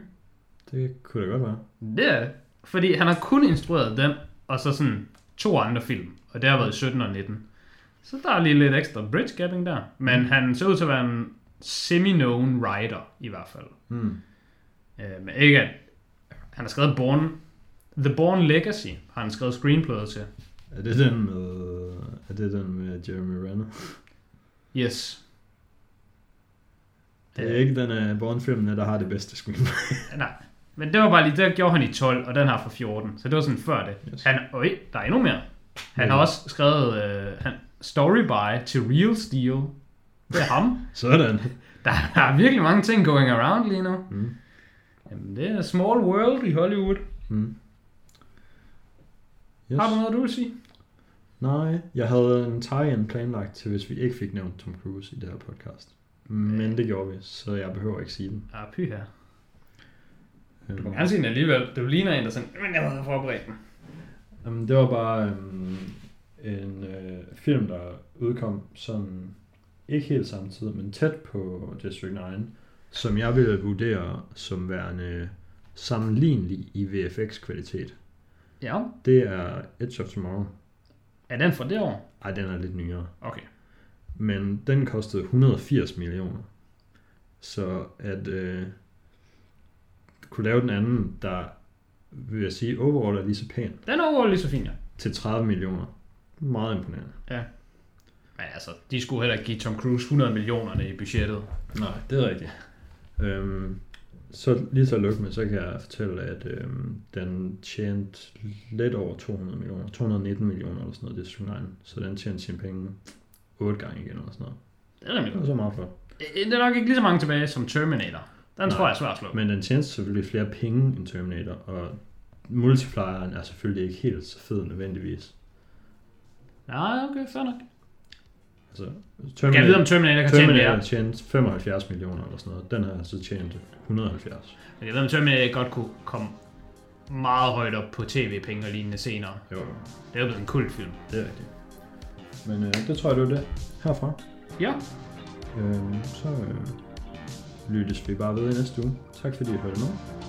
[SPEAKER 1] Det kunne det godt være.
[SPEAKER 2] Det er det. Fordi han har kun instrueret den, og så sådan to andre film. Og det har været i 17 og 19. Så der er lige lidt ekstra bridge gapping der. Men
[SPEAKER 1] Mm.
[SPEAKER 2] han ser ud til at være en semi-known writer, i hvert fald.
[SPEAKER 1] Mm.
[SPEAKER 2] Øh, men ikke at... Han har skrevet Born... The Born Legacy har han skrevet screenplayet til.
[SPEAKER 1] Er det den med, er det den med Jeremy Renner?
[SPEAKER 2] Yes.
[SPEAKER 1] Det
[SPEAKER 2] Øh.
[SPEAKER 1] er ikke den af Bourne-filmene, der har det bedste screenplay.
[SPEAKER 2] Nej. Men det var bare lige, det gjorde han i 12, og den her fra 14. Så det var sådan før det.
[SPEAKER 1] Yes.
[SPEAKER 2] Yes. Han, øj, der er endnu mere. Han har
[SPEAKER 1] Ja.
[SPEAKER 2] også skrevet øh, han, Story By til Real Steel. Det er ham.
[SPEAKER 1] Sådan.
[SPEAKER 2] Der er virkelig mange ting going around lige nu.
[SPEAKER 1] Mm.
[SPEAKER 2] Jamen, det er small world i Hollywood. Yes.
[SPEAKER 1] Mm. Yes.
[SPEAKER 2] Har du noget, du vil sige?
[SPEAKER 1] Nej, jeg havde en tie-in planlagt til, hvis vi ikke fik nævnt Tom Cruise i det her podcast.
[SPEAKER 2] Øh.
[SPEAKER 1] Men det gjorde vi, så jeg behøver ikke sige den.
[SPEAKER 2] Ja, py her.
[SPEAKER 1] Øhm,
[SPEAKER 2] Du må gerne sige den alligevel. Du ligner en, der sådan, men jeg havde forberedt mig.
[SPEAKER 1] Jamen, det var bare øhm, en øh, film, der udkom sådan ikke helt samtidig, men tæt på District 9, som jeg ville vurdere som værende sammenlignelig i VFX-kvalitet.
[SPEAKER 2] Ja.
[SPEAKER 1] Det er Edge of Tomorrow.
[SPEAKER 2] Er den fra det år?
[SPEAKER 1] Ej, den er lidt nyere.
[SPEAKER 2] Okay.
[SPEAKER 1] Men den kostede 180 millioner. Så at øh, kunne lave den anden, der vil jeg sige overall er lige så pæn,
[SPEAKER 2] Den er overhovedet lige så fin, ja.
[SPEAKER 1] til 30 millioner. Meget imponerende.
[SPEAKER 2] Men altså, de skulle heller ikke give Tom Cruise 100 millionerne i budgettet.
[SPEAKER 1] Nej, det er rigtigt. Øhm, så lige så lykke med, så kan jeg fortælle, at øhm, den tjente lidt over 200 millioner, 219 millioner eller sådan noget, det er Sunline. Så den tjente sine penge otte gange igen eller sådan noget.
[SPEAKER 2] Det er rimelig
[SPEAKER 1] Det
[SPEAKER 2] godt.
[SPEAKER 1] var så meget for.
[SPEAKER 2] Øh, Det er nok ikke lige så mange tilbage som Terminator. Den
[SPEAKER 1] Nej.
[SPEAKER 2] tror jeg er svær at slå.
[SPEAKER 1] Men den tjente selvfølgelig flere penge end Terminator, og multiplieren er selvfølgelig ikke helt så fed nødvendigvis.
[SPEAKER 2] Nej, okay, fair nok.
[SPEAKER 1] Altså,
[SPEAKER 2] Kan jeg vide, om
[SPEAKER 1] Terminator,
[SPEAKER 2] Terminator kan tjene mere?
[SPEAKER 1] Terminator tjente 75 millioner eller sådan noget. Den altså her så tjente 170.
[SPEAKER 2] Men jeg ved, om Terminator godt kunne komme meget højt op på tv-penge og lignende senere.
[SPEAKER 1] Jo,
[SPEAKER 2] Det er jo blevet en kult film.
[SPEAKER 1] det er rigtigt. Men øh, det tror jeg, det var det herfra.
[SPEAKER 2] Ja,
[SPEAKER 1] Øhm, Øh, så øh, lyttes vi bare ved i næste uge. Tak fordi I hørte med.